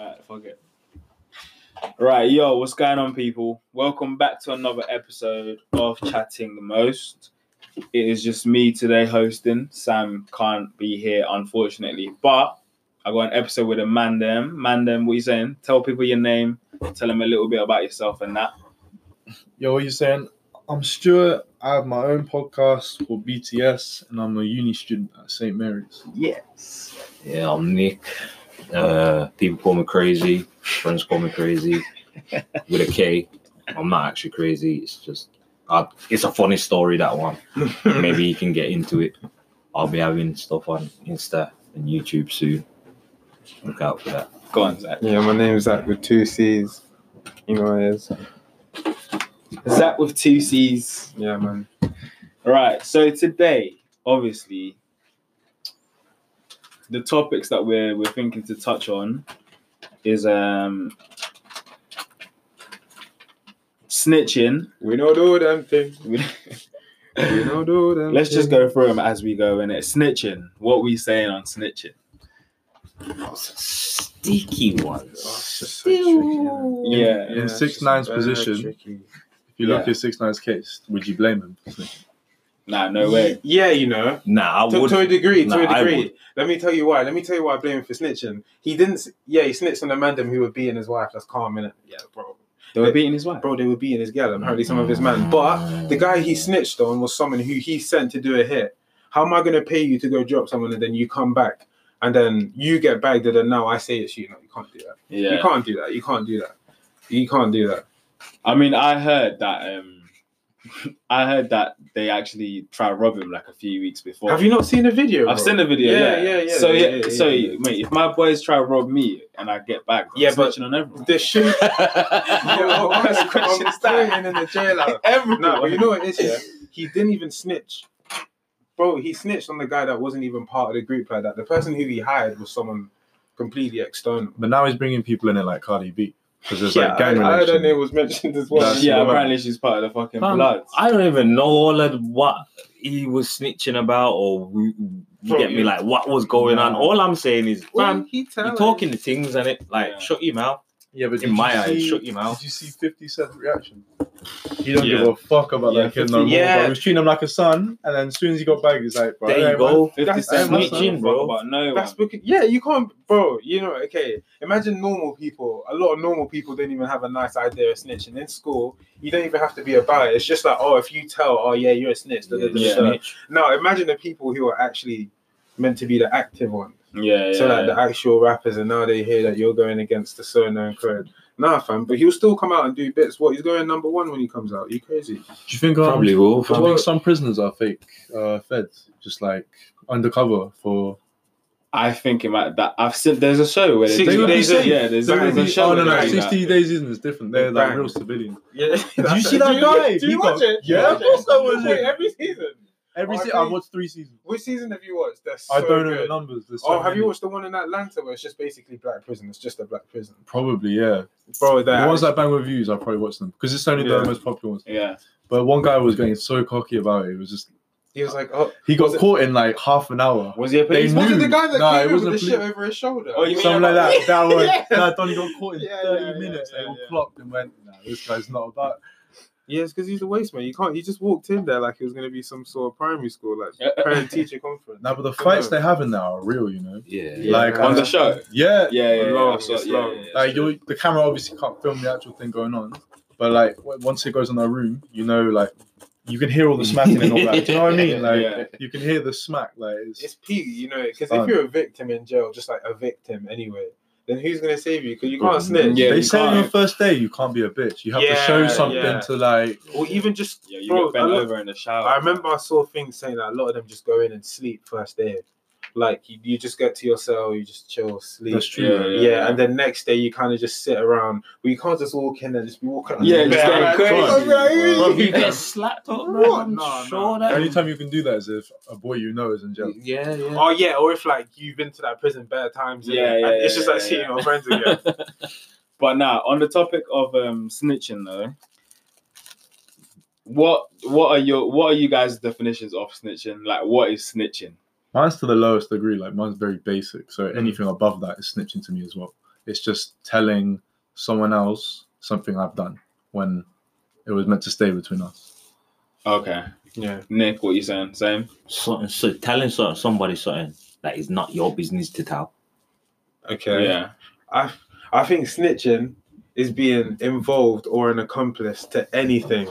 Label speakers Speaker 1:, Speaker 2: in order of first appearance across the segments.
Speaker 1: Alright, fuck it. Right, yo, what's going on, people? Welcome back to another episode of Chatting the Most. It is just me today hosting. Sam can't be here, unfortunately, but I got an episode with a man. Them, man, them. What you saying? Tell people your name. Tell them a little bit about yourself and that.
Speaker 2: Yo, what are you saying? I'm Stuart. I have my own podcast called BTS, and I'm a uni student at St. Mary's.
Speaker 1: Yes.
Speaker 3: Yeah, I'm Nick. Uh, people call me crazy. Friends call me crazy with a K. I'm not actually crazy. It's just, I, it's a funny story that one. Maybe you can get into it. I'll be having stuff on Insta and YouTube soon. Look out for that.
Speaker 1: Go on, Zach.
Speaker 4: Yeah, my name is Zach with two C's. You know what it is.
Speaker 1: Zach with two C's.
Speaker 4: Yeah, man.
Speaker 1: Right. So today, obviously, the topics that we're we're thinking to touch on is um snitching.
Speaker 4: We know do them things.
Speaker 1: We-
Speaker 4: We know do them.
Speaker 1: Let's just
Speaker 4: things.
Speaker 1: go through them as we go in it. Snitching. What we saying on snitching?
Speaker 3: Sticky ones.
Speaker 4: It's just Oh, so tricky, innit?
Speaker 1: Yeah.
Speaker 2: In
Speaker 4: it's
Speaker 2: six
Speaker 4: just
Speaker 2: nine's
Speaker 4: very
Speaker 2: position.
Speaker 4: tricky.
Speaker 2: If you look
Speaker 1: Yeah.
Speaker 2: at Six Nine's case, would you blame him?
Speaker 1: Nah, no way.
Speaker 5: Yeah, you know,
Speaker 3: Nah, I
Speaker 5: to,
Speaker 3: would.
Speaker 5: to a degree,
Speaker 3: Nah,
Speaker 5: to a
Speaker 3: I
Speaker 5: degree.
Speaker 3: would.
Speaker 5: Let me tell you why. Let me tell you why I blame him for snitching. He didn't. s- Yeah, he snitched on the mandem who were beating his wife. That's calm, innit? Yeah, bro.
Speaker 1: They were beating his wife.
Speaker 5: Bro, they were beating his girl. and Apparently, some of his men. But the guy he snitched on was someone who he sent to do a hit. How am I going to pay you to go drop someone and then you come back and then you get bagged and then now I say it's you? No, you can't do that. You
Speaker 1: Yeah.
Speaker 5: can't do that. You can't do that. You can't do that.
Speaker 1: I mean, I heard that. um I heard that they actually tried to rob him like a few weeks before.
Speaker 5: Have you not seen the video?
Speaker 1: I've
Speaker 5: bro?
Speaker 1: seen the video. Yeah,
Speaker 5: Yeah, yeah, yeah,
Speaker 1: So yeah,
Speaker 5: yeah, yeah,
Speaker 1: so
Speaker 5: yeah.
Speaker 1: mate, if my boys try to rob me and I get back, I'm
Speaker 5: Yeah, but-
Speaker 1: snitching on everyone.
Speaker 5: The shoot. Yo,
Speaker 1: What kind of
Speaker 5: I'm
Speaker 1: question is that?
Speaker 5: screaming in the jail.
Speaker 1: Everyone.
Speaker 5: No, but you know what it is, yeah? He didn't even snitch. Bro, he snitched on the guy that wasn't even part of the group like that. The person who he hired was someone completely external.
Speaker 2: But now he's bringing people in it like Cardi B because there's
Speaker 5: Yeah,
Speaker 2: like gang
Speaker 5: I, I heard her name
Speaker 2: relation.
Speaker 5: was mentioned as well.
Speaker 2: That's
Speaker 1: yeah,
Speaker 2: the one.
Speaker 1: apparently she's part of the fucking
Speaker 3: Fam,
Speaker 1: blood.
Speaker 3: Um, I don't even know all of what he was snitching about, or you
Speaker 5: Bro,
Speaker 3: get me
Speaker 5: you-
Speaker 3: like what was going on.
Speaker 1: Nah.
Speaker 3: All I'm saying is, man,
Speaker 5: he
Speaker 3: You're talking the things and it like
Speaker 1: Yeah.
Speaker 3: shut your mouth.
Speaker 2: Yeah, but
Speaker 3: In my eyes, shut your mouth.
Speaker 2: Did you see 50 Cent's reaction? He don't
Speaker 3: Yeah.
Speaker 2: give a fuck about
Speaker 1: Yeah,
Speaker 2: that kid
Speaker 1: 50
Speaker 2: no more.
Speaker 5: yeah.
Speaker 2: But he was treating him like a son, and then as soon as he got back, he's like, bro,
Speaker 3: there
Speaker 2: hey,
Speaker 3: you go.
Speaker 1: Fifty
Speaker 5: that's-
Speaker 1: Cent
Speaker 2: that's
Speaker 1: doesn't
Speaker 3: snitching,
Speaker 1: give a
Speaker 3: bro.
Speaker 1: fuck About no one.
Speaker 5: That's because, yeah, you can't, bro. You know, okay. Imagine normal people. A lot of normal people don't even have a nice idea of snitching in school. You don't even have to be about it. It's just like, oh, if you tell, oh yeah, you're a snitch. da, da, da,
Speaker 1: Yeah.
Speaker 5: da, da.
Speaker 3: Snitch.
Speaker 5: Now imagine the people who are actually meant to be the active one.
Speaker 1: yeah, yeah.
Speaker 5: So like
Speaker 1: yeah.
Speaker 5: the actual rappers, and now they hear that you're going against the so known crowd. Nah, fam, but he'll still come out and do bits. What he's going number one when he comes out? You crazy?
Speaker 2: man." Do you think um,
Speaker 3: Probably will.
Speaker 2: Do you
Speaker 3: fam.
Speaker 2: think some prisoners are fake uh, feds, just like undercover for?
Speaker 1: I think it might. That I've seen. There's a show where they
Speaker 5: Sixty
Speaker 1: do that.
Speaker 5: Days In.
Speaker 1: Yeah, there's,
Speaker 5: They would
Speaker 1: there's a
Speaker 5: be-
Speaker 1: show.
Speaker 2: oh
Speaker 1: where
Speaker 2: no, no,
Speaker 1: they do that.
Speaker 2: sixty days isn't is different. They're
Speaker 5: Big
Speaker 2: like
Speaker 5: Bang.
Speaker 2: real civilians.
Speaker 5: Yeah.
Speaker 2: you see that guy? He got- Yeah, of course I watched it.
Speaker 5: Every season.
Speaker 2: Every
Speaker 5: Oh, I
Speaker 2: se- I
Speaker 5: think-
Speaker 2: watched three seasons.
Speaker 5: Which season have you watched? That's so
Speaker 2: I don't know
Speaker 5: good.
Speaker 2: the numbers. there's so
Speaker 5: Oh, have
Speaker 2: many.
Speaker 5: you watched the one in Atlanta where it's just basically black prison? It's just a black prison,
Speaker 2: Probably yeah.
Speaker 5: bro.
Speaker 2: The
Speaker 5: That
Speaker 2: ones that bang with views, I probably watched them because it's only
Speaker 5: Yeah.
Speaker 2: the most popular ones.
Speaker 1: Yeah,
Speaker 2: But one guy was getting so cocky about it. It was just
Speaker 5: he was like, oh,
Speaker 2: he got
Speaker 5: Was it-
Speaker 2: caught in like half an hour.
Speaker 1: was he a police?
Speaker 2: They
Speaker 5: was it
Speaker 2: knew.
Speaker 5: the guy that
Speaker 2: Nah, it
Speaker 5: came in with
Speaker 2: wasn't
Speaker 5: the
Speaker 2: a
Speaker 5: shit
Speaker 2: police-
Speaker 5: over his shoulder?
Speaker 1: Oh, you mean-
Speaker 2: Something like that. That one,
Speaker 5: Yeah.
Speaker 2: that Donnie got caught in
Speaker 5: Yeah,
Speaker 2: thirty
Speaker 5: yeah, yeah,
Speaker 2: minutes. they
Speaker 5: yeah,
Speaker 2: all
Speaker 5: yeah.
Speaker 2: clocked and went, "Nah, this guy's not about."
Speaker 5: Yes, because he's the waste man. You can't. He just walked in there like it was going to be some sort of primary school, like parent teacher conference.
Speaker 2: Now, but the fights they have in there are real, you know.
Speaker 3: Yeah.
Speaker 1: Yeah,
Speaker 2: Like,
Speaker 1: on
Speaker 2: uh,
Speaker 1: the show.
Speaker 2: Yeah,
Speaker 1: Yeah, yeah, yeah.
Speaker 5: Long,
Speaker 1: I've saw-
Speaker 5: it's
Speaker 1: yeah,
Speaker 5: long.
Speaker 1: yeah, yeah, it's
Speaker 2: like
Speaker 1: true.
Speaker 2: you the camera obviously can't film the actual thing going on but like w- once it goes in their room you know like you can hear all the smacking and all that do you know what i mean like
Speaker 1: Yeah.
Speaker 2: you can hear the smack like it's,
Speaker 5: It's P, you know, because
Speaker 2: Fun.
Speaker 5: if you're a victim in jail, just like a victim anyway, then who's going to save you? Because you can't snitch.
Speaker 1: Yeah,
Speaker 2: they
Speaker 1: you
Speaker 2: say on
Speaker 1: can't.
Speaker 2: your first day you can't be a bitch you have to
Speaker 5: Yeah,
Speaker 2: show something
Speaker 5: yeah.
Speaker 2: to like
Speaker 5: Or even just,
Speaker 1: yeah, you
Speaker 5: bro,
Speaker 1: get bent
Speaker 5: I look-
Speaker 1: over in the shower.
Speaker 5: I remember I saw things saying that a lot of them just go in and sleep first day. Like you, you just get to your cell, you just chill, sleep.
Speaker 2: That's true.
Speaker 5: Yeah, and then next day you kind of just sit around. But you can't just walk in and just be walking. around
Speaker 1: Yeah,
Speaker 5: the
Speaker 1: just going
Speaker 5: bed, like,
Speaker 1: crazy.
Speaker 5: "Oh,
Speaker 3: Bro,
Speaker 5: yeah,
Speaker 1: Bro,
Speaker 5: yeah,
Speaker 3: if you
Speaker 5: yeah."
Speaker 3: get slapped up,
Speaker 5: What?
Speaker 3: man,
Speaker 5: No,
Speaker 3: I'm
Speaker 5: no.
Speaker 3: sure
Speaker 2: the
Speaker 3: that.
Speaker 2: only time you can do that is if a boy you know is in jail
Speaker 3: Yeah, yeah.
Speaker 5: Oh yeah, or if like you've been to that prison better times,
Speaker 1: Yeah,
Speaker 5: and
Speaker 1: yeah,
Speaker 5: it's
Speaker 1: yeah,
Speaker 5: just like
Speaker 1: yeah,
Speaker 5: seeing
Speaker 1: yeah.
Speaker 5: your friends again.
Speaker 1: But now, on the topic of um, snitching, though, what what are your what are you guys' definitions of snitching? Like, what is snitching?
Speaker 2: mine's to the lowest degree like mine's very basic so anything above that is snitching to me as well It's just telling someone else something I've done when it was meant to stay between us.
Speaker 1: Okay.
Speaker 5: Yeah.
Speaker 1: Nick, what you saying? Same?
Speaker 3: Something, so telling so- somebody something that is not your business to tell.
Speaker 5: Okay.
Speaker 1: Yeah.
Speaker 5: I I think snitching is being involved or an accomplice to anything,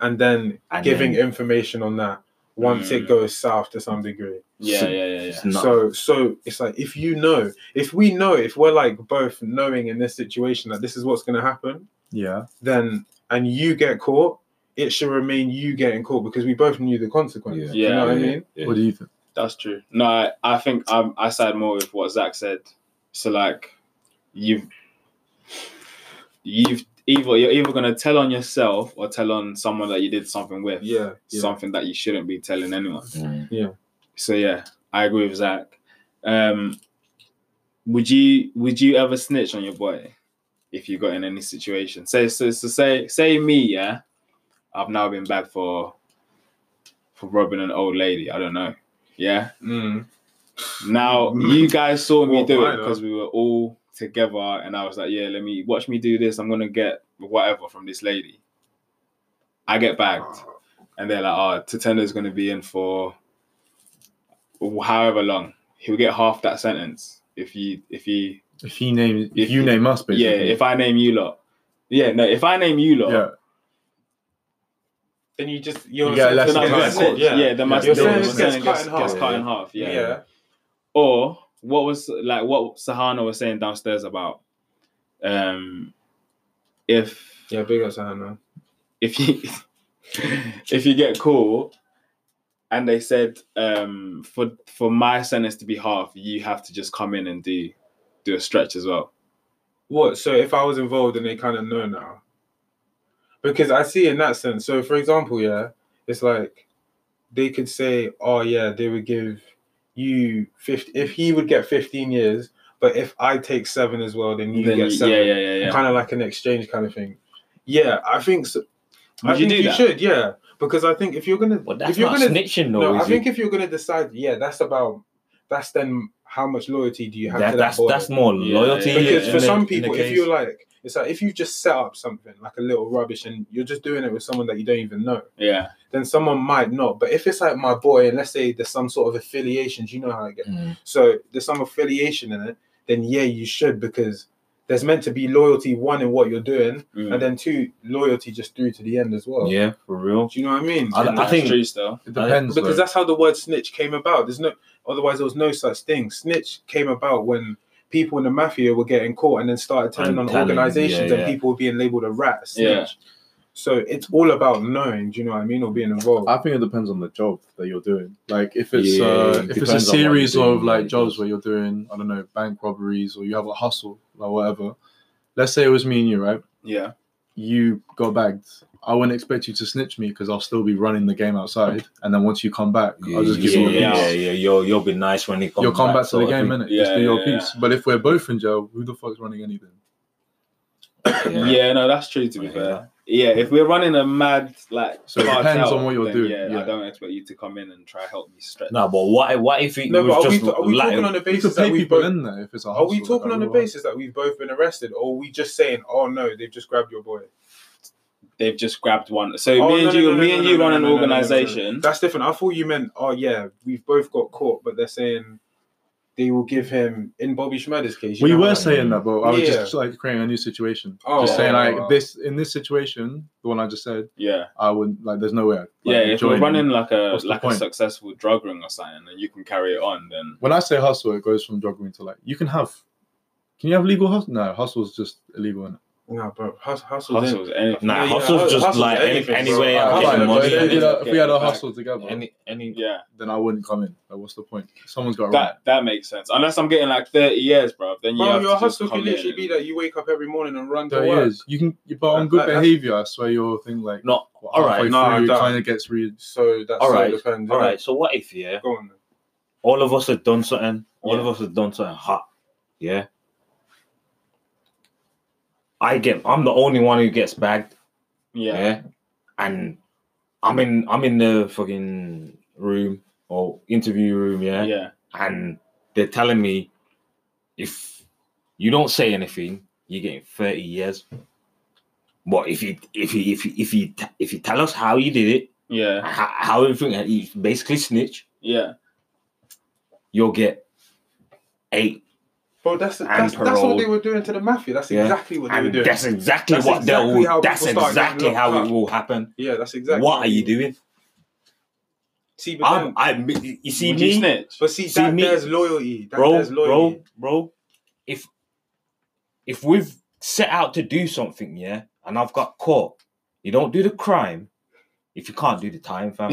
Speaker 5: and then
Speaker 3: And
Speaker 5: giving
Speaker 3: then
Speaker 5: information on that once it
Speaker 1: Mm.
Speaker 5: goes south to some degree.
Speaker 1: Yeah,
Speaker 3: So-
Speaker 1: yeah, yeah, yeah.
Speaker 3: it's not-
Speaker 5: So so it's like if you know, if we know, if we're like both knowing in this situation that this is what's going to happen,
Speaker 2: Yeah.
Speaker 5: then and you get caught, it should remain you getting caught because we both knew the consequences.
Speaker 1: Yeah.
Speaker 5: you know what I
Speaker 1: Yeah.
Speaker 5: mean?
Speaker 3: Yeah.
Speaker 2: What do you think?
Speaker 1: That's true. No, I, I think I'm, I side more with what Zach said. So like, you've you've either you're either gonna tell on yourself or tell on someone that you did something with.
Speaker 5: Yeah, yeah.
Speaker 1: Something that you shouldn't be telling anyone.
Speaker 3: Mm.
Speaker 1: So yeah, I agree with Zach. Um, would you would you ever snitch on your boy if you got in any situation? Say so, so say say me yeah, I've now been back for for robbing an old lady. I don't know. Yeah.
Speaker 5: Mm.
Speaker 1: Now you guys saw me
Speaker 5: Well,
Speaker 1: do it
Speaker 5: why not?
Speaker 1: because we were all together, and I was like, "Yeah, let me watch me do this. I'm gonna get whatever from this lady." I get bagged, and they're like, "Oh, Tatenda's gonna be in for however long. He'll get half that sentence if you if you
Speaker 2: If he name, if
Speaker 1: If-
Speaker 2: you name us, basically.
Speaker 1: yeah if I name you lot, yeah no if I name you lot,
Speaker 2: yeah.
Speaker 5: Then you just you're
Speaker 2: You get
Speaker 5: so-
Speaker 2: less
Speaker 5: so
Speaker 1: then
Speaker 5: now
Speaker 1: I'm
Speaker 2: time.
Speaker 1: gonna
Speaker 5: it's
Speaker 1: snitch.
Speaker 5: caught,
Speaker 1: yeah, then my
Speaker 2: Yeah,
Speaker 1: then
Speaker 2: you're
Speaker 1: my
Speaker 2: saying
Speaker 1: sentence
Speaker 2: it
Speaker 1: gets,
Speaker 5: gets cut in half,
Speaker 1: gets cut
Speaker 3: yeah.
Speaker 1: in half.
Speaker 5: yeah.
Speaker 1: Yeah.
Speaker 5: yeah.
Speaker 1: or what was like what Sahana was saying downstairs about um if
Speaker 5: Yeah, big up to her, man.
Speaker 1: if you if you get caught and they said um for for my sentence to be half you have to just come in and do do a stretch as well
Speaker 5: What? So if I was involved and they kind of know now, because I see in that sense. So for example, yeah, it's like they could say, oh yeah, they would give you fifty. If he would get fifteen years, but if I take seven as well, then you
Speaker 1: Then
Speaker 5: get
Speaker 1: you-
Speaker 5: seven.
Speaker 1: yeah yeah yeah yeah
Speaker 5: Kind of like an exchange kind of thing. Yeah, I think. So. I
Speaker 1: Would you
Speaker 5: think
Speaker 1: do
Speaker 5: you
Speaker 1: that?
Speaker 5: should. Yeah, because I think if you're gonna,
Speaker 3: But that's
Speaker 5: if you're
Speaker 3: not
Speaker 5: gonna,
Speaker 3: snitching, though.
Speaker 5: no, I
Speaker 3: is it?
Speaker 5: think if you're gonna decide, yeah, that's about. That's then how much loyalty do you have
Speaker 3: That-
Speaker 5: to that
Speaker 3: that's
Speaker 5: boy?
Speaker 3: that's more
Speaker 1: Yeah,
Speaker 3: loyalty.
Speaker 1: yeah,
Speaker 5: Because
Speaker 1: yeah.
Speaker 5: for
Speaker 3: in the-
Speaker 5: some
Speaker 3: in the
Speaker 5: people, if
Speaker 3: case.
Speaker 5: you're like, it's like if you just set up something like a little rubbish and you're just doing it with someone that you don't even know,
Speaker 1: yeah
Speaker 5: then someone might not. But if it's like my boy, and let's say there's some sort of affiliations, you know how I get.
Speaker 3: Mm.
Speaker 5: So there's some affiliation in it, then yeah, you should because there's meant to be loyalty one in what you're doing,
Speaker 1: Mm.
Speaker 5: and then two loyalty just through to the end as well.
Speaker 3: yeah, for real.
Speaker 5: Do you know what I mean?
Speaker 3: I- I
Speaker 1: That's
Speaker 3: think-
Speaker 1: true still
Speaker 2: It depends.
Speaker 5: because
Speaker 2: though.
Speaker 5: that's how the word snitch came about. There's no otherwise there was no such thing. Snitch came about when people in the mafia were getting caught and then started turning
Speaker 3: And
Speaker 5: on
Speaker 3: telling,
Speaker 5: organizations
Speaker 3: yeah,
Speaker 5: and
Speaker 3: yeah.
Speaker 5: people were being labeled a rat. Snitch.
Speaker 1: Yeah.
Speaker 5: So it's all about knowing, do you know what I mean, or being involved.
Speaker 2: I think it depends on the job that you're doing. Like if it's
Speaker 3: Yeah,
Speaker 2: uh,
Speaker 3: it
Speaker 2: if it's a
Speaker 3: depends on what you're
Speaker 2: series
Speaker 3: doing,
Speaker 2: of like
Speaker 3: yeah,
Speaker 2: jobs
Speaker 3: it
Speaker 2: where you're doing I don't know bank robberies or you have a hustle or whatever. Let's say it was me and you, right?
Speaker 1: yeah
Speaker 2: You got bagged. I wouldn't expect you to snitch me because I'll still be running the game outside. And then once you come back, I'll just give
Speaker 3: yeah,
Speaker 2: you your
Speaker 3: yeah,
Speaker 2: piece.
Speaker 3: yeah, yeah. You'll you'll be nice when he comes.
Speaker 2: You'll come back to
Speaker 3: sort
Speaker 2: the
Speaker 3: of
Speaker 2: game,
Speaker 3: thing.
Speaker 2: innit?
Speaker 1: Yeah,
Speaker 2: just do your
Speaker 1: yeah,
Speaker 2: piece. But if we're both in jail, who the fuck's running anything?
Speaker 1: yeah, no that's true to be
Speaker 3: Yeah.
Speaker 1: fair yeah if we're running a mad like
Speaker 2: So it depends
Speaker 1: cartel,
Speaker 2: on what you're
Speaker 1: then
Speaker 2: doing,
Speaker 1: yeah, I
Speaker 2: yeah.
Speaker 1: don't expect you to come in and try help me stretch
Speaker 3: No, but what what if he
Speaker 5: no,
Speaker 3: was
Speaker 5: but are
Speaker 3: just
Speaker 5: we, are we
Speaker 3: like,
Speaker 5: talking on the
Speaker 2: You
Speaker 5: basis
Speaker 2: could
Speaker 5: that
Speaker 2: pay
Speaker 5: we
Speaker 2: people
Speaker 5: both,
Speaker 2: in there if it's a hustle.
Speaker 5: are we
Speaker 2: like,
Speaker 5: talking
Speaker 2: a
Speaker 5: on the
Speaker 2: real hustle.
Speaker 5: basis that we've both been arrested, or are we just saying, oh no, they've just grabbed your boy?
Speaker 1: they've just grabbed one so
Speaker 5: Oh,
Speaker 1: me and
Speaker 5: no,
Speaker 1: you
Speaker 5: no, no,
Speaker 1: me
Speaker 5: no,
Speaker 1: and
Speaker 5: no,
Speaker 1: you
Speaker 5: no,
Speaker 1: run
Speaker 5: no,
Speaker 1: an
Speaker 5: no, no, no, no, no.
Speaker 1: organization
Speaker 5: That's different. I thought you meant, oh yeah, we've both got caught, but they're saying they will give him in Bobby Schmurder's case. you
Speaker 2: We
Speaker 5: know how
Speaker 2: were
Speaker 5: I-
Speaker 2: saying that, but I was
Speaker 5: Yeah.
Speaker 2: just like creating a new situation.
Speaker 5: Oh.
Speaker 2: just saying
Speaker 5: Oh.
Speaker 2: like this in this situation, the one I just said,
Speaker 1: yeah
Speaker 2: I wouldn't like. There's no way. I'd, like,
Speaker 1: yeah, if
Speaker 2: join
Speaker 1: you're
Speaker 2: in.
Speaker 1: running like a
Speaker 2: What's the
Speaker 1: like a
Speaker 2: point?
Speaker 1: successful drug ring or something, and you can carry it on, then
Speaker 2: When I say hustle, it goes from juggling to like you can have. Can you have legal hustle? No, hustle's just illegal. Innit?
Speaker 5: No, but hus- hustle's in.
Speaker 1: hustle's anything.
Speaker 3: Nah,
Speaker 5: Yeah, yeah,
Speaker 3: hustle's just
Speaker 5: hustle's
Speaker 3: like any,
Speaker 5: anything,
Speaker 3: any
Speaker 5: bro.
Speaker 3: way
Speaker 5: Yeah,
Speaker 2: Alright,
Speaker 3: I'm
Speaker 5: Alright,
Speaker 2: but
Speaker 3: getting money.
Speaker 2: if, we
Speaker 1: yeah,
Speaker 2: did a, if we had
Speaker 1: yeah,
Speaker 2: a
Speaker 1: back.
Speaker 2: hustle together,
Speaker 3: Any, any,
Speaker 1: Yeah,
Speaker 2: then I wouldn't come in. Like, what's the point? Someone's got to run.
Speaker 1: that that makes sense. Unless I'm getting like 30 years, bro. Then you
Speaker 5: Bro,
Speaker 1: have
Speaker 5: your
Speaker 1: to just
Speaker 5: hustle
Speaker 1: come
Speaker 5: could literally
Speaker 1: in
Speaker 5: be
Speaker 1: and-
Speaker 5: that you wake up every morning and run to
Speaker 2: There
Speaker 5: work.
Speaker 2: is. You can, you- but on
Speaker 5: That-
Speaker 2: good
Speaker 5: that- that's-
Speaker 2: behavior, I swear your thing like
Speaker 3: no.
Speaker 2: what,
Speaker 3: All
Speaker 2: halfway
Speaker 3: right,
Speaker 5: no, I
Speaker 2: through
Speaker 5: don't.
Speaker 2: kind of gets read.
Speaker 5: So that's
Speaker 3: All
Speaker 5: all
Speaker 3: right,
Speaker 5: depends.
Speaker 3: all right. So what if yeah,
Speaker 5: Go on. then.
Speaker 3: all of us have done something. All
Speaker 1: Yeah.
Speaker 3: of us have done something hot. Yeah. I get. I'm the only one who gets bagged. Yeah.
Speaker 1: Yeah,
Speaker 3: And I'm in. I'm in the fucking room or interview room.
Speaker 1: yeah,
Speaker 3: yeah. and they're telling me if You don't say anything, you're getting 30 years. But if you if you if you if you t- if you tell us how you did it,
Speaker 1: Yeah,
Speaker 3: how, how everything, you basically snitch,
Speaker 1: yeah.
Speaker 3: you'll get eight.
Speaker 5: Bro, that's
Speaker 3: And
Speaker 5: that's, that's
Speaker 3: parole.
Speaker 5: what they were doing to the mafia. That's
Speaker 3: Yeah.
Speaker 5: exactly what they were
Speaker 3: And
Speaker 5: doing.
Speaker 3: that's exactly
Speaker 5: That's
Speaker 3: what
Speaker 5: exactly
Speaker 3: they'll.
Speaker 5: how
Speaker 3: That's
Speaker 5: people start getting
Speaker 3: exactly how
Speaker 5: locked
Speaker 3: it
Speaker 5: up.
Speaker 3: will happen.
Speaker 5: yeah, that's exactly.
Speaker 3: What are you doing?
Speaker 5: See, but,
Speaker 3: I'm,
Speaker 5: then,
Speaker 3: I'm. You see
Speaker 1: Would
Speaker 3: me,
Speaker 1: you snitch?
Speaker 5: but see,
Speaker 3: see
Speaker 5: that
Speaker 3: me-
Speaker 5: there's loyalty. That
Speaker 3: bro,
Speaker 5: there's loyalty.
Speaker 3: bro, bro. If if we've set out to do something, yeah, and I've got caught, you don't do the crime if you can't do the time, fam.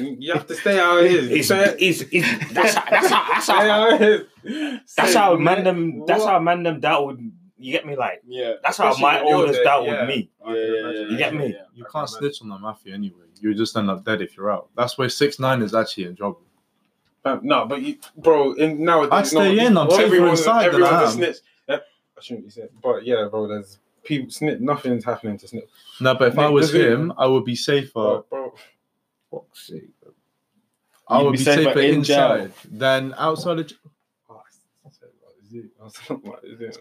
Speaker 5: You have to stay how it is.
Speaker 3: it's,
Speaker 5: Stay-
Speaker 3: it's, it's, that's how that's how that's
Speaker 5: stay
Speaker 3: how,
Speaker 5: how it is.
Speaker 3: that's
Speaker 5: Stay-
Speaker 3: how man them that's
Speaker 5: What?
Speaker 3: how man them that would you get me like
Speaker 1: Yeah,
Speaker 3: that's how
Speaker 5: Especially
Speaker 3: my
Speaker 5: when you're
Speaker 3: oldest
Speaker 5: there,
Speaker 3: dealt
Speaker 5: yeah.
Speaker 3: with me.
Speaker 1: yeah, yeah, yeah.
Speaker 3: You get me?
Speaker 1: yeah.
Speaker 2: You can't snitch on the mafia anyway. You just end up dead if you're out. That's where six nine is actually in trouble.
Speaker 5: Um, no, but you, bro, in nowadays,
Speaker 2: I'd stay
Speaker 5: no,
Speaker 2: in, I'm safer inside than I
Speaker 5: everyone's
Speaker 2: am.
Speaker 5: a snitch. Yeah, I shouldn't be saying, but yeah, bro, there's people snitch. Nothing's happening to snitch.
Speaker 2: No, but if I
Speaker 5: Nick,
Speaker 2: was
Speaker 5: does it-
Speaker 2: him, I would be safer.
Speaker 5: Bro, bro,
Speaker 3: Fuck's sake, bro.
Speaker 2: I
Speaker 1: You'd
Speaker 2: would
Speaker 1: be
Speaker 2: be,
Speaker 1: safer
Speaker 2: safer,
Speaker 1: in jail.
Speaker 2: inside than outside. Of... j-
Speaker 5: oh, I said, what is it? I said, what is it?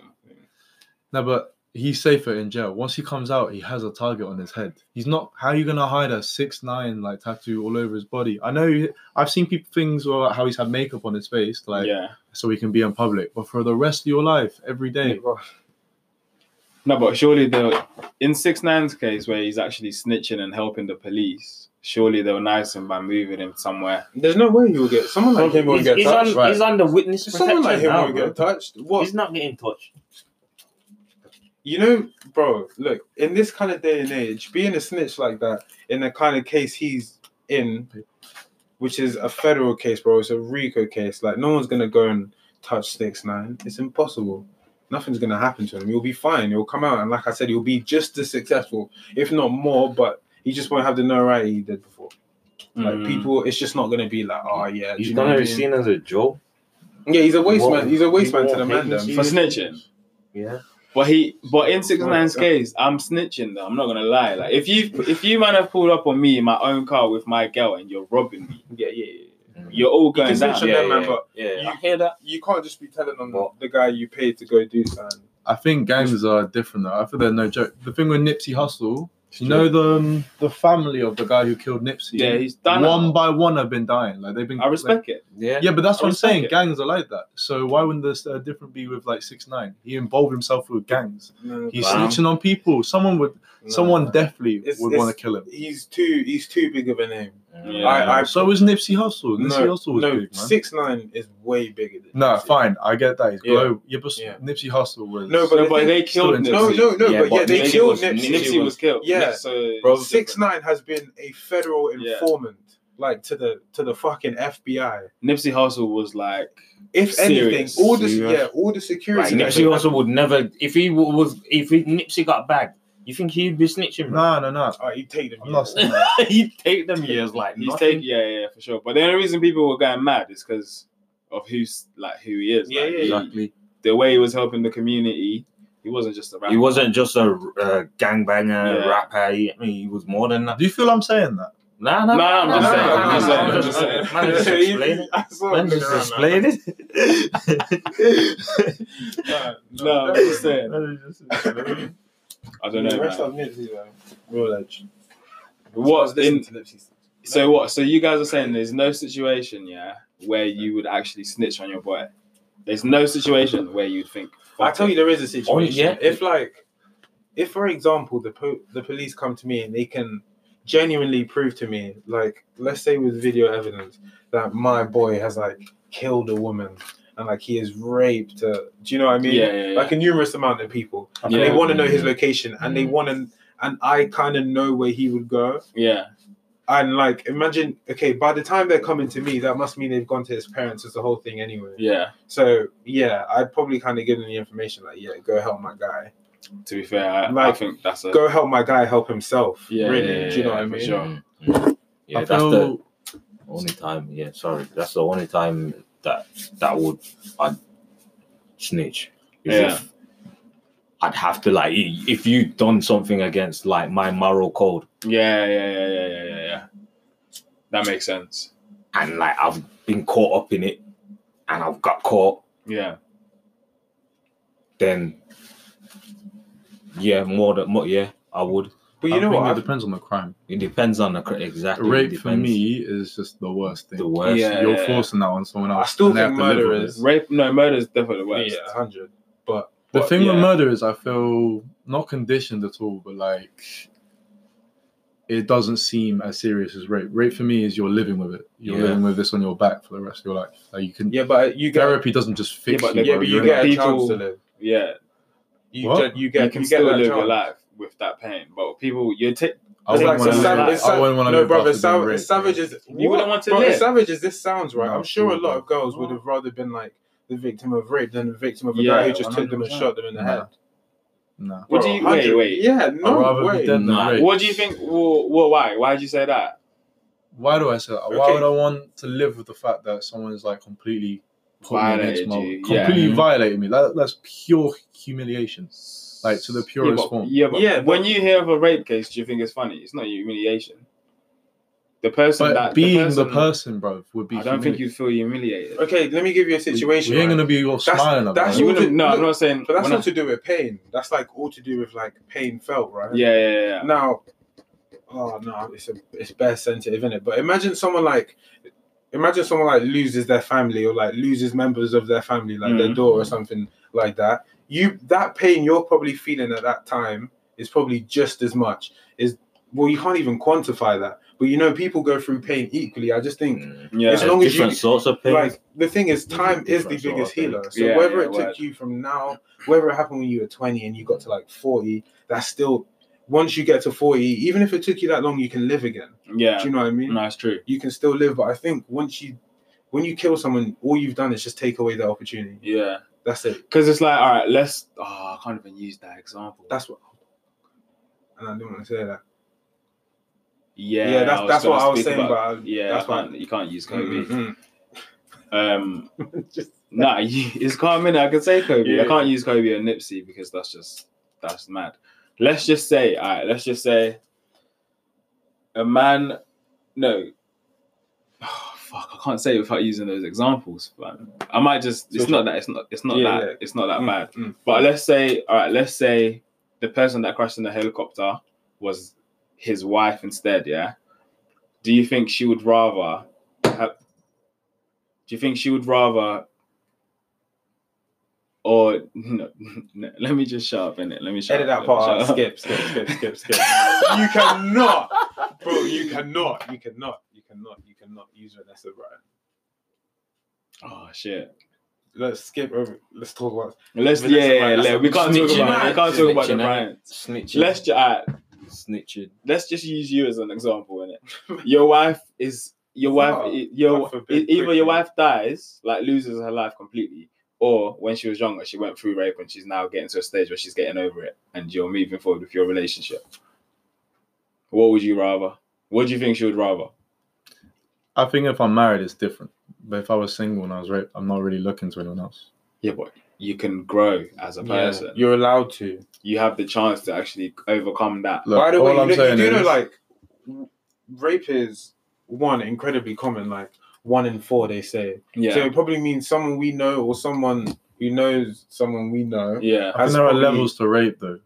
Speaker 2: No, but he's safer in jail. Once he comes out, he has a target on his head. He's not. How are you gonna hide a six nine like tattoo all over his body? I know. he- I've seen people things about how he's had makeup on his face, like
Speaker 1: yeah.
Speaker 2: so he can be in public. But for the rest of your life, every day,
Speaker 5: Bro,
Speaker 1: No, but surely they'll in Six Nine's case where he's actually snitching and helping the police. Surely they'll nice him by moving him somewhere.
Speaker 5: There's no way he will get someone like him will
Speaker 3: He's,
Speaker 5: get
Speaker 3: he's
Speaker 5: touched.
Speaker 3: on,
Speaker 2: right?
Speaker 3: he's under witness protection
Speaker 5: Someone like him
Speaker 3: now,
Speaker 5: will
Speaker 3: bro.
Speaker 5: get touched. What
Speaker 3: He's not getting touched.
Speaker 5: you know, bro? Look, in this kind of day and age, being a snitch like that in the kind of case he's in, which is a federal case, bro, it's a RICO case. Like, no one's gonna go and touch Six Nine. It's impossible. Nothing's gonna happen to him. You'll be fine. You'll come out, and like I said, you'll be just as successful, if not more. But he just won't have the notoriety he did before. Like
Speaker 1: Mm.
Speaker 5: people, it's just not gonna be like, oh yeah, do
Speaker 3: He's
Speaker 5: you know
Speaker 3: not
Speaker 5: what I
Speaker 3: even
Speaker 5: mean?
Speaker 3: seen as a joke.
Speaker 5: Yeah, he's a waste
Speaker 3: He
Speaker 5: man.
Speaker 3: won't-
Speaker 5: He's a waste
Speaker 3: he
Speaker 5: man to
Speaker 3: won't
Speaker 5: the man.
Speaker 3: take
Speaker 5: Them.
Speaker 3: it
Speaker 1: for snitching.
Speaker 3: Yeah.
Speaker 1: But he, but in Six Nine's case, I'm snitching though. I'm not gonna lie. Like if you if you man have pulled up on me in my own car with my girl and you're robbing me, Mm.
Speaker 5: Yeah, yeah, yeah.
Speaker 1: you're all going
Speaker 5: can
Speaker 1: down.
Speaker 5: snitch on them, man, but
Speaker 3: yeah.
Speaker 5: you-
Speaker 1: I hear that.
Speaker 5: you can't just be telling them
Speaker 3: What?
Speaker 5: the guy you paid to go do something.
Speaker 2: I think gangs are different. Though. I think they're no joke. The thing with Nipsey Hussle, you know the um, the family of the guy who killed Nipsey.
Speaker 1: Yeah, he's done.
Speaker 2: one
Speaker 1: it.
Speaker 2: by one have been dying. Like they've been.
Speaker 1: I respect it.
Speaker 3: Yeah.
Speaker 2: like- yeah, but that's
Speaker 1: I
Speaker 2: what I'm
Speaker 1: respect
Speaker 2: saying.
Speaker 1: it.
Speaker 2: Gangs are like that. So why wouldn't this uh, different be with like six nine? He involved himself with gangs. He's
Speaker 3: Wow.
Speaker 2: snitching on people. Someone would, someone definitely
Speaker 5: It's-
Speaker 2: would
Speaker 5: it's-
Speaker 2: want to kill him.
Speaker 5: He's too. He's too big of a name.
Speaker 1: Yeah.
Speaker 5: I, I
Speaker 2: So was Nipsey Hussle. Nipsey
Speaker 5: no,
Speaker 2: Hussle was
Speaker 5: no
Speaker 2: big, man.
Speaker 5: six nine is way bigger than.
Speaker 2: no,
Speaker 5: Nipsey.
Speaker 2: fine. I get that. He's
Speaker 5: Yeah.
Speaker 2: global. Yeah, but
Speaker 5: Yeah.
Speaker 2: Nipsey Hussle was.
Speaker 5: No, but
Speaker 1: No, but
Speaker 5: the
Speaker 1: they
Speaker 5: thing-
Speaker 1: killed
Speaker 2: still in
Speaker 1: Nipsey.
Speaker 5: no, no, no.
Speaker 3: Yeah,
Speaker 5: but, yeah,
Speaker 3: but
Speaker 5: they
Speaker 3: Nipsey
Speaker 5: killed
Speaker 3: was-
Speaker 5: Nipsey.
Speaker 1: Nipsey was killed.
Speaker 5: Yeah.
Speaker 1: so
Speaker 3: Bro,
Speaker 1: it's
Speaker 5: Six
Speaker 1: different.
Speaker 5: nine has been a federal
Speaker 1: Yeah.
Speaker 5: informant, like to the to the fucking FBI.
Speaker 1: Nipsey Hussle was like,
Speaker 5: If
Speaker 1: Serious.
Speaker 5: anything, all the
Speaker 3: Serious.
Speaker 5: yeah, all the
Speaker 3: Like,
Speaker 5: security.
Speaker 3: Nipsey Hussle would never. If he wa- was, if he, Nipsey got bagged, you think he'd be snitching?
Speaker 2: no,
Speaker 3: bro?
Speaker 2: no, no.
Speaker 5: All right, you take them.
Speaker 2: I'm not saying that.
Speaker 3: he'd take them years like
Speaker 1: he's
Speaker 3: nothing.
Speaker 1: taking, yeah, yeah, yeah, for sure. But the only reason people were going mad is because of who's like who he is.
Speaker 5: Yeah,
Speaker 1: Like,
Speaker 5: yeah,
Speaker 1: he-
Speaker 3: exactly.
Speaker 1: The way he was helping the community, he wasn't just a rapper.
Speaker 3: He wasn't just a uh, gangbanger
Speaker 1: Yeah.
Speaker 3: rapper. He, I mean, he was more than that.
Speaker 2: Do you feel I'm saying that?
Speaker 3: Nah, nah,
Speaker 1: Nah, I'm
Speaker 5: No,
Speaker 1: just
Speaker 5: no,
Speaker 1: saying,
Speaker 5: no,
Speaker 1: I'm just
Speaker 5: no,
Speaker 1: saying,
Speaker 5: no,
Speaker 1: I'm
Speaker 5: no,
Speaker 1: just
Speaker 5: no,
Speaker 1: saying.
Speaker 5: no,
Speaker 3: Man,
Speaker 5: no,
Speaker 3: just
Speaker 5: no,
Speaker 3: explain it.
Speaker 5: I saw
Speaker 3: Man,
Speaker 5: him
Speaker 3: just
Speaker 5: around,
Speaker 3: explain it.
Speaker 5: No,
Speaker 1: No, I'm just saying.
Speaker 5: definitely.
Speaker 1: I don't know.
Speaker 5: The rest
Speaker 1: man.
Speaker 5: of Nipsey, man. Real legend.
Speaker 1: What in,
Speaker 5: to Nipsey's.
Speaker 1: so what? So you guys are saying there's no situation, yeah, where you would actually snitch on your boy. There's no situation where you'd think.
Speaker 5: I tell you, there is a situation.
Speaker 3: Oh, yeah.
Speaker 5: If like, if for example, the po- the police come to me and they can genuinely prove to me, like, let's say with video evidence that my boy has like killed a woman and like he has raped. Uh, do you know what I mean?
Speaker 1: Yeah, yeah, yeah.
Speaker 5: Like a numerous amount of people,
Speaker 2: I
Speaker 5: and
Speaker 1: Yeah.
Speaker 5: they
Speaker 2: think-
Speaker 5: want to know his
Speaker 3: Mm.
Speaker 5: location, and they
Speaker 3: Mm.
Speaker 5: want to, and I kind of know where he would go.
Speaker 1: yeah,
Speaker 5: And like, imagine, okay, by the time they're coming to me, that must mean they've gone to his parents. It's the whole thing anyway.
Speaker 1: yeah.
Speaker 5: So yeah, I'd probably kind of give them the information like, yeah, go help my guy,
Speaker 1: To be fair, I, I
Speaker 5: Like,
Speaker 1: think that's a
Speaker 5: go help my guy help himself.
Speaker 1: Yeah,
Speaker 5: really,
Speaker 1: yeah,
Speaker 5: do you know
Speaker 1: yeah,
Speaker 5: what I
Speaker 1: for
Speaker 5: mean?
Speaker 1: sure.
Speaker 3: yeah,
Speaker 2: I
Speaker 3: that's
Speaker 2: feel,
Speaker 3: the only time. Yeah, sorry, that's the only time that that would I snitch. is
Speaker 1: Yeah.
Speaker 3: if I'd have to like i- if you done something against like my moral code
Speaker 1: Yeah, yeah, yeah, yeah, yeah, yeah, yeah. That makes sense.
Speaker 3: and like I've been caught up in it and I've got caught
Speaker 1: Yeah,
Speaker 3: then yeah, more than more, yeah, I would.
Speaker 5: But you know what?
Speaker 2: It
Speaker 5: I've-
Speaker 2: depends on the crime.
Speaker 3: It depends on the cr- exactly. it
Speaker 2: Rape for
Speaker 3: depends.
Speaker 2: me is just the worst thing.
Speaker 3: the worst.
Speaker 1: Yeah.
Speaker 2: You're forcing that on someone
Speaker 5: I
Speaker 2: else.
Speaker 5: still
Speaker 2: and they have
Speaker 5: think
Speaker 2: to live
Speaker 5: murder
Speaker 2: with it.
Speaker 5: is
Speaker 1: Rape, no, murder is definitely the worst.
Speaker 5: yeah, hundred. But
Speaker 2: The
Speaker 5: But,
Speaker 2: thing with
Speaker 1: yeah.
Speaker 2: murder is, I feel not conditioned at all, but like it doesn't seem as serious as rape. Rape for me is you're living with it. You're
Speaker 3: Yeah.
Speaker 2: living with this on your back for the rest of your life. Like you can
Speaker 5: yeah, but you get
Speaker 2: therapy doesn't just
Speaker 1: Yeah,
Speaker 2: fix
Speaker 1: but
Speaker 2: you.
Speaker 1: they-
Speaker 5: yeah,
Speaker 2: bro.
Speaker 5: but you
Speaker 2: You're
Speaker 5: get
Speaker 2: like-
Speaker 5: a
Speaker 1: people-
Speaker 5: chance to live.
Speaker 1: Yeah,
Speaker 5: You
Speaker 2: What?
Speaker 5: get you get
Speaker 1: you can
Speaker 5: you
Speaker 1: still
Speaker 5: get that
Speaker 1: live your
Speaker 5: chance.
Speaker 1: life with that pain, but people, you take
Speaker 2: I
Speaker 5: It's
Speaker 2: wouldn't
Speaker 5: like
Speaker 2: wanna
Speaker 5: so
Speaker 1: some
Speaker 2: live-
Speaker 5: sav-
Speaker 1: savage-
Speaker 5: it's
Speaker 2: I
Speaker 5: sav-
Speaker 2: wouldn't wanna
Speaker 5: no,
Speaker 2: live
Speaker 5: brother.
Speaker 2: after being
Speaker 5: Sav-
Speaker 2: raped,
Speaker 5: it's savage as
Speaker 1: You wouldn't want to
Speaker 5: bro,
Speaker 1: live.
Speaker 5: As savage as this sounds, right?
Speaker 2: No,
Speaker 5: I'm sure a
Speaker 2: absolutely
Speaker 5: lot of girls would have rather been like the victim of rape than the victim of a guy
Speaker 1: Yeah,
Speaker 5: who just took them and
Speaker 1: 100%.
Speaker 5: shot them in the
Speaker 2: Nah.
Speaker 5: head.
Speaker 2: bro. Nah.
Speaker 1: What do
Speaker 5: Bro,
Speaker 1: you-
Speaker 5: 100
Speaker 1: wait, wait.
Speaker 5: Yeah,
Speaker 2: I'd
Speaker 5: no
Speaker 2: rather
Speaker 5: way.
Speaker 2: be dead than
Speaker 3: Nah.
Speaker 2: raped.
Speaker 1: What do you think? Well, well why? Why did you say that?
Speaker 2: Why do I say that? Why
Speaker 5: Okay.
Speaker 2: would I want to live with the fact that someone's like completely put me against
Speaker 1: Violated
Speaker 2: my
Speaker 1: you, yeah.
Speaker 2: completely violating me? That, that's pure humiliation, like to the purest
Speaker 1: yeah, but,
Speaker 2: form.
Speaker 1: yeah, but
Speaker 5: Yeah,
Speaker 1: when you hear of a rape case, do you think it's funny? It's not humiliation. The person
Speaker 2: But
Speaker 1: that
Speaker 2: being
Speaker 1: the person,
Speaker 2: bro, would be.
Speaker 1: I don't think you'd feel humiliated.
Speaker 5: Okay, let me give you a
Speaker 2: humiliated.
Speaker 5: situation.
Speaker 2: We ain't
Speaker 5: right?
Speaker 2: gonna be all
Speaker 5: That's-
Speaker 2: smiling about
Speaker 5: that's
Speaker 2: it.
Speaker 1: You wouldn't. No, I'm
Speaker 5: Look,
Speaker 1: not saying.
Speaker 5: But that's
Speaker 1: when
Speaker 5: not to do with pain. That's like all to do with like pain felt, right?
Speaker 1: I- yeah, yeah, yeah.
Speaker 5: Now, oh no, it's a it's bare sensitive, isn't it? But imagine someone like imagine someone like loses their family or like loses members of their family, like their
Speaker 1: Mhm.
Speaker 5: daughter or something like that. You that pain you're probably feeling at that time is probably just as much. Is well, you can't even quantify that. But you know, people go through pain equally. I just think
Speaker 3: Mm.
Speaker 1: Yeah.
Speaker 5: As long as you-
Speaker 3: different sorts of things.
Speaker 5: like the thing is, time is the
Speaker 3: Different sort
Speaker 5: biggest
Speaker 3: of thing.
Speaker 5: healer. So
Speaker 1: Yeah,
Speaker 5: whether
Speaker 1: yeah,
Speaker 5: it
Speaker 1: word.
Speaker 5: took you from now, whether it happened when you were twenty and you got to like forty, that's still once you get to forty, even if it took you that long, you can live again.
Speaker 1: yeah.
Speaker 5: Do you know what I mean?
Speaker 1: No, it's true.
Speaker 5: You can still live, but I think once you when you kill someone, all you've done is just take away their opportunity.
Speaker 1: Yeah,
Speaker 5: That's it.
Speaker 1: because it's like, all right, let's. Oh, I can't even use that example.
Speaker 5: That's what. And I didn't want to say that.
Speaker 1: yeah,
Speaker 5: Yeah, that's
Speaker 1: I was
Speaker 5: that's what
Speaker 1: gonna
Speaker 5: I was
Speaker 1: speak
Speaker 5: saying.
Speaker 1: about-
Speaker 5: About,
Speaker 1: yeah, Mm-hmm.
Speaker 5: that's
Speaker 1: I can't, you can't use Kobe.
Speaker 5: Mm,
Speaker 1: Um,
Speaker 5: mm. Just-
Speaker 1: nah, you, it's can't minute. I can say Kobe.
Speaker 5: Yeah.
Speaker 1: I can't use Kobe or Nipsey because that's just that's mad. Let's just say, all right, let's just say a man. No, oh, fuck, I can't say it without using those examples. But I might just. It's not that. It's not. It's not
Speaker 5: Yeah,
Speaker 1: that.
Speaker 5: yeah.
Speaker 1: It's not that
Speaker 5: Mm,
Speaker 1: bad.
Speaker 5: mm.
Speaker 1: But let's say, all right, let's say the person that crashed in the helicopter was his wife instead. Yeah. Do you think she would rather have? Do you think she would rather? Or no, no, let me just shut up in it. Let me shut
Speaker 5: Edit
Speaker 1: up,
Speaker 5: that
Speaker 1: let me
Speaker 5: part. out.
Speaker 1: shut up.
Speaker 5: Skip, skip, skip, skip, skip. you cannot, bro. You cannot. You cannot. You cannot. You cannot use Vanessa Bryan.
Speaker 1: Oh shit!
Speaker 5: Let's skip over. Let's talk about.
Speaker 1: Let's
Speaker 5: Vanessa
Speaker 1: yeah, yeah,
Speaker 5: Bryant,
Speaker 1: yeah,
Speaker 5: that's
Speaker 1: we can't talk
Speaker 3: snitching
Speaker 1: about
Speaker 5: out.
Speaker 1: we can't talk about the
Speaker 3: Snitching out.
Speaker 1: Bryants.
Speaker 3: snitching.
Speaker 1: Let's just all right,
Speaker 3: snitching.
Speaker 1: let's just use you as an example in it. Your wife is your wife.
Speaker 5: Oh,
Speaker 1: i- your e,
Speaker 5: God forbid,
Speaker 1: either your
Speaker 5: quickly.
Speaker 1: wife dies, like loses her life completely, or when she was younger, she went through rape and she's now getting to a stage where she's getting over it, and you're moving forward with your relationship. What would you rather? What do you think she would rather?
Speaker 2: I think if I'm married, it's different. But if I was single and I was raped, I'm not really looking to anyone else.
Speaker 1: Yeah, but you can grow as a person.
Speaker 5: You're allowed to.
Speaker 1: You have the chance to actually overcome that.
Speaker 2: Look,
Speaker 5: By the way,
Speaker 2: all
Speaker 5: you,
Speaker 2: I'm
Speaker 5: know, you
Speaker 2: saying
Speaker 5: do know,
Speaker 2: is,
Speaker 5: like, rape is one incredibly common. Like one in four, they say.
Speaker 1: Yeah,
Speaker 5: So it probably means someone we know or someone who knows someone we know.
Speaker 1: yeah.
Speaker 2: I think
Speaker 5: as
Speaker 2: there are
Speaker 5: probably-
Speaker 2: levels to rape, though.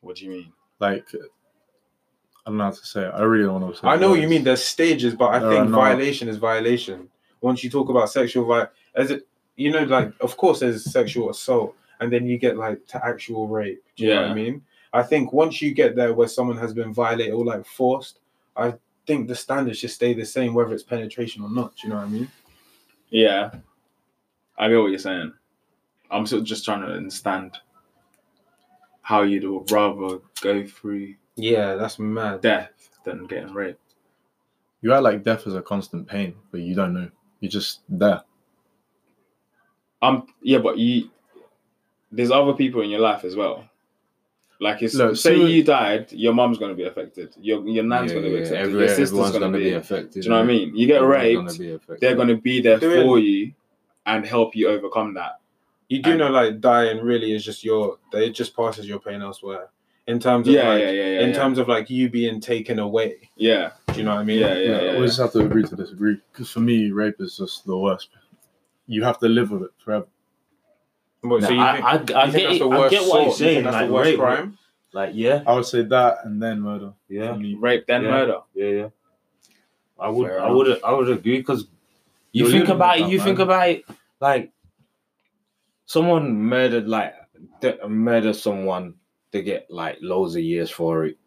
Speaker 1: What do you mean?
Speaker 2: Like, I don't know how to say it. I really don't want to say.
Speaker 5: I know what
Speaker 2: words.
Speaker 5: you mean. There's stages, but I
Speaker 2: No,
Speaker 5: think
Speaker 2: no.
Speaker 5: violation is violation. Once you talk about sexual vi- as it, you know, like of course there's sexual assault, and then you get like to actual rape. Do you know what
Speaker 1: Yeah.
Speaker 5: I mean? I think once you get there where someone has been violated or like forced, I think the standards should stay the same whether it's penetration or not. Do you know what I mean?
Speaker 1: Yeah, I get what you're saying. I'm still just trying to understand how you'd rather go through
Speaker 5: Yeah, that's mad.
Speaker 1: death than getting raped.
Speaker 2: You act like death is a constant pain, but you don't know. You're just there.
Speaker 1: Um, yeah, but you there's other people in your life as well. Like it's
Speaker 2: Look,
Speaker 1: say
Speaker 2: so-
Speaker 1: you died, your mum's gonna be affected, your your nan's gonna be affected,
Speaker 3: every-
Speaker 1: your sister's
Speaker 3: everyone's
Speaker 1: gonna, be.
Speaker 3: affected.
Speaker 1: do you know what I mean? You get
Speaker 3: Everyone's
Speaker 1: raped,
Speaker 3: gonna be affected.
Speaker 1: they're gonna be there
Speaker 5: Doing-
Speaker 1: for you and help you overcome that.
Speaker 5: You do
Speaker 1: And-
Speaker 5: know, like dying really is just your. It just passes your pain elsewhere. In terms of
Speaker 1: Yeah,
Speaker 5: like,
Speaker 1: yeah, yeah, yeah.
Speaker 5: in
Speaker 1: yeah.
Speaker 5: terms of like you being taken away.
Speaker 1: yeah,
Speaker 5: Do you know what I mean?
Speaker 1: yeah, yeah,
Speaker 2: Yeah,
Speaker 1: yeah,
Speaker 2: I
Speaker 1: yeah.
Speaker 2: always have to agree to disagree. Because for me, rape is just the worst. You have to live with it forever.
Speaker 5: What, so
Speaker 3: Nah,
Speaker 5: you
Speaker 3: I,
Speaker 5: think,
Speaker 3: I, I,
Speaker 5: you
Speaker 3: get
Speaker 5: think that's
Speaker 3: it.
Speaker 5: the
Speaker 3: I
Speaker 5: worst
Speaker 3: get what
Speaker 5: sort?
Speaker 3: you're
Speaker 5: You think
Speaker 3: saying.
Speaker 5: that's
Speaker 3: Like,
Speaker 5: the worst
Speaker 3: rape,
Speaker 5: crime?
Speaker 3: like, yeah,
Speaker 2: I would say that and then murder.
Speaker 3: yeah.
Speaker 2: For me.
Speaker 1: Rape then
Speaker 3: Yeah.
Speaker 1: murder.
Speaker 3: Yeah, yeah. I would,
Speaker 1: Fair
Speaker 3: I would, I would agree because you
Speaker 2: You're
Speaker 3: think
Speaker 2: living
Speaker 3: about
Speaker 2: with
Speaker 3: it.
Speaker 2: that,
Speaker 3: You think
Speaker 2: man.
Speaker 3: about it like someone murdered, like de- murder someone. They get like loads of years for it.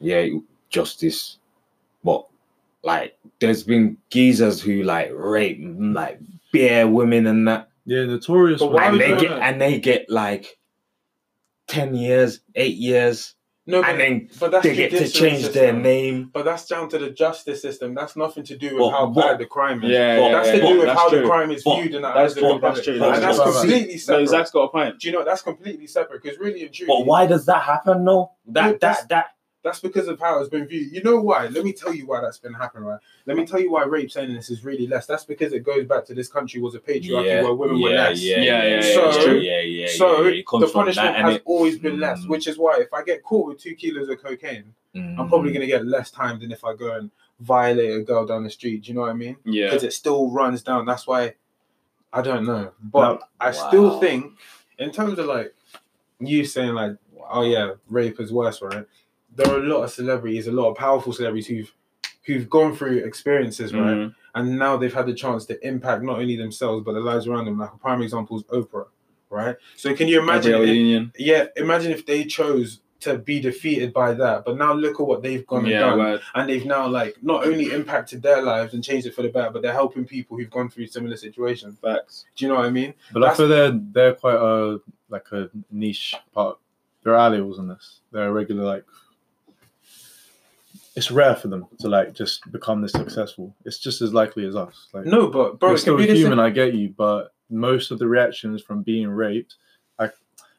Speaker 3: Yeah, justice, but like there's been geezers who like rape like bare women and that,
Speaker 2: Yeah, notorious.
Speaker 5: But
Speaker 2: for
Speaker 5: why
Speaker 2: that.
Speaker 3: and
Speaker 5: would
Speaker 3: they
Speaker 5: doing
Speaker 3: get
Speaker 5: that?
Speaker 3: and they get like ten years, eight years,
Speaker 5: No,
Speaker 3: and then
Speaker 5: but that's
Speaker 3: they get to
Speaker 5: judiciary
Speaker 3: change their
Speaker 5: system.
Speaker 3: name.
Speaker 5: But that's down to the justice system. That's nothing to do with
Speaker 3: Well,
Speaker 5: how
Speaker 3: what-
Speaker 5: bad the crime is.
Speaker 1: Yeah,
Speaker 3: But-
Speaker 1: yeah,
Speaker 5: that's
Speaker 1: yeah,
Speaker 5: to
Speaker 1: yeah.
Speaker 5: do with
Speaker 1: That's
Speaker 5: how the
Speaker 1: true.
Speaker 5: crime is
Speaker 3: But-
Speaker 5: viewed and
Speaker 1: that's
Speaker 5: that's,
Speaker 1: true, that's true, that's
Speaker 5: and that's
Speaker 2: true.
Speaker 5: completely
Speaker 1: No,
Speaker 5: separate.
Speaker 1: Zach's got a point.
Speaker 5: Do you know that's completely separate? Because really and truly,
Speaker 3: But why does that happen though?
Speaker 5: Well,
Speaker 3: That
Speaker 5: that's-
Speaker 3: that that
Speaker 5: That's because of how it's been viewed. You know why? Let me tell you why that's been happening, right? Let me tell you why rape sentence is really less. That's because it goes back to this country was a patriarchy where women were less.
Speaker 1: Yeah, yeah,
Speaker 5: yeah, it's true.
Speaker 3: yeah, yeah.
Speaker 5: so
Speaker 3: yeah, yeah. It comes
Speaker 5: the
Speaker 3: from
Speaker 5: punishment
Speaker 3: that, and
Speaker 5: has
Speaker 3: it-
Speaker 5: always been less,
Speaker 3: Mm.
Speaker 5: which is why if I get caught with two kilos of cocaine, I'm
Speaker 1: Mm.
Speaker 5: probably
Speaker 3: mm.
Speaker 5: going to get less time than if I go and violate a girl down the street. Do you know what I mean?
Speaker 1: Yeah.
Speaker 5: Because it still runs down. That's why I don't know, but I
Speaker 3: Wow.
Speaker 5: still think in terms of like you saying like, oh yeah, rape is worse, right? There are a lot of celebrities, a lot of powerful celebrities who've who've gone through experiences, right?
Speaker 1: Mhm.
Speaker 5: and now they've had the chance to impact not only themselves but the lives around them. Like a prime example is Oprah, right? So can you imagine?
Speaker 1: Gabrielle
Speaker 5: if-
Speaker 1: Union.
Speaker 5: yeah, imagine if they chose to be defeated by that, but now look at what they've gone and
Speaker 1: Yeah,
Speaker 5: done,
Speaker 1: word.
Speaker 5: and they've now like not only impacted their lives and changed it for the better, but they're helping people who've gone through similar situations.
Speaker 1: Facts.
Speaker 5: Do you know what I mean?
Speaker 2: But I
Speaker 5: That's-
Speaker 2: feel they're they're quite a like a niche part. They're alleywals in this. They're a regular like. It's rare for them to like just become this successful. It's just as likely as us. Like
Speaker 5: No, but bro,
Speaker 2: you're
Speaker 5: it can
Speaker 2: still
Speaker 5: be the same-
Speaker 2: human, I get you, but most of the reactions from being raped, I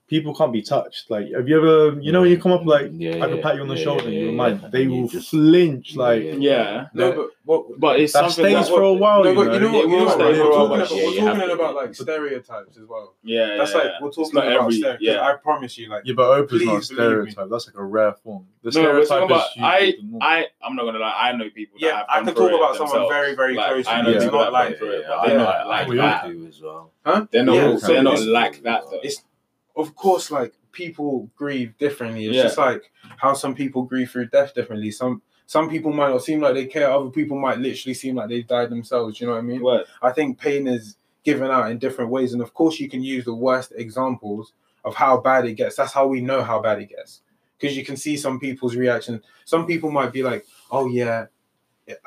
Speaker 2: people can't be touched. Like have you ever you know when you come up like
Speaker 3: yeah,
Speaker 2: I can pat you on the shoulder and
Speaker 3: yeah,
Speaker 2: you're
Speaker 3: yeah,
Speaker 2: mine,
Speaker 3: yeah.
Speaker 2: they
Speaker 3: And you
Speaker 2: will
Speaker 3: just-
Speaker 2: flinch like
Speaker 3: Yeah.
Speaker 1: Yeah.
Speaker 5: No,
Speaker 2: that-
Speaker 5: but what?
Speaker 1: But it's
Speaker 2: that
Speaker 1: something
Speaker 2: stays
Speaker 1: that,
Speaker 5: what-
Speaker 2: for a while.
Speaker 5: no,
Speaker 2: you
Speaker 5: but you know
Speaker 2: know?
Speaker 5: what? You
Speaker 1: It
Speaker 5: know
Speaker 1: will
Speaker 5: what?
Speaker 1: stay
Speaker 5: We're
Speaker 1: for a while,
Speaker 5: talking
Speaker 1: but
Speaker 5: about,
Speaker 3: yeah,
Speaker 5: we're
Speaker 3: you have
Speaker 5: talking
Speaker 3: to-
Speaker 5: about like stereotypes as well.
Speaker 1: yeah,
Speaker 5: That's
Speaker 1: yeah,
Speaker 5: like
Speaker 1: yeah.
Speaker 5: we're
Speaker 1: It's
Speaker 5: talking
Speaker 1: not
Speaker 5: about
Speaker 1: every-
Speaker 5: stereotypes.
Speaker 1: yeah.
Speaker 5: I promise you, like
Speaker 2: Yeah, but Oprah's not a
Speaker 5: Please believe me.
Speaker 2: stereotype. That's like a rare form.
Speaker 1: No,
Speaker 2: The
Speaker 1: we're
Speaker 2: stereotype
Speaker 1: talking
Speaker 2: is
Speaker 1: about- I-
Speaker 2: usually the norm.
Speaker 1: I I'm not gonna lie. I know people. That
Speaker 5: Yeah,
Speaker 1: have
Speaker 5: I
Speaker 1: gone
Speaker 5: can
Speaker 1: through
Speaker 5: talk about
Speaker 1: it
Speaker 5: someone
Speaker 1: themselves.
Speaker 5: very, very
Speaker 1: like,
Speaker 5: close
Speaker 1: I
Speaker 5: to
Speaker 1: know
Speaker 2: me.
Speaker 1: people
Speaker 5: Not
Speaker 1: that have gone
Speaker 5: like-
Speaker 1: through it,
Speaker 3: Yeah,
Speaker 1: but
Speaker 3: I
Speaker 1: they're
Speaker 2: yeah.
Speaker 1: not
Speaker 3: like
Speaker 1: like
Speaker 2: We all
Speaker 1: that.
Speaker 3: do as well.
Speaker 1: They're not.
Speaker 5: Yeah,
Speaker 1: they're
Speaker 5: so
Speaker 1: not
Speaker 5: it's-
Speaker 1: like that though.
Speaker 5: it's of course like people grieve differently. It's
Speaker 1: Yeah.
Speaker 5: just like how some people grieve through death differently. Some some people might not seem like they care. Other people might literally seem like they've died themselves. You know what I mean?
Speaker 1: Word.
Speaker 5: I think pain is given out in different ways, and of course you can use the worst examples of how bad it gets. That's how we know how bad it gets because you can see some people's reaction. Some people might be like, "Oh yeah,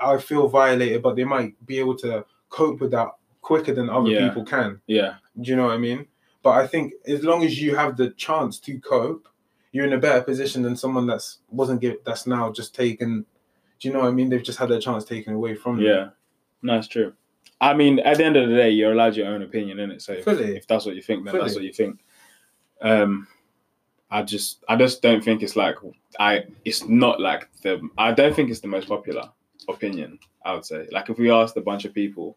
Speaker 5: I feel violated," but they might be able to cope with that quicker than other
Speaker 1: Yeah.
Speaker 5: people can.
Speaker 1: Yeah.
Speaker 5: Do you know what I mean? But I think as long as you have the chance to cope, you're in a better position than someone that's wasn't give, that's now just taken. Do you know what I mean? They've just had their chance taken away from them.
Speaker 1: Yeah, no, it's true. I mean, at the end of the day, you're allowed your own opinion, innit? So if,
Speaker 5: Fully.
Speaker 1: if that's what you think, then that's what
Speaker 5: Fully.
Speaker 1: you think. Um, I just, I just don't think it's like I. It's not like the. I don't think it's the most popular opinion. I would say, like, if we asked a bunch of people,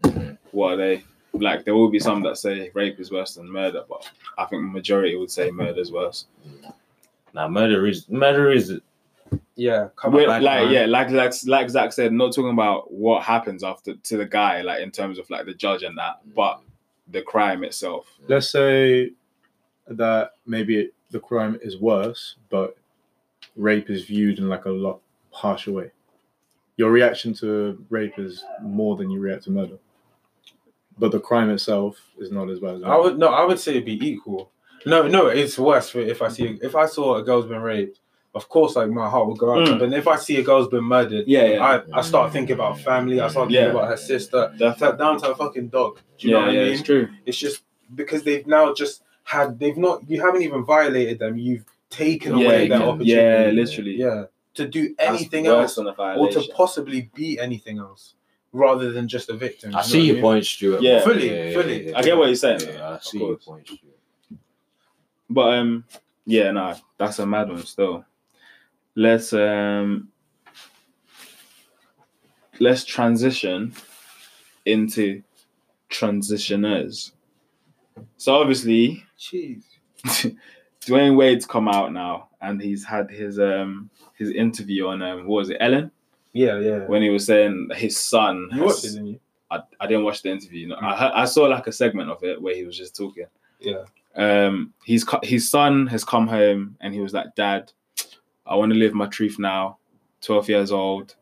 Speaker 1: what are they like? There will be some that say rape is worse than murder, but I think the majority would say murder is worse.
Speaker 3: Now, murder is murder is
Speaker 5: Yeah, come
Speaker 1: We're-
Speaker 5: on.
Speaker 1: like
Speaker 3: back, man.
Speaker 1: yeah, like like like Zach said, not talking about what happens after to the guy, like in terms of like the judge and that, but the crime itself.
Speaker 2: Let's say that maybe the crime is worse, but rape is viewed in like a lot harsher way. Your reaction to rape is more than you react to murder, but the crime itself is not as bad. As
Speaker 5: I would no, I would say it'd be equal. No, no, it's worse for if I see if I saw a girl's been raped. Of course, like my heart would go out.
Speaker 1: Mm.
Speaker 5: But if I see a girl's been murdered,
Speaker 1: Yeah, yeah.
Speaker 5: I, I start thinking about family. I start thinking
Speaker 1: Yeah.
Speaker 5: about her sister.
Speaker 1: That's,
Speaker 5: That's down to a fucking dog. Do you know what I mean?
Speaker 1: It's true.
Speaker 5: It's just because they've now just had they've not you haven't even violated them. You've taken
Speaker 1: Yeah,
Speaker 5: away
Speaker 1: you
Speaker 5: that
Speaker 1: can-
Speaker 5: opportunity.
Speaker 1: yeah, literally.
Speaker 5: yeah, to do
Speaker 1: That's
Speaker 5: anything
Speaker 1: worse
Speaker 5: else
Speaker 1: than a
Speaker 5: or to
Speaker 1: violation.
Speaker 5: possibly be anything else rather than just a victim.
Speaker 3: I
Speaker 5: you know
Speaker 3: see
Speaker 5: what
Speaker 3: your
Speaker 5: mean?
Speaker 3: point, Stuart.
Speaker 1: Yeah.
Speaker 5: Fully, fully.
Speaker 1: I get what you're saying.
Speaker 3: Yeah, I
Speaker 1: of
Speaker 3: see your
Speaker 1: course.
Speaker 3: point, Stuart.
Speaker 1: But um, yeah, no, that's a mad one still. Let's um, let's transition into transitioners. So obviously,
Speaker 5: Jeez.
Speaker 1: Dwayne Wade's come out now and he's had his um his interview on um what was it Ellen
Speaker 5: Yeah, yeah.
Speaker 1: when he was saying his son.
Speaker 5: You
Speaker 1: has-
Speaker 5: watched it, didn't you?
Speaker 1: Mm. I, I didn't watch the interview. No, I heard- I saw like a segment of it where he was just talking,
Speaker 5: Yeah.
Speaker 1: Um, he's co- his son has come home and he was like, "Dad, I want to live my truth now. Twelve years old.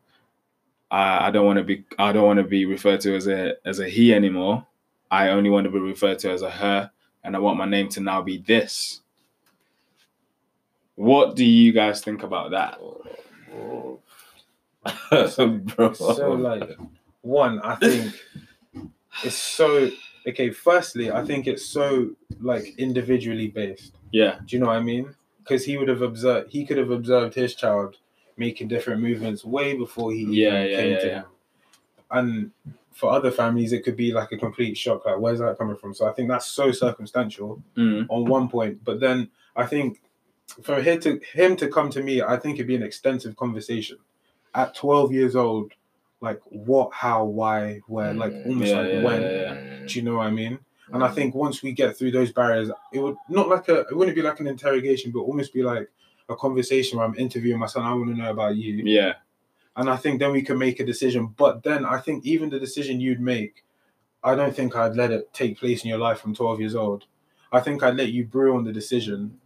Speaker 1: I, I don't want to be. I don't want to be referred to as a as a he anymore. I only want to be referred to as a her, and I want my name to now be this." What do you guys think about that?
Speaker 3: Oh, Bro.
Speaker 5: so like one i think it's so okay firstly i think it's so like individually based
Speaker 1: Yeah,
Speaker 5: do you know what i mean because he would have observed he could have observed his child making different movements way before he
Speaker 1: Yeah,
Speaker 5: even
Speaker 1: yeah,
Speaker 5: came
Speaker 1: yeah,
Speaker 5: to
Speaker 1: yeah.
Speaker 5: him and for other families it could be like a complete shock like where's that coming from so i think that's so circumstantial
Speaker 1: Mm.
Speaker 5: on one point but then i think for here to him to come to me i think it'd be an extensive conversation at 12 years old like what how why where like
Speaker 3: Mm,
Speaker 5: almost
Speaker 1: yeah,
Speaker 5: like
Speaker 1: yeah,
Speaker 5: when
Speaker 1: yeah, Mm. yeah.
Speaker 5: do you know what i mean and i think once we get through those barriers it would not like a it wouldn't be like an interrogation but almost be like a conversation where i'm interviewing my son i want to know about you
Speaker 1: yeah,
Speaker 5: and i think then we can make a decision but then i think even the decision you'd make i don't think i'd let it take place in your life from 12 years old i think i'd let you brew on the decision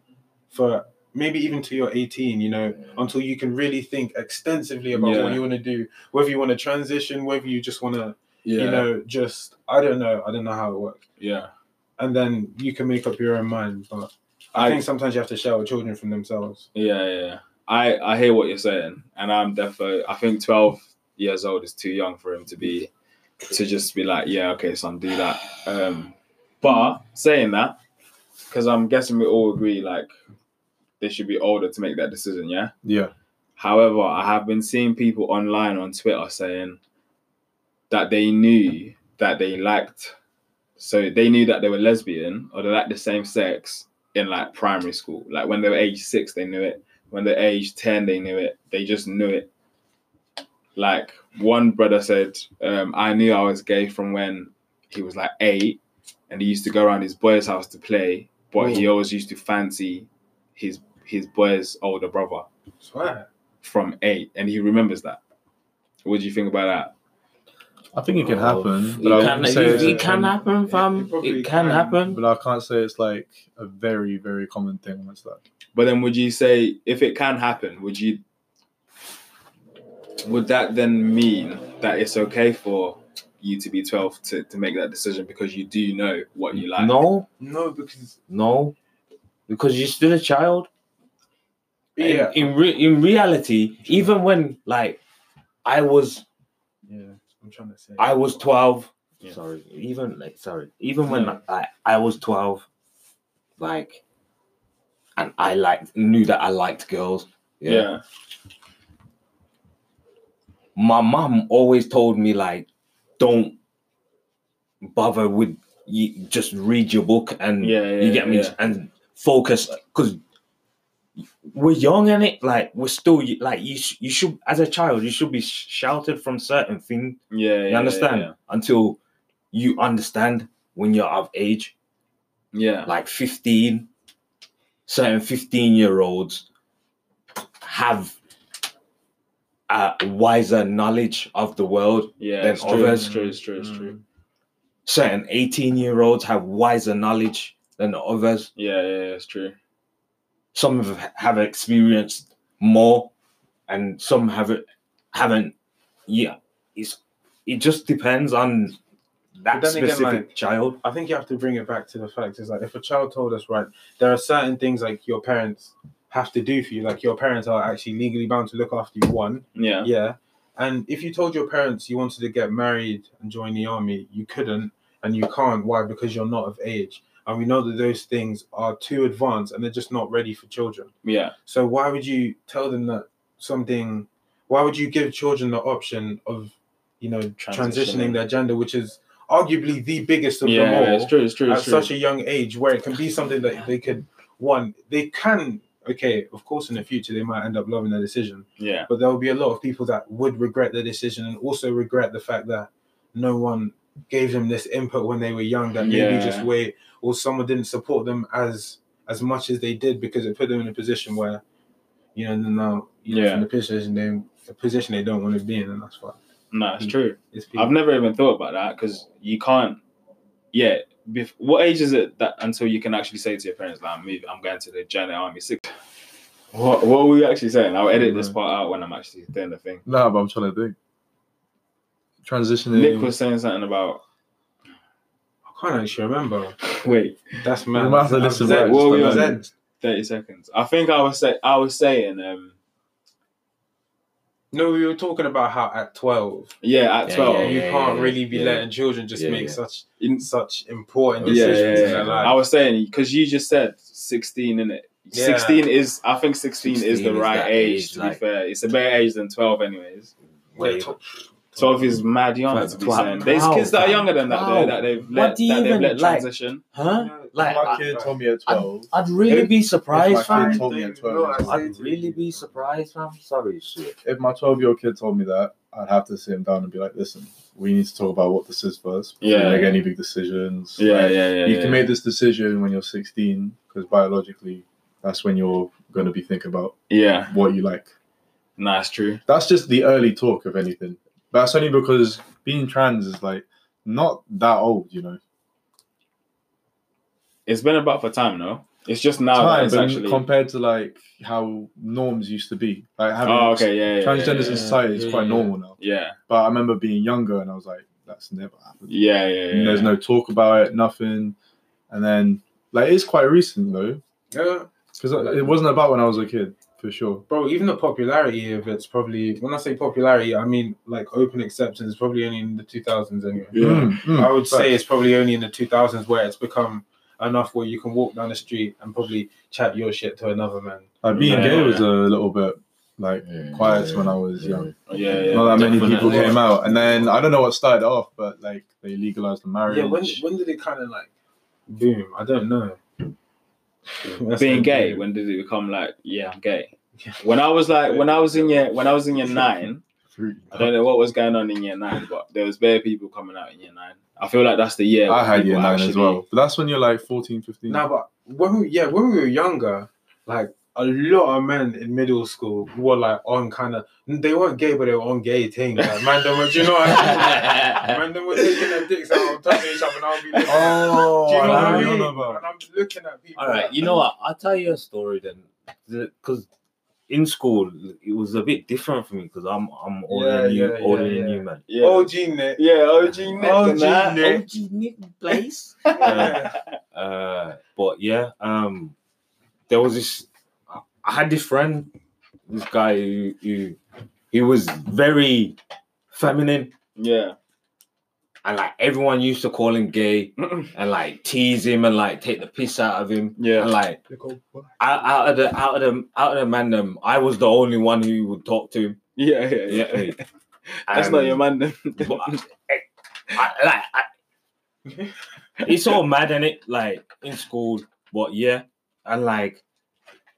Speaker 5: for maybe even till you're 18 you know until you can really think extensively about
Speaker 1: Yeah.
Speaker 5: what you want to do whether you want to transition whether you just want to
Speaker 1: yeah,
Speaker 5: you know just i don't know i don't know how it works
Speaker 1: yeah.
Speaker 5: and then you can make up your own mind but i,
Speaker 1: I-
Speaker 5: think sometimes you have to shower children from themselves
Speaker 1: Yeah, yeah. yeah. I I hear what you're saying, and I'm definitely. I think 12 years old is too young for him to be to just be like, yeah, okay, son, do that. Um, but saying that, because I'm guessing we all agree, like they should be older to make that decision. Yeah.
Speaker 2: Yeah.
Speaker 1: However, I have been seeing people online on Twitter saying that they knew that they liked, so they knew that they were lesbian or they liked the same sex in like primary school. Like when they were age six, they knew it. When they're age 10, they knew it. They just knew it. Like one brother said, um, I knew I was gay from when he was like eight and he used to go around his boy's house to play, but he always used to fancy his his boy's older brother
Speaker 5: swear
Speaker 1: from eight, and he remembers that. What do you think about that?
Speaker 2: I think it can happen,
Speaker 3: It
Speaker 2: but I
Speaker 3: can,
Speaker 2: wouldn't say
Speaker 3: it-
Speaker 2: it's-
Speaker 3: it can happen,
Speaker 5: It-
Speaker 3: fam.
Speaker 5: it
Speaker 3: It, can,
Speaker 5: probably can.
Speaker 3: happen.
Speaker 2: but I can't say it's like a very, very common thing. That's that.
Speaker 1: But then, would you say if it can happen, would you? Would that then mean that it's okay for you to be twelve to, to make that decision because you do know what you like?
Speaker 3: No,
Speaker 5: no because
Speaker 3: no, because you're still a child.
Speaker 5: yeah
Speaker 3: In in, re- in reality, even when like I was
Speaker 5: yeah i'm trying to say
Speaker 3: I was twelve.
Speaker 1: Yeah.
Speaker 3: Sorry, even like sorry, even when I I was twelve, like, and I liked knew that I liked girls.
Speaker 1: Yeah.
Speaker 3: my mom always told me like don't bother with you just read your book and
Speaker 1: Yeah, yeah,
Speaker 3: you get me
Speaker 1: yeah.
Speaker 3: and focus because we're young and it like we're still like you sh- you should as a child you should be sh- sheltered from certain things
Speaker 1: Yeah. yeah,
Speaker 3: you understand
Speaker 1: Yeah.
Speaker 3: until you understand when you're of age
Speaker 1: yeah.
Speaker 3: like 15 certain 15 year olds have a wiser knowledge of the world
Speaker 1: Yeah,
Speaker 3: Then
Speaker 1: it's true,
Speaker 3: others-
Speaker 1: it's true. It's true. It's
Speaker 3: Mm.
Speaker 1: true.
Speaker 3: certain 18 year olds have wiser knowledge than others
Speaker 1: Yeah, yeah, yeah, it's true.
Speaker 3: some have- have experienced more and some haven't haven't yeah it's it just depends on that
Speaker 5: then again,
Speaker 3: specific
Speaker 5: like-
Speaker 3: child
Speaker 5: I think you have to bring it back to the fact is like if a child told us right, there are certain things like your parents have to do for you. Like your parents are actually legally bound to look after you. One,
Speaker 1: Yeah,
Speaker 5: yeah. And if you told your parents you wanted to get married and join the army, you couldn't and you can't. Why? Because you're not of age. And we know that those things are too advanced and they're just not ready for children.
Speaker 1: yeah,
Speaker 5: So why would you tell them that something? Why would you give children the option of, you know, transitioning,
Speaker 1: Transitioning.
Speaker 5: their gender, which is arguably the biggest of them all?
Speaker 1: yeah. It's true. It's true.
Speaker 5: at
Speaker 1: It's true.
Speaker 5: such a young age where it can be something that they could one they can okay of course in the future they might end up loving their decision
Speaker 1: Yeah,
Speaker 5: but there will be a lot of people that would regret their decision and also regret the fact that no one gave them this input when they were young that maybe
Speaker 1: Yeah.
Speaker 5: just wait or someone didn't support them as as much as they did because it put them in a position where you know now you know
Speaker 1: Yeah.
Speaker 5: in the position they a position they don't want to be in and that's why
Speaker 3: Mm.
Speaker 1: no, it's true.
Speaker 5: it's
Speaker 1: I've
Speaker 5: people
Speaker 1: never even thought about that because you can't. Yeah, bef- what age is it that until you can actually say to your parents, like, I'm, moving, I'm going to the Janet Army six? What, what are we actually saying? I'll edit this part out when I'm actually doing the thing.
Speaker 2: Nah, but I'm trying to think. Transitioning.
Speaker 1: Nick was saying something about
Speaker 5: I can't actually remember.
Speaker 1: wait
Speaker 5: That's
Speaker 2: we
Speaker 5: mad.
Speaker 2: might have to listen
Speaker 1: Zed,
Speaker 2: back.
Speaker 1: what were we on?
Speaker 2: Zed.
Speaker 1: thirty seconds. I think I was say I was saying um
Speaker 5: No, we were talking about how at twelve
Speaker 1: yeah at
Speaker 3: Yeah,
Speaker 1: twelve.
Speaker 3: yeah,
Speaker 5: you
Speaker 3: yeah,
Speaker 5: can't
Speaker 3: yeah,
Speaker 5: really be
Speaker 3: yeah.
Speaker 5: letting children just
Speaker 3: Yeah,
Speaker 5: make
Speaker 3: yeah.
Speaker 5: such
Speaker 1: In-
Speaker 5: such important
Speaker 1: Yeah,
Speaker 5: decisions
Speaker 1: yeah,
Speaker 5: in
Speaker 1: yeah.
Speaker 5: their life.
Speaker 1: I was saying because you just said sixteen, in it.
Speaker 5: Yeah.
Speaker 1: Sixteen is, I think, sixteen, is
Speaker 3: 16
Speaker 1: the
Speaker 3: is
Speaker 1: right
Speaker 3: that
Speaker 1: age.
Speaker 3: age,
Speaker 1: to
Speaker 3: like-
Speaker 1: be fair, it's a better age than twelve, anyways.
Speaker 5: Yeah,
Speaker 3: Way-
Speaker 5: to-
Speaker 1: Twelve is mad young
Speaker 3: Twelve,
Speaker 1: to be
Speaker 3: twelve.
Speaker 1: saying. There's
Speaker 3: Twelve,
Speaker 1: kids that are younger than that though,
Speaker 3: twelve.
Speaker 1: that they've
Speaker 3: What
Speaker 1: let
Speaker 3: do you
Speaker 1: that they've
Speaker 3: even
Speaker 1: let
Speaker 3: like?
Speaker 1: transition.
Speaker 3: Huh? Like,
Speaker 2: my
Speaker 3: I,
Speaker 2: kid told me at 12.
Speaker 3: I'd really
Speaker 2: If-
Speaker 3: be
Speaker 2: if
Speaker 3: surprised,
Speaker 2: my
Speaker 3: fam.
Speaker 2: kid told me at
Speaker 5: No,
Speaker 2: 12.
Speaker 5: I said-
Speaker 3: I'd really be surprised, fam. Sorry, shit.
Speaker 2: if my 12 year old kid told me that, I'd have to sit him down and be like, listen, we need to talk about what this is first. before
Speaker 1: Yeah.
Speaker 2: we Make any big decisions.
Speaker 1: Yeah, yeah,
Speaker 2: Like,
Speaker 1: yeah. yeah
Speaker 2: You can make this decision when you're 16, because biologically, that's when you're going to be thinking about
Speaker 1: yeah.
Speaker 2: what you like.
Speaker 1: Nah, it's true.
Speaker 2: That's just the early talk of anything. But that's only because being trans is like not that old, you know.
Speaker 1: It's been about for time, no. It's just now that
Speaker 2: Time,
Speaker 1: it's
Speaker 2: but
Speaker 1: actually.
Speaker 2: compared to like how norms used to be. Like having
Speaker 1: oh, okay, yeah, yeah.
Speaker 2: transgenders
Speaker 1: yeah,
Speaker 2: in
Speaker 1: yeah.
Speaker 2: society is
Speaker 3: yeah,
Speaker 2: quite
Speaker 3: yeah.
Speaker 2: normal now.
Speaker 1: Yeah,
Speaker 2: But I remember being younger and I was like, that's never happened.
Speaker 1: yeah, yeah. yeah,
Speaker 2: And There's no talk about it, nothing. And then, like, it's quite recent though,
Speaker 5: Yeah,
Speaker 2: because it wasn't about when I was a kid, for sure.
Speaker 5: bro. Even the popularity of it's probably when I say popularity, I mean like open acceptance. Probably only in the two thousands anyway.
Speaker 1: Yeah.
Speaker 2: Mm, mm.
Speaker 3: Hmm.
Speaker 5: I would say
Speaker 2: Facts.
Speaker 5: it's probably only in the 2000s where it's become enough where you can walk down the street and probably chat your shit to another man.
Speaker 2: like, being
Speaker 1: Yeah.
Speaker 2: gay was a little bit like quiet when I was
Speaker 3: yeah.
Speaker 2: young.
Speaker 1: yeah, yeah.
Speaker 2: Not that many people
Speaker 3: Definitely.
Speaker 2: came out. And then I don't know what started it off, but like they legalized the marriage.
Speaker 5: Yeah, when, when did it kind of like boom? I don't know. That's
Speaker 1: being
Speaker 5: like
Speaker 1: gay
Speaker 5: boom.
Speaker 1: when did it become like yeah i'm gay when i was like when i was in year when i was in year nine
Speaker 2: Three-
Speaker 1: i don't know what was going on in year nine but there was bare people coming out in year nine i feel like that's the year
Speaker 2: I
Speaker 1: when
Speaker 2: had
Speaker 1: people
Speaker 2: year nine as
Speaker 1: actually-
Speaker 2: well. But that's when you're like 14, 15.
Speaker 5: No, but when we yeah when we were younger, like a lot of men in middle school were like on kind of they weren't gay but they were on gay things. Like, man, them were, do you know? What I mean? man, them were taking their dicks out and touching each other, and I'll be looking,
Speaker 2: Oh,
Speaker 5: do you know what
Speaker 2: I
Speaker 5: I
Speaker 2: know
Speaker 5: mean?
Speaker 2: what you're on about.
Speaker 5: And I'm looking at people.
Speaker 3: All right, you know what? I'll tell you a story then, because in school it was a bit different for me because I'm I'm
Speaker 5: Yeah,
Speaker 3: ordering
Speaker 5: yeah,
Speaker 3: you,
Speaker 5: yeah,
Speaker 3: ordering
Speaker 5: yeah.
Speaker 3: you, man.
Speaker 1: yeah
Speaker 5: OG oh, Nick.
Speaker 1: yeah oh, og nick
Speaker 5: OG
Speaker 1: and that.
Speaker 3: Oh,
Speaker 5: Nick. Yeah.
Speaker 3: Nick Place.
Speaker 5: Yeah.
Speaker 3: Uh, but yeah, um, there was this. I- I had this friend, this guy who, who he was very feminine,
Speaker 1: yeah
Speaker 3: and like everyone used to call him gay and like tease him and like take the piss out of him.
Speaker 1: yeah
Speaker 3: And like out, out of the out of the out of the man, them, I was the only one who would talk to him.
Speaker 1: yeah yeah yeah
Speaker 3: Yeah,
Speaker 1: that's not your man then.
Speaker 3: But I, eh, I- like, I- it's all mad and it like in school, but yeah, and like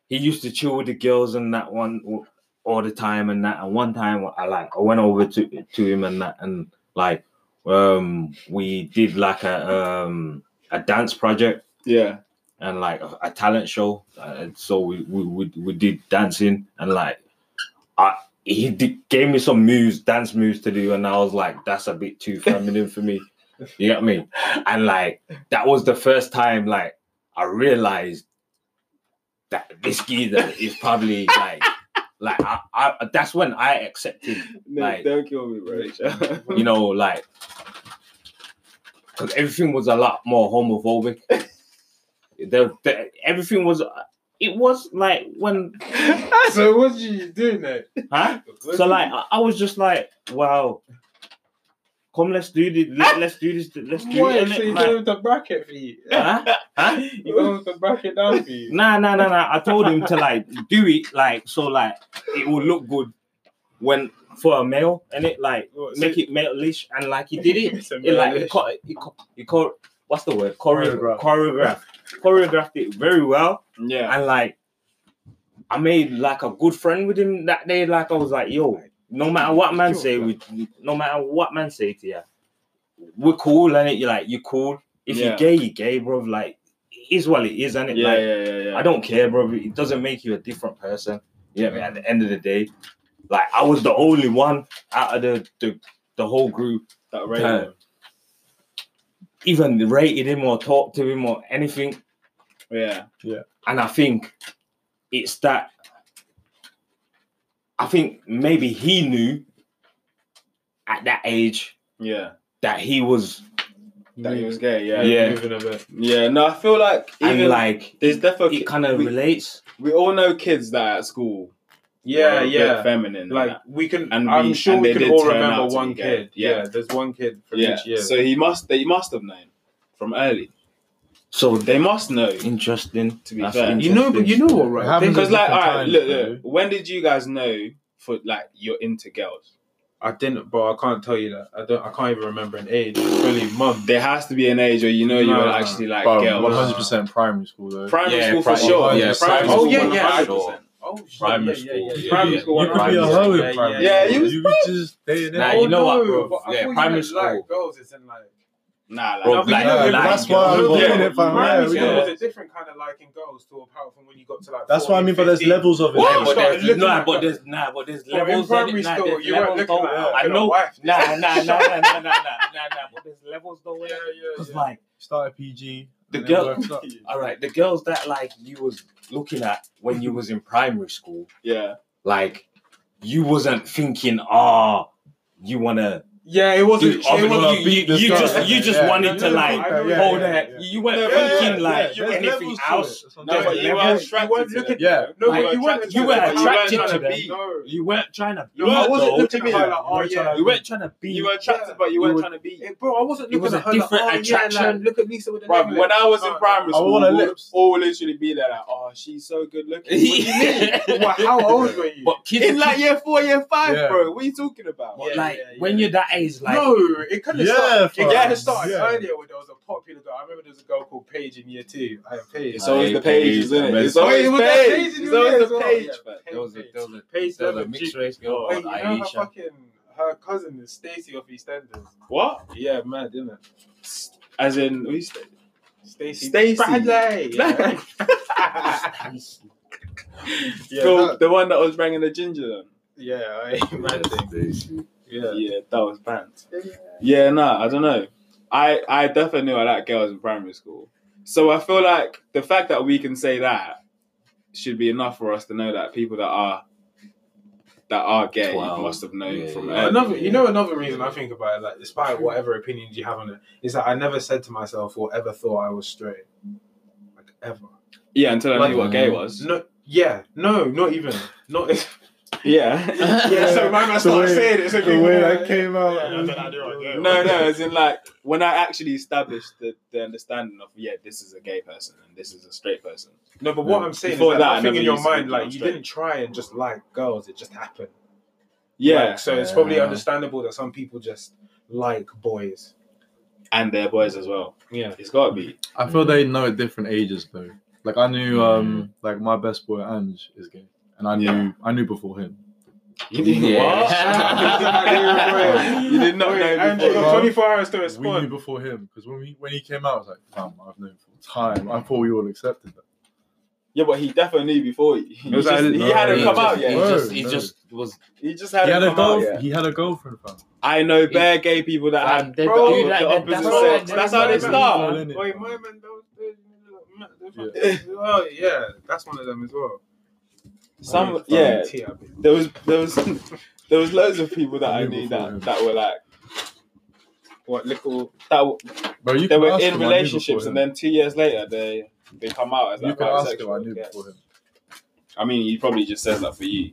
Speaker 3: he used to chill with the girls and that one all the time and that. And one time I like I went over to to him and that and like um we did like a um a dance project
Speaker 1: yeah
Speaker 3: and like a, a talent show. Uh, so we, we we we did dancing and like I he did, gave me some moves, dance moves to do, and I was like, that's a bit too feminine for me. You get me? And like that was the first time like I realized that this geezer is probably like like I, I that's when I accepted
Speaker 1: Nick,
Speaker 3: Like-
Speaker 1: don't kill me bro
Speaker 3: you know, like, because everything was a lot more homophobic. there, there- everything was, it was like when,
Speaker 5: so what did you do, Nick?
Speaker 3: huh? So like, I, I was just like, wow. Come, let's do this. Let, us do this. Let's do
Speaker 5: What?
Speaker 3: it.
Speaker 5: So
Speaker 3: innit?
Speaker 5: you
Speaker 3: Like,
Speaker 5: gave the bracket for you?
Speaker 3: huh? Huh?
Speaker 5: You gave the bracket down for you?
Speaker 3: Nah, nah, nah, nah. I told him to like do it, like so, like it will look good when for a male, and it like make it male-ish, and like he did it.
Speaker 5: It's a
Speaker 3: it like
Speaker 5: male-ish.
Speaker 3: it, co- it, co- it co- what's the word choreographed
Speaker 2: Choreograph.
Speaker 3: choreographed choreographed it very well
Speaker 1: yeah
Speaker 3: and like I made like a good friend with him that day like I was like yo no matter what man say we no matter what man say to you we're cool and it you like you're cool if
Speaker 1: Yeah.
Speaker 3: you're gay you're gay bro like it is what it is and it
Speaker 1: yeah
Speaker 3: like
Speaker 1: yeah yeah yeah
Speaker 3: I don't care, bro. It doesn't make you a different person. You know what I mean? At the end of the day, like I was the only one out of the the, the whole group
Speaker 1: that raised him.
Speaker 3: even rated him or talked to him or anything.
Speaker 1: Yeah.
Speaker 3: And I think it's that. I think maybe he knew at that age
Speaker 1: Yeah.
Speaker 3: that he was,
Speaker 1: That he was gay. Yeah.
Speaker 3: Yeah.
Speaker 5: Moving a bit.
Speaker 1: Yeah. No, I feel like
Speaker 3: and
Speaker 1: even like
Speaker 3: like
Speaker 1: there's definitely
Speaker 3: it kind of
Speaker 1: we,
Speaker 3: relates.
Speaker 1: we all know kids that are at school.
Speaker 5: Yeah,
Speaker 1: were a bit
Speaker 5: yeah.
Speaker 1: feminine.
Speaker 5: Like
Speaker 1: and
Speaker 5: we can,
Speaker 1: And
Speaker 5: I'm
Speaker 1: we-
Speaker 5: sure
Speaker 1: and
Speaker 5: we
Speaker 1: they
Speaker 5: can
Speaker 1: did
Speaker 5: all
Speaker 1: turn
Speaker 5: remember
Speaker 1: out to
Speaker 5: one
Speaker 1: be gay.
Speaker 5: kid. Yeah.
Speaker 1: Yeah.
Speaker 5: there's one kid
Speaker 1: that.
Speaker 5: from
Speaker 1: yeah.
Speaker 5: each year.
Speaker 1: So he must. They must have known from early.
Speaker 3: So
Speaker 1: They must know.
Speaker 3: interesting.
Speaker 1: To be
Speaker 3: That's
Speaker 1: fair.
Speaker 5: you know, but you know what,
Speaker 2: It
Speaker 5: right?
Speaker 2: happens
Speaker 1: Because
Speaker 2: at
Speaker 1: like, all
Speaker 2: different
Speaker 1: right,
Speaker 2: times,
Speaker 1: look,
Speaker 2: though.
Speaker 1: look. When did you guys know for like you're into girls?
Speaker 5: I didn't, bro. I can't tell you that. I don't. I can't even remember an age. It's really mum.
Speaker 1: There has to be an age where you know you
Speaker 5: No,
Speaker 1: are
Speaker 5: no,
Speaker 1: actually like
Speaker 2: Bro,
Speaker 1: girls.
Speaker 2: 100% primary school though.
Speaker 1: Primary
Speaker 3: Yeah,
Speaker 1: school for
Speaker 3: primary-
Speaker 1: sure.
Speaker 2: yeah,
Speaker 1: primary
Speaker 5: Oh
Speaker 1: school
Speaker 5: yeah, yeah.
Speaker 1: 100%.
Speaker 5: I-
Speaker 3: sure.
Speaker 5: Oh shit.
Speaker 3: Primary
Speaker 5: yeah,
Speaker 3: school,
Speaker 5: yeah, yeah,
Speaker 3: yeah,
Speaker 5: Primary
Speaker 3: yeah.
Speaker 5: school.
Speaker 2: you could be a
Speaker 3: Primary
Speaker 2: hoe in
Speaker 5: yeah,
Speaker 2: primary
Speaker 5: yeah,
Speaker 1: yeah.
Speaker 5: Oh,
Speaker 2: school.
Speaker 1: Yeah, you was
Speaker 2: you could just stay in
Speaker 3: Nah,
Speaker 2: there.
Speaker 3: you know what,
Speaker 5: no,
Speaker 3: bro?
Speaker 5: but I
Speaker 3: Yeah,
Speaker 5: thought you
Speaker 3: primary
Speaker 5: meant,
Speaker 3: school.
Speaker 5: Like, girls, it's in like.
Speaker 1: Nah, like,
Speaker 3: Bro,
Speaker 5: No, but
Speaker 3: like-
Speaker 5: you know,
Speaker 3: like-
Speaker 5: but
Speaker 3: that's
Speaker 5: girls-
Speaker 1: why I'm
Speaker 5: no,
Speaker 1: doing
Speaker 5: yeah,
Speaker 1: it, fam.
Speaker 5: Primary
Speaker 1: Uh, Yeah,
Speaker 5: school
Speaker 1: yeah.
Speaker 5: was a different kind of liking girls to apart from when you got to like.
Speaker 2: That's what I
Speaker 5: 14,
Speaker 2: mean, but there's
Speaker 5: 15.
Speaker 2: levels of it.
Speaker 5: What?
Speaker 3: Yeah, but
Speaker 5: Start
Speaker 3: there's,
Speaker 5: looking
Speaker 3: nah,
Speaker 5: at
Speaker 3: but
Speaker 5: that.
Speaker 3: there's nah, but there's
Speaker 5: But in
Speaker 3: levels.
Speaker 5: primary
Speaker 3: nah,
Speaker 5: school,
Speaker 3: there's
Speaker 5: you weren't
Speaker 3: levels,
Speaker 5: looking
Speaker 3: though.
Speaker 5: like that.
Speaker 3: I
Speaker 5: You're
Speaker 3: know.
Speaker 5: a wife.
Speaker 3: Nah, nah, nah, nah, nah, nah, nah, nah, nah. But there's levels though.
Speaker 5: Yeah,
Speaker 3: innit?
Speaker 5: yeah,
Speaker 3: Cause
Speaker 5: yeah.
Speaker 3: like,
Speaker 2: Started PG.
Speaker 3: The
Speaker 2: and then
Speaker 3: girl-
Speaker 2: worked up.
Speaker 3: all right, the girls that like you was looking at when you was in primary school,
Speaker 1: yeah.
Speaker 3: like you wasn't thinking, ah, you wanna.
Speaker 5: Yeah, it
Speaker 3: do-
Speaker 5: wasn't.
Speaker 3: oh,
Speaker 5: it wasn't
Speaker 2: wanna
Speaker 3: you, you-
Speaker 2: beat this
Speaker 3: you
Speaker 2: guy.
Speaker 3: just you just
Speaker 2: Yeah.
Speaker 3: wanted to
Speaker 5: Yeah,
Speaker 3: like
Speaker 5: I know, yeah,
Speaker 3: hold
Speaker 5: yeah,
Speaker 3: that.
Speaker 5: yeah.
Speaker 3: You weren't
Speaker 1: Yeah, yeah,
Speaker 3: thinking
Speaker 2: yeah,
Speaker 3: like
Speaker 2: there's
Speaker 3: anything
Speaker 2: levels to it.
Speaker 3: else.
Speaker 2: That's what I'm
Speaker 1: No, but
Speaker 5: Yeah,
Speaker 2: saying.
Speaker 5: you
Speaker 1: you
Speaker 5: weren't-
Speaker 1: were
Speaker 5: you
Speaker 1: attracted
Speaker 5: weren't
Speaker 1: to
Speaker 5: looking-
Speaker 1: them.
Speaker 2: Yeah.
Speaker 5: No,
Speaker 3: Like,
Speaker 5: but you weren't.
Speaker 3: you were
Speaker 5: attracted
Speaker 3: attracted
Speaker 1: weren't
Speaker 3: to
Speaker 1: trying to
Speaker 3: them.
Speaker 1: be-
Speaker 5: No.
Speaker 3: You weren't trying to.
Speaker 5: No,
Speaker 1: You
Speaker 5: I
Speaker 1: weren't
Speaker 5: wasn't
Speaker 1: though.
Speaker 5: looking at her like,
Speaker 2: You
Speaker 5: oh
Speaker 2: weren't
Speaker 5: yeah,
Speaker 2: trying
Speaker 3: You weren't trying to be.
Speaker 1: You were attracted, but you weren't trying to be.
Speaker 5: Hey, bro, I wasn't
Speaker 3: It
Speaker 5: looking
Speaker 3: was
Speaker 5: at
Speaker 3: a
Speaker 5: her
Speaker 3: different
Speaker 5: like, oh, Yeah, like,
Speaker 3: attraction.
Speaker 5: look at Lisa with the
Speaker 1: Bro,
Speaker 5: legless.
Speaker 1: when I was in
Speaker 5: No,
Speaker 1: primary
Speaker 2: I
Speaker 1: school,
Speaker 2: wanna
Speaker 1: we would
Speaker 2: lips.
Speaker 1: all literally be there like, oh, she's so good looking. What do you mean?
Speaker 5: Well, how old were you?
Speaker 3: But kids,
Speaker 1: in like year four, year five,
Speaker 2: Yeah.
Speaker 1: bro. What are you talking about?
Speaker 5: Yeah,
Speaker 3: like
Speaker 5: yeah, yeah.
Speaker 3: when you're that age, like
Speaker 5: no, it could have
Speaker 2: Yeah,
Speaker 5: started.
Speaker 2: fam.
Speaker 5: It could have started
Speaker 2: Yeah.
Speaker 5: earlier when there was a popular girl. I remember there was a girl called Paige in year two. I had Paige.
Speaker 1: It's always
Speaker 3: Hey,
Speaker 1: the pages,
Speaker 3: Paige,
Speaker 1: isn't it? It's
Speaker 3: amazing.
Speaker 1: always
Speaker 5: Wait, was that Paige
Speaker 1: page.
Speaker 5: in
Speaker 1: It's
Speaker 5: your year
Speaker 1: always
Speaker 5: as
Speaker 1: the
Speaker 5: well?
Speaker 1: page,
Speaker 5: Yeah.
Speaker 1: man.
Speaker 3: there was a there was a,
Speaker 5: Paige
Speaker 3: there was a
Speaker 5: Devon,
Speaker 3: mixed
Speaker 5: she-
Speaker 3: race girl,
Speaker 5: Wait, you know her
Speaker 3: Aisha.
Speaker 5: fucking her cousin is Stacy off EastEnders.
Speaker 1: What?
Speaker 5: Yeah, mad, isn't it?
Speaker 1: As in, we st-
Speaker 5: Stacy.
Speaker 1: Stacey.
Speaker 5: Bradley. Yeah.
Speaker 1: Phil,
Speaker 5: yeah, that-
Speaker 1: the one that was banging the ginger. Then.
Speaker 5: yeah, I ain't mad thing. Yeah.
Speaker 1: Yeah, that was banned.
Speaker 5: Yeah.
Speaker 1: Yeah, nah, I don't know. I I definitely knew I liked girls in primary school, so I feel like the fact that we can say that should be enough for us to know that people that are that are gay
Speaker 3: Wow.
Speaker 1: must have known
Speaker 3: Yeah,
Speaker 1: from
Speaker 3: yeah.
Speaker 1: early.
Speaker 5: Another, you know, another reason I think about it, like, despite whatever opinions you have on it, is that I never said to myself or ever thought I was straight, like ever.
Speaker 1: Yeah, until I knew
Speaker 5: Like-
Speaker 1: what gay was.
Speaker 5: No, yeah, no, not even, not.
Speaker 1: Yeah,
Speaker 5: yeah, so my man
Speaker 2: The
Speaker 5: started
Speaker 2: way-
Speaker 5: saying it. So
Speaker 2: The way that came out.
Speaker 5: Yeah, I
Speaker 2: was-
Speaker 5: don't know, I do right there.
Speaker 1: no, no, as in like when I actually established the, the understanding of yeah, this is a gay person and this is a straight person.
Speaker 5: No, but what I'm saying
Speaker 1: Before
Speaker 5: is
Speaker 1: that,
Speaker 5: that,
Speaker 1: I
Speaker 5: I think
Speaker 1: never
Speaker 5: in your
Speaker 1: used to
Speaker 5: mind,
Speaker 1: be
Speaker 5: like you
Speaker 1: straight.
Speaker 5: didn't try and just like girls; it just happened.
Speaker 1: Yeah,
Speaker 5: Like, so it's probably
Speaker 3: Yeah.
Speaker 5: understandable that some people just like boys.
Speaker 1: and their boys as well.
Speaker 5: Yeah.
Speaker 1: It's got to be.
Speaker 2: I feel they know at different ages though. Like I knew, um, like my best boy Ange is gay, and I knew,
Speaker 1: Yeah.
Speaker 2: I knew before him.
Speaker 5: Yeah.
Speaker 1: What? you did not
Speaker 5: Wait,
Speaker 1: know
Speaker 5: Andrew,
Speaker 1: before.
Speaker 5: you got 24 hours to
Speaker 2: We knew
Speaker 5: respond.
Speaker 2: before him because when we when he came out, I was like, "Fam, I've known for time." I thought we all accepted that.
Speaker 1: Yeah, but he definitely knew before. you. He,
Speaker 2: It was
Speaker 1: just-
Speaker 2: like-
Speaker 1: he
Speaker 2: no,
Speaker 1: hadn't
Speaker 2: he
Speaker 1: come
Speaker 2: just-
Speaker 1: out yet.
Speaker 3: He
Speaker 2: Word,
Speaker 3: just, he
Speaker 2: no.
Speaker 3: just was.
Speaker 1: He just
Speaker 2: He
Speaker 1: hadn't
Speaker 2: had a
Speaker 1: come out
Speaker 2: girl.
Speaker 1: yet.
Speaker 2: He had a girlfriend, fam.
Speaker 1: I know bare gay people that
Speaker 3: Um,
Speaker 1: had
Speaker 3: they
Speaker 1: bro,
Speaker 5: do
Speaker 3: that,
Speaker 1: the
Speaker 3: that-
Speaker 1: opposite
Speaker 3: that's how
Speaker 1: sex.
Speaker 3: they-
Speaker 1: That's how they
Speaker 5: that's
Speaker 1: start.
Speaker 2: All in it,
Speaker 5: Wait,
Speaker 2: fam.
Speaker 5: my man, those- those- those- Oh yeah, that's one of them as well.
Speaker 1: Some
Speaker 5: Fucking
Speaker 1: yeah,
Speaker 5: tea, I bet.
Speaker 1: there was there was there was loads of people that I
Speaker 2: Knew
Speaker 1: knew
Speaker 2: before
Speaker 1: that
Speaker 2: him.
Speaker 1: that were like
Speaker 5: What little?
Speaker 1: that w-
Speaker 2: Bro, you
Speaker 1: they
Speaker 2: can
Speaker 1: were
Speaker 2: ask
Speaker 1: in
Speaker 2: him, I knew
Speaker 1: relationships
Speaker 2: before
Speaker 1: and
Speaker 2: him.
Speaker 1: then two years later they they come out as
Speaker 2: you
Speaker 1: like
Speaker 2: can ask him. I
Speaker 1: bisexual,
Speaker 2: knew
Speaker 1: yeah.
Speaker 2: before him.
Speaker 1: I mean, he probably just says that for you,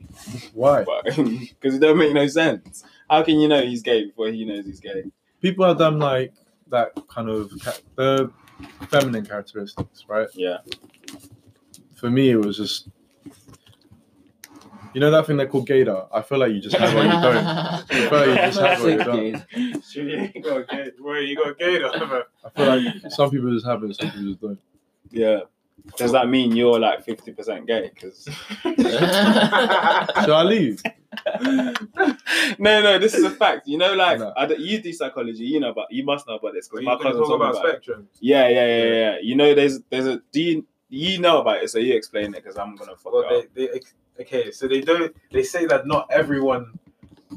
Speaker 2: Why?
Speaker 1: but because it don't make no sense. How can you know he's gay before he knows he's gay?
Speaker 2: People have done like that kind of ca- the feminine characteristics, right?
Speaker 1: Yeah,
Speaker 2: for me, it was just, you know, that thing they call gaydar. I feel like you just have what you don't. I feel like you just have what you don't.
Speaker 5: Shit, you ain't got gay. Wait, you got gay though. man.
Speaker 2: I feel like some people just have it, some people just don't.
Speaker 1: yeah. Does that mean you're like fifty percent gay? Because
Speaker 2: Shall I leave?
Speaker 1: no, no, this is a fact. You know, like
Speaker 2: No.
Speaker 1: I don't, you do psychology, you know, about you must know about this
Speaker 5: Are
Speaker 1: because
Speaker 5: you
Speaker 1: my
Speaker 5: gonna
Speaker 1: cousin
Speaker 5: talk
Speaker 1: told me
Speaker 5: about
Speaker 1: about. it.
Speaker 5: spectrum?
Speaker 1: Yeah, yeah, yeah, yeah, yeah. You know, there's there's a do you you know about it, so you explain it because I'm gonna fuck
Speaker 5: Well,
Speaker 1: it up.
Speaker 5: they, they, okay, so they don't. They say that not everyone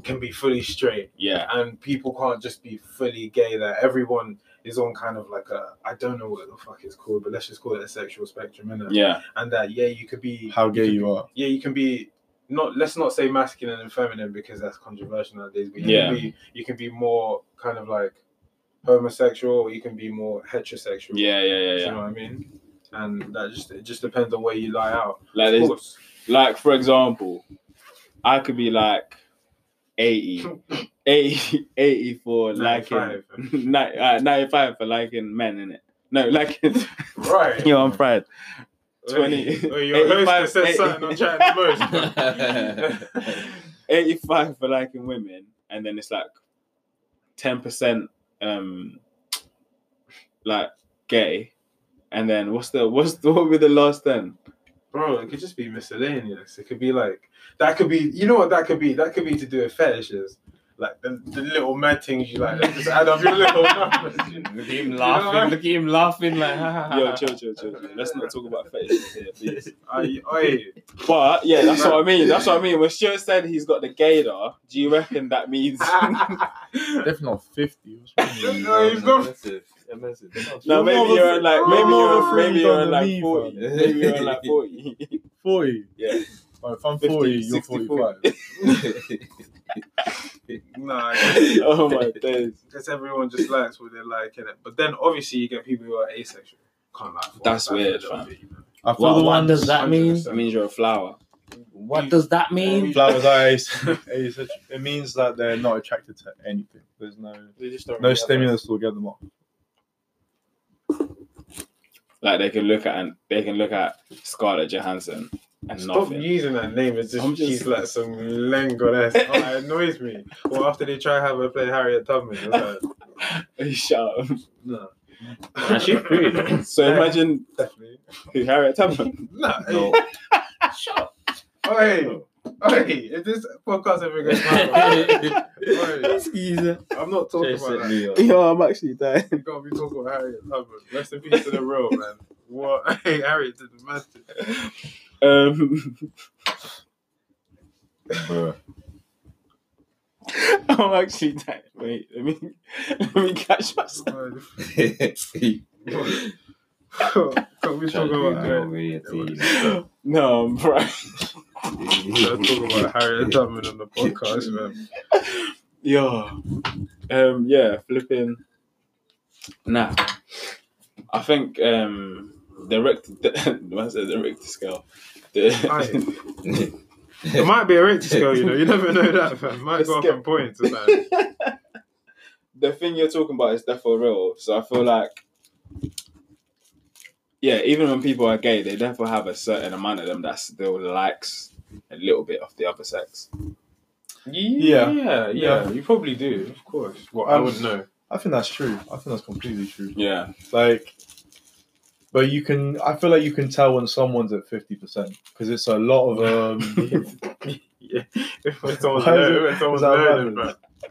Speaker 5: can be fully straight,
Speaker 1: Yeah,
Speaker 5: and people can't just be fully gay. That everyone is on kind of like a I don't know what the fuck it's called, but let's just call it a sexual spectrum, innit?
Speaker 1: Yeah.
Speaker 5: And that yeah, you could be
Speaker 2: How gay
Speaker 5: could be-
Speaker 2: you are.
Speaker 5: yeah, you can be not let's not say masculine and feminine because that's controversial nowadays, but you
Speaker 1: Yeah.
Speaker 5: can be you can be more kind of like homosexual or you can be more heterosexual.
Speaker 1: Yeah, yeah, yeah,
Speaker 5: Do you know
Speaker 1: yeah.
Speaker 5: what I mean? And that just it just depends on where you lie out.
Speaker 1: Like
Speaker 5: of
Speaker 1: there's
Speaker 5: course.
Speaker 1: like for example, I could be like 80, 80 84 liking
Speaker 5: 95.
Speaker 1: ni- uh, 95 for liking men in it. No, liking
Speaker 5: Right.
Speaker 1: yo, I'm fried. 20.
Speaker 5: Well, your host
Speaker 1: 85,
Speaker 5: has said something on chat the most.
Speaker 3: That's
Speaker 1: 85 for liking women, and then it's like 10% um like gay. And then what's the what's the, what would be the last then?
Speaker 5: Bro, it could just be miscellaneous. It could be like that could be you know what that could be? That could be to do with fetishes. Like the, the little mad things you like, just add up your little numbers. you know?
Speaker 3: Look at him
Speaker 5: what?
Speaker 3: laughing. Look at him laughing like.
Speaker 1: Yo, chill, chill, chill, chill. Let's not talk about fetishes here, please.
Speaker 5: Aye, aye.
Speaker 1: But yeah, that's what I mean. That's what I mean. When Stuart said he's got the gaydar, do you reckon that means
Speaker 2: Ah, Definitely not 50. What's wrong with you,
Speaker 5: No, he's
Speaker 2: bro?
Speaker 5: not-
Speaker 1: No, maybe
Speaker 2: more of a
Speaker 1: you're at like maybe
Speaker 2: freak- you're more
Speaker 1: you're
Speaker 2: of a
Speaker 1: maybe
Speaker 2: freak
Speaker 1: you're
Speaker 2: than
Speaker 1: at like
Speaker 2: me,
Speaker 1: forty.
Speaker 3: bro.
Speaker 1: Maybe you're at like forty.
Speaker 2: 40.
Speaker 1: Yeah.
Speaker 2: Alright, if I'm
Speaker 1: 50,
Speaker 2: 40, you're
Speaker 1: 64.
Speaker 2: 45.
Speaker 5: Nah,
Speaker 1: Oh my days.
Speaker 5: because everyone just likes what they like, innit? But then obviously you get people who are asexual. Can't lie. for
Speaker 1: That's
Speaker 5: it. a
Speaker 1: weird,
Speaker 5: little
Speaker 1: fam.
Speaker 5: bit, you know.
Speaker 2: I feel
Speaker 3: What,
Speaker 2: the
Speaker 3: what
Speaker 2: one
Speaker 3: does that mean?
Speaker 5: 100%.
Speaker 1: That means you're a flower.
Speaker 3: What does that mean?
Speaker 2: Flowers eyes. It means that they're not attracted to anything. There's no
Speaker 1: They just don't
Speaker 2: no stimulus will get them off.
Speaker 1: Like they can look at and they can look at Scarlett Johansson and
Speaker 5: Stop
Speaker 1: nothing.
Speaker 5: using that name as if
Speaker 1: I'm just-
Speaker 5: she's like some lengoness. Oh, it annoys me. Well, after they try to have her play Harriet Tubman, it's like,
Speaker 1: Shut up.
Speaker 5: no.
Speaker 3: Nah, she's pretty, though.
Speaker 1: So imagine
Speaker 5: Definitely.
Speaker 1: Harriet Tubman.
Speaker 5: No.
Speaker 3: No.
Speaker 5: Hey. Oh, hey. Oh, hey. If this podcast ever goes viral, oh, hey, I'm not talking about that.
Speaker 4: Yo, I'm actually dying.
Speaker 5: You can't be talking about Harriet Tubman. Rest in peace to the real, man. What? Hey, Harriet did the master.
Speaker 1: Um, I'm actually dying. Wait, let me let me catch myself.
Speaker 5: Can't we talk about Harriet?
Speaker 1: No, I'm right.
Speaker 5: Let's talk about Harriet Tubman on the podcast, man.
Speaker 1: Yeah. Um yeah, flipping Nah. I think um the rect the man said the Richter scale.
Speaker 5: Aye.
Speaker 1: The,
Speaker 5: It might be a rich girl, you know. You never know that, fam. Might go up in points or something.
Speaker 1: the thing you're talking about is therefore real. So I feel like yeah, even when people are gay, they therefore have a certain amount of them that still likes a little bit of the other sex.
Speaker 5: Yeah, yeah,
Speaker 2: yeah.
Speaker 5: You probably do, of course. Well, I
Speaker 2: Um,
Speaker 5: would know.
Speaker 2: I think that's true. I think that's completely true.
Speaker 1: Yeah.
Speaker 2: Like, but you can. I feel like you can tell when someone's at fifty percent because it's a lot of um.
Speaker 5: Yeah, if someone's
Speaker 2: Why is
Speaker 5: low,
Speaker 2: it-
Speaker 5: if someone's
Speaker 2: was that
Speaker 5: low, then,
Speaker 2: relevant?
Speaker 5: bro.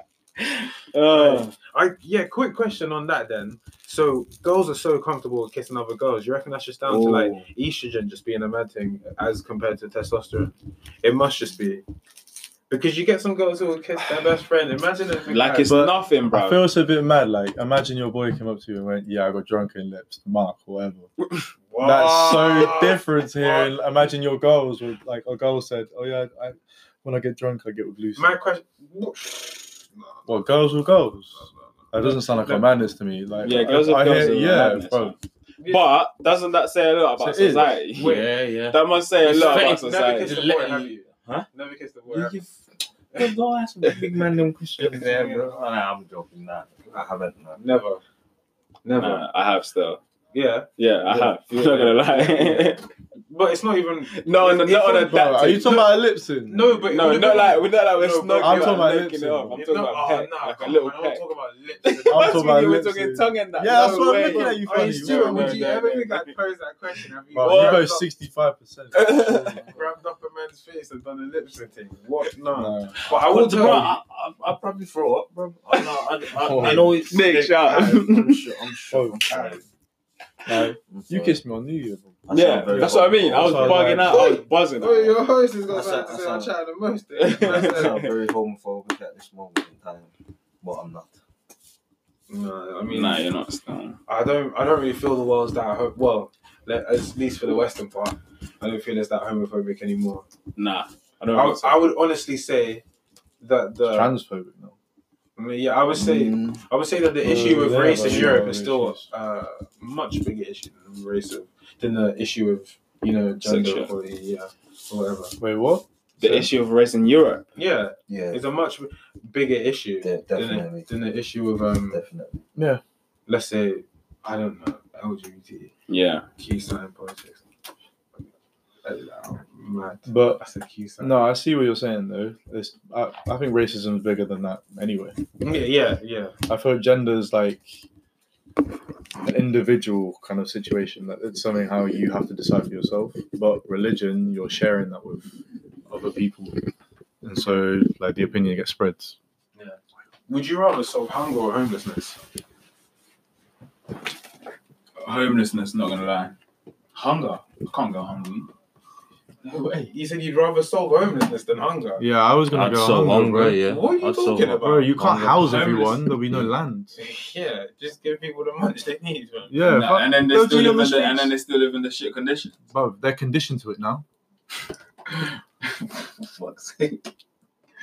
Speaker 1: Uh,
Speaker 5: I yeah. Quick question on that then. So girls are so comfortable with kissing other girls. You reckon that's just down to like
Speaker 2: Oh.
Speaker 5: estrogen just being a mad thing as compared to testosterone? It must just be because you get some girls who will kiss their best friend. Imagine if
Speaker 1: like it's
Speaker 2: But
Speaker 1: nothing, bro.
Speaker 2: I feel it's a bit mad. Like, imagine your boy came up to you and went, "Yeah, I got drunk and lips, Mark, whatever." That's so different here. And imagine your girls were like, a girl said, "Oh yeah, I, when I get drunk, I get with Lucy."
Speaker 5: My question.
Speaker 2: well, girls will girls. That doesn't sound like a madness to me. Like,
Speaker 1: yeah, girls are girls.
Speaker 2: hear-
Speaker 1: are
Speaker 2: yeah,
Speaker 1: madness,
Speaker 2: bro.
Speaker 1: man. But doesn't that say a lot about
Speaker 2: So it is.
Speaker 1: society?
Speaker 3: Yeah, yeah.
Speaker 1: That must say a
Speaker 3: It's
Speaker 1: lot
Speaker 3: fake.
Speaker 1: about
Speaker 5: Never
Speaker 1: society.
Speaker 5: kissed a
Speaker 3: Let
Speaker 5: boy,
Speaker 3: you-
Speaker 5: have you?
Speaker 3: Huh?
Speaker 5: Never kissed a boy. have you?
Speaker 3: Don't go ask me, big man them questions there, bro. Oh, nah, I'm joking. Nah, I haven't. Nah.
Speaker 5: Never. Never.
Speaker 1: Nah, I have still.
Speaker 5: Yeah.
Speaker 1: Uh, Yeah, I
Speaker 5: Yeah.
Speaker 1: have. I'm not gonna lie.
Speaker 5: But it's not even.
Speaker 1: no, no,
Speaker 5: It's-
Speaker 1: not on
Speaker 5: it's
Speaker 1: a
Speaker 5: on-
Speaker 2: Bro,
Speaker 1: that.
Speaker 2: are you talking about ellipsing?
Speaker 5: No, but it
Speaker 1: No,
Speaker 5: would've
Speaker 1: not
Speaker 5: been-
Speaker 1: like we're not like we're
Speaker 5: No,
Speaker 1: snogging.
Speaker 5: I'm talking
Speaker 2: about
Speaker 1: making it
Speaker 2: lips,
Speaker 1: off. I'm
Speaker 5: It's
Speaker 1: talking
Speaker 5: not-
Speaker 1: about
Speaker 5: oh,
Speaker 1: peck,
Speaker 5: nah,
Speaker 1: like a
Speaker 5: come
Speaker 1: little
Speaker 5: on, I
Speaker 1: peck.
Speaker 5: don't talk about lips.
Speaker 2: I'm
Speaker 1: Imagine
Speaker 2: talking about
Speaker 1: you were
Speaker 2: lips,
Speaker 1: talking
Speaker 2: yeah.
Speaker 1: tongue and that.
Speaker 2: Yeah,
Speaker 1: no
Speaker 2: that's what I'm
Speaker 1: way.
Speaker 2: looking at you
Speaker 5: Oh,
Speaker 2: funny.
Speaker 5: you Stuart,
Speaker 1: No,
Speaker 5: would
Speaker 1: no,
Speaker 5: you
Speaker 1: no,
Speaker 5: ever
Speaker 1: no.
Speaker 5: think I'd pose that question? Have you
Speaker 2: Bro,
Speaker 1: Well,
Speaker 2: you go
Speaker 5: grabbed up-
Speaker 2: sixty-five percent.
Speaker 5: grabbed up a man's face and done a lip thing? What? No.
Speaker 2: No.
Speaker 5: But I
Speaker 3: Well,
Speaker 5: would
Speaker 3: bro,
Speaker 5: tell
Speaker 3: I, I, I probably throw up, bro. I, I, I,
Speaker 2: Oh.
Speaker 3: I know it's
Speaker 1: Nick, shut up.
Speaker 3: I'm sure. I'm sure.
Speaker 2: Oh,
Speaker 3: I'm sorry.
Speaker 2: Like,
Speaker 3: I'm
Speaker 2: you
Speaker 3: sorry.
Speaker 2: kissed me on New Year's.
Speaker 3: I
Speaker 1: Yeah,
Speaker 3: sound very
Speaker 1: that's what I mean. I was
Speaker 2: Sorry,
Speaker 1: bugging
Speaker 2: like-
Speaker 1: out. I was buzzing.
Speaker 5: you. Oh,
Speaker 1: out.
Speaker 5: your host has got
Speaker 3: That's a-
Speaker 5: something to say. I'm
Speaker 3: that's a-
Speaker 5: chatting the most.
Speaker 3: I
Speaker 5: eh?
Speaker 3: sound very homophobic at this moment in time, but I'm not.
Speaker 5: No, I mean,
Speaker 1: Nah, you're not. Still.
Speaker 5: I don't. I don't really feel the world's that ho- well. Like, at least for the Western part, I don't feel it's that homophobic anymore.
Speaker 1: Nah, I
Speaker 5: I,
Speaker 1: don't. think
Speaker 5: would-
Speaker 1: so.
Speaker 5: I would honestly say that the
Speaker 2: transphobic now.
Speaker 5: I mean, yeah, I would say
Speaker 3: Mm,
Speaker 5: I would say that the issue
Speaker 2: Uh,
Speaker 5: of
Speaker 2: yeah,
Speaker 5: race
Speaker 2: but
Speaker 5: in
Speaker 2: yeah,
Speaker 5: Europe is still
Speaker 2: issues.
Speaker 5: uh, much bigger issue than the race of than the issue of you know gender
Speaker 1: Sexual.
Speaker 5: equality, yeah, or whatever.
Speaker 2: Wait, what?
Speaker 1: the issue of race in Europe.
Speaker 5: Yeah,
Speaker 3: Yeah,
Speaker 5: it's a much bigger issue
Speaker 3: de-
Speaker 5: than,
Speaker 3: definitely,
Speaker 5: the, than the issue of um,
Speaker 3: definitely.
Speaker 5: let's say I don't know LGBTQ
Speaker 1: Yeah,
Speaker 5: sign politics. Uh, Mad.
Speaker 2: But
Speaker 5: That's a Q sign.
Speaker 2: no, I see what you're saying though. It's, I, I think racism is bigger than that anyway.
Speaker 5: Yeah, yeah, yeah.
Speaker 2: I thought gender is like an individual kind of situation. That it's something how you have to decide for yourself. But religion, you're sharing that with other people, and so like the opinion gets spread.
Speaker 5: Would you rather solve hunger or homelessness?
Speaker 1: homelessness. Not gonna lie, hunger. I can't go hungry.
Speaker 5: No way. You said you'd rather solve homelessness than hunger.
Speaker 2: Yeah, I was gonna
Speaker 3: I'd
Speaker 2: go
Speaker 3: so
Speaker 2: hungry,
Speaker 3: hungry,
Speaker 2: bro.
Speaker 3: yeah.
Speaker 5: What are you
Speaker 3: I'd so
Speaker 5: talking
Speaker 3: hungry.
Speaker 5: about?
Speaker 2: Bro, you can't
Speaker 3: Hungry.
Speaker 2: house
Speaker 5: Homeless.
Speaker 2: everyone. There'll be no land.
Speaker 5: Yeah, just give people the much they need, man.
Speaker 2: Yeah,
Speaker 1: Nah, and then they
Speaker 2: they'll
Speaker 1: still
Speaker 2: do it
Speaker 1: live
Speaker 2: on the
Speaker 1: in the, and
Speaker 2: streets.
Speaker 1: then they still live in the shit condition.
Speaker 2: bro, they're conditioned to it now.
Speaker 5: For fuck's sake.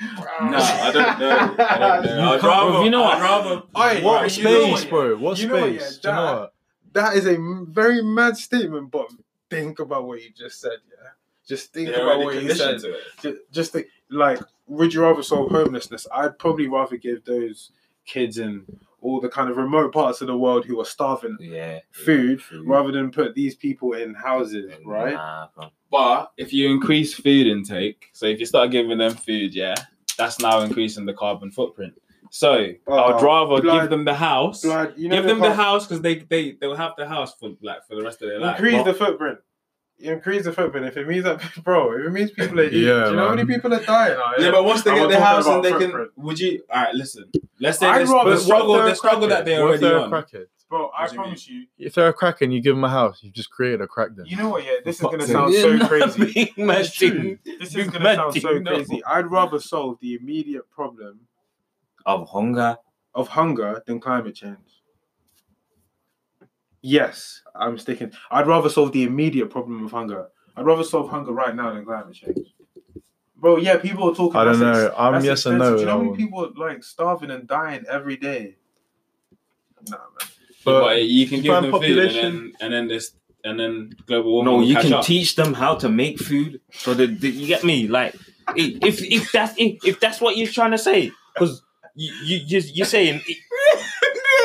Speaker 1: No, I don't know. I don't
Speaker 2: You
Speaker 1: know. I'd
Speaker 2: can't-
Speaker 1: rather,
Speaker 2: you know
Speaker 1: I'd rather.
Speaker 5: Oi,
Speaker 2: What
Speaker 5: right, you know
Speaker 2: space,
Speaker 5: what,
Speaker 2: bro? What
Speaker 5: you know what,
Speaker 2: space? Do
Speaker 5: yeah,
Speaker 2: you know
Speaker 5: that-
Speaker 2: what?
Speaker 5: That is a m- very mad statement, but think about what you just said, yeah? Just think
Speaker 1: They're
Speaker 5: about
Speaker 1: already
Speaker 5: what you
Speaker 1: conditioned
Speaker 5: said.
Speaker 1: to it.
Speaker 5: Ju- Just think, like, would you rather solve homelessness? I'd probably rather give those kids in all the kind of remote parts of the world who are starving
Speaker 3: Yeah,
Speaker 5: food
Speaker 1: Mm-hmm.
Speaker 5: rather than put these people in houses, right?
Speaker 3: Nah, fam.
Speaker 1: But if you increase food intake, so if you start giving them food, yeah, that's now increasing the carbon footprint. So I'd
Speaker 5: Oh,
Speaker 1: rather
Speaker 5: blood-
Speaker 1: give them the house.
Speaker 5: Blood, you know
Speaker 1: give
Speaker 5: they
Speaker 1: them the
Speaker 5: can't-
Speaker 1: house because they they they'll have the house for like for the rest of their life.
Speaker 5: Increase
Speaker 1: But-
Speaker 5: the footprint. Increase the footprint. If it means that, bro, if it means people are eating,
Speaker 2: Yeah,
Speaker 5: do you know how
Speaker 2: man.
Speaker 5: many people are dying? out
Speaker 1: yeah,
Speaker 5: here?
Speaker 1: but once they
Speaker 5: And
Speaker 1: get
Speaker 5: we're
Speaker 1: the
Speaker 5: talking
Speaker 1: house and
Speaker 5: about
Speaker 1: they can,
Speaker 5: footprint.
Speaker 1: would you? All right, listen. Let's say
Speaker 5: I'd
Speaker 1: this,
Speaker 5: rather
Speaker 1: the struggle,
Speaker 5: suffer
Speaker 1: the struggle that they're
Speaker 2: What if
Speaker 1: already
Speaker 2: they're a
Speaker 1: on.
Speaker 2: crackhead?
Speaker 5: Bro, I
Speaker 1: What do you
Speaker 5: promise you.
Speaker 2: If they're a crackhead, you give them a house. You've just created a crackhead.
Speaker 5: You know what? Yeah, this is
Speaker 2: Fuck's
Speaker 5: gonna
Speaker 2: sake.
Speaker 5: sound so crazy.
Speaker 3: It's true.
Speaker 5: This is
Speaker 3: Big
Speaker 5: gonna sound
Speaker 3: man,
Speaker 5: so
Speaker 3: no.
Speaker 5: crazy. I'd rather solve the immediate problem
Speaker 3: Of hunger.
Speaker 5: of hunger than climate change. Yes, I'm sticking. I'd rather solve the immediate problem of hunger. I'd rather solve hunger right now than climate change. Bro, yeah, people are talking.
Speaker 2: I don't
Speaker 5: that's ex-
Speaker 2: know. I'm
Speaker 5: that's
Speaker 2: yes and no.
Speaker 5: expensive. Do you know how
Speaker 2: that
Speaker 5: many
Speaker 2: one.
Speaker 5: people are, like starving and dying every day? Nah, man.
Speaker 1: But,
Speaker 2: But
Speaker 1: you can give
Speaker 2: Japan
Speaker 1: them food and
Speaker 2: population-
Speaker 1: then and then this and then global warming.
Speaker 3: No,
Speaker 1: will
Speaker 3: you
Speaker 1: catch
Speaker 3: can
Speaker 1: up.
Speaker 3: teach them how to make food. So that that- you get me, like i- if if that's if, if that's what you're trying to say, because you you you- you're saying i-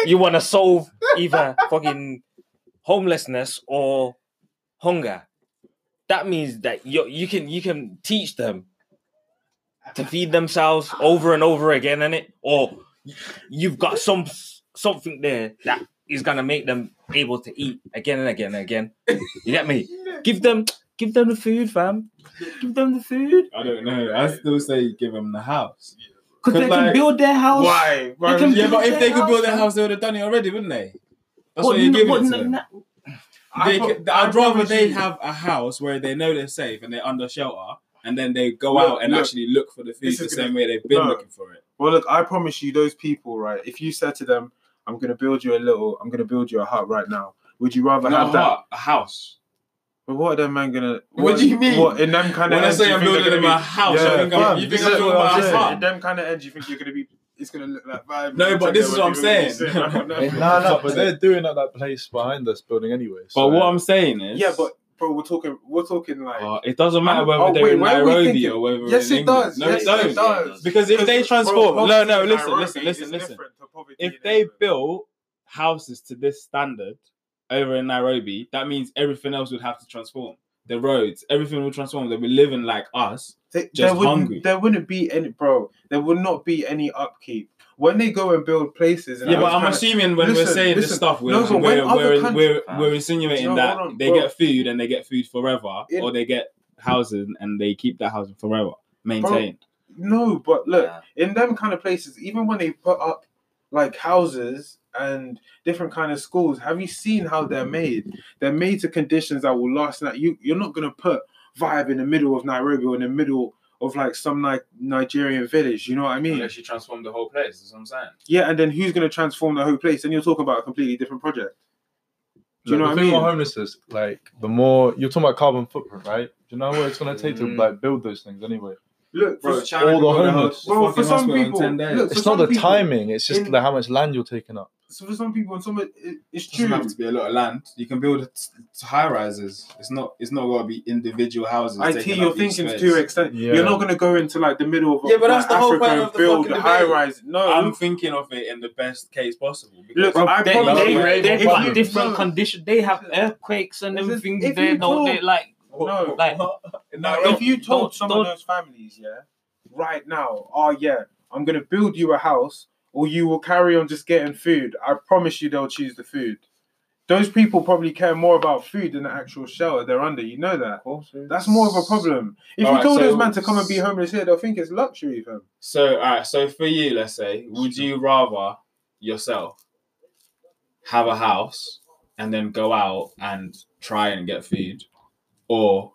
Speaker 3: you want to solve either fucking homelessness or hunger. That means that you you can you can teach them to feed themselves over and over again, and it or you've got some something there that is gonna make them able to eat again and again and again. You get me? Give them, give them the food, fam. Give them the food
Speaker 1: I don't know. I still say give them the house.
Speaker 3: because they can
Speaker 1: Like,
Speaker 3: build their house.
Speaker 5: Why? Why
Speaker 3: They can
Speaker 5: would you-
Speaker 1: Yeah, but if Oh, they could build
Speaker 3: their
Speaker 1: their
Speaker 3: house,
Speaker 1: house, they would have done it already, wouldn't they? That's
Speaker 3: What,
Speaker 1: what you're
Speaker 3: n-
Speaker 1: giving
Speaker 3: what,
Speaker 1: to
Speaker 3: n-
Speaker 1: them.
Speaker 3: n-
Speaker 1: They
Speaker 5: pro-
Speaker 1: ca-
Speaker 5: I
Speaker 1: I'd rather
Speaker 5: promise
Speaker 1: they
Speaker 5: you-
Speaker 1: have a house where they know they're safe and they're under shelter, and then they go
Speaker 5: Look,
Speaker 1: out and
Speaker 5: look,
Speaker 1: actually look for the food
Speaker 5: this
Speaker 1: the
Speaker 5: is gonna-
Speaker 1: same way they've been
Speaker 5: no.
Speaker 1: looking for it.
Speaker 5: Well, look, I promise you, those people, right? If you said to them, "I'm gonna build you a little, I'm gonna build you a hut right now," would you rather
Speaker 1: Not a
Speaker 5: have that?
Speaker 1: hut, a house.
Speaker 5: But what are them man gonna?
Speaker 1: What do you mean?
Speaker 5: What in them kind of?
Speaker 1: when I say I'm building them a house,
Speaker 5: Yeah,
Speaker 1: I think I'm,
Speaker 2: fam,
Speaker 1: you
Speaker 2: this
Speaker 1: think I'm
Speaker 2: is
Speaker 1: talking
Speaker 2: what I'm
Speaker 1: about a
Speaker 2: saying.
Speaker 1: farm.
Speaker 5: In them kind of end, you think you're gonna be? It's gonna look like vibe.
Speaker 1: No, but this is what I'm saying.
Speaker 2: No, no, but they're doing at that place behind us building anyway.
Speaker 1: But
Speaker 2: so-
Speaker 1: what I'm saying is,
Speaker 5: yeah, but bro, we're talking. We're talking like.
Speaker 1: Uh, it doesn't matter
Speaker 5: I'm-
Speaker 1: whether
Speaker 5: oh,
Speaker 1: they're
Speaker 5: wait,
Speaker 1: in
Speaker 5: where are we
Speaker 1: Nairobi
Speaker 5: thinking?
Speaker 1: or whether
Speaker 5: yes,
Speaker 1: they're in
Speaker 5: it does.
Speaker 1: England.
Speaker 5: Yes,
Speaker 1: No,
Speaker 5: it
Speaker 1: it don't.
Speaker 5: does.
Speaker 1: Because if they
Speaker 5: bro,
Speaker 1: transform, no,
Speaker 5: poverty
Speaker 1: no,
Speaker 5: in
Speaker 1: listen,
Speaker 5: Nairobi
Speaker 1: listen, listen,
Speaker 5: is
Speaker 1: listen.
Speaker 5: different to poverty
Speaker 1: If
Speaker 5: in
Speaker 1: they
Speaker 5: England.
Speaker 1: built houses to this standard over in Nairobi, that means everything else would have to transform. The roads, everything will transform. They'll be living like us.
Speaker 5: They,
Speaker 1: just
Speaker 5: there wouldn't,
Speaker 1: hungry.
Speaker 5: There wouldn't be any, bro. There would not be any upkeep when they go and build places. And
Speaker 1: yeah,
Speaker 5: I
Speaker 1: but
Speaker 5: was
Speaker 1: I'm
Speaker 5: kinda-
Speaker 1: assuming when we're
Speaker 5: Listen,
Speaker 1: saying
Speaker 5: listen.
Speaker 1: this stuff, we're
Speaker 5: No, but when
Speaker 1: we're,
Speaker 5: other
Speaker 1: we're,
Speaker 5: countries-
Speaker 1: we're,
Speaker 3: Fam.
Speaker 1: we're insinuating
Speaker 5: No,
Speaker 1: that
Speaker 5: hold on,
Speaker 1: they
Speaker 5: bro.
Speaker 1: get food and they get food forever,
Speaker 5: It-
Speaker 1: or they get houses and they keep that housing forever maintained.
Speaker 5: No, but look,
Speaker 3: Yeah.
Speaker 5: in them kind of places, even when they put up like houses and different kind of schools, have you seen how they're made? They're made to conditions that will last. That you you're not gonna put vibe in the middle of Nairobi or in the middle of like some Ni- Nigerian village. You know what I mean?
Speaker 1: Unless you transform the whole place, that's what I'm saying.
Speaker 5: Yeah, and then who's going to transform the whole place? And you're talking about a completely different project. Do you know
Speaker 2: the
Speaker 5: what I
Speaker 2: thing
Speaker 5: mean?
Speaker 2: about homelessness, like the more you're talking about carbon footprint, right? Do you know what it's gonna take to
Speaker 1: Mm.
Speaker 2: like build those things anyway?
Speaker 5: Look,
Speaker 1: Bro,
Speaker 5: for,
Speaker 1: China
Speaker 2: all the
Speaker 1: built a
Speaker 2: homeless.
Speaker 1: house- a
Speaker 5: Bro, for
Speaker 1: fucking
Speaker 5: some
Speaker 1: hospital in
Speaker 5: people,
Speaker 1: 10 days.
Speaker 5: look, For
Speaker 2: It's
Speaker 5: some
Speaker 2: not the
Speaker 5: people,
Speaker 2: timing; it's just
Speaker 5: in-
Speaker 2: like how much land you're taking up.
Speaker 5: so for some people, and some it, it's
Speaker 1: It doesn't
Speaker 5: true.
Speaker 1: have to be a lot of land. You can build high rises. It's not. It's not going to be individual houses.
Speaker 5: I
Speaker 1: taking
Speaker 5: think
Speaker 1: up
Speaker 5: you're
Speaker 1: each
Speaker 5: thinking
Speaker 1: space.
Speaker 5: to an extent.
Speaker 2: Yeah.
Speaker 5: You're not going to go into like the middle of
Speaker 1: Yeah, but that's
Speaker 5: like,
Speaker 1: the whole
Speaker 5: Africa
Speaker 1: point
Speaker 5: and
Speaker 1: of the
Speaker 5: build
Speaker 1: fucking debate.
Speaker 5: high rise. No,
Speaker 1: I'm thinking of it in the best case possible.
Speaker 5: look,
Speaker 1: because-
Speaker 5: I
Speaker 3: They,
Speaker 5: probably
Speaker 1: they-
Speaker 3: they,
Speaker 1: they-
Speaker 3: they
Speaker 1: if
Speaker 3: got
Speaker 1: you-
Speaker 3: different
Speaker 5: no,
Speaker 3: conditions. They have earthquakes and
Speaker 5: If you-
Speaker 3: everything.
Speaker 5: if
Speaker 3: They
Speaker 5: you
Speaker 3: don't.
Speaker 5: talk-
Speaker 3: They like.
Speaker 5: No,
Speaker 3: like-
Speaker 5: no.
Speaker 3: don't-
Speaker 5: If you told
Speaker 3: don't-
Speaker 5: some
Speaker 3: don't-
Speaker 5: of those families, yeah, right now, oh yeah, I'm going to build you a house, or you will carry on just getting food. I promise you, they'll choose the food. Those people probably care more about food than the actual shelter they're under. You know that. That's more of a problem. If you
Speaker 1: Alright,
Speaker 5: told
Speaker 1: so-
Speaker 5: those men to come and be homeless here, they'll think it's luxury, fam.
Speaker 1: So, all right. So for you, let's say, would you rather yourself have a house and then go out and try and get food, or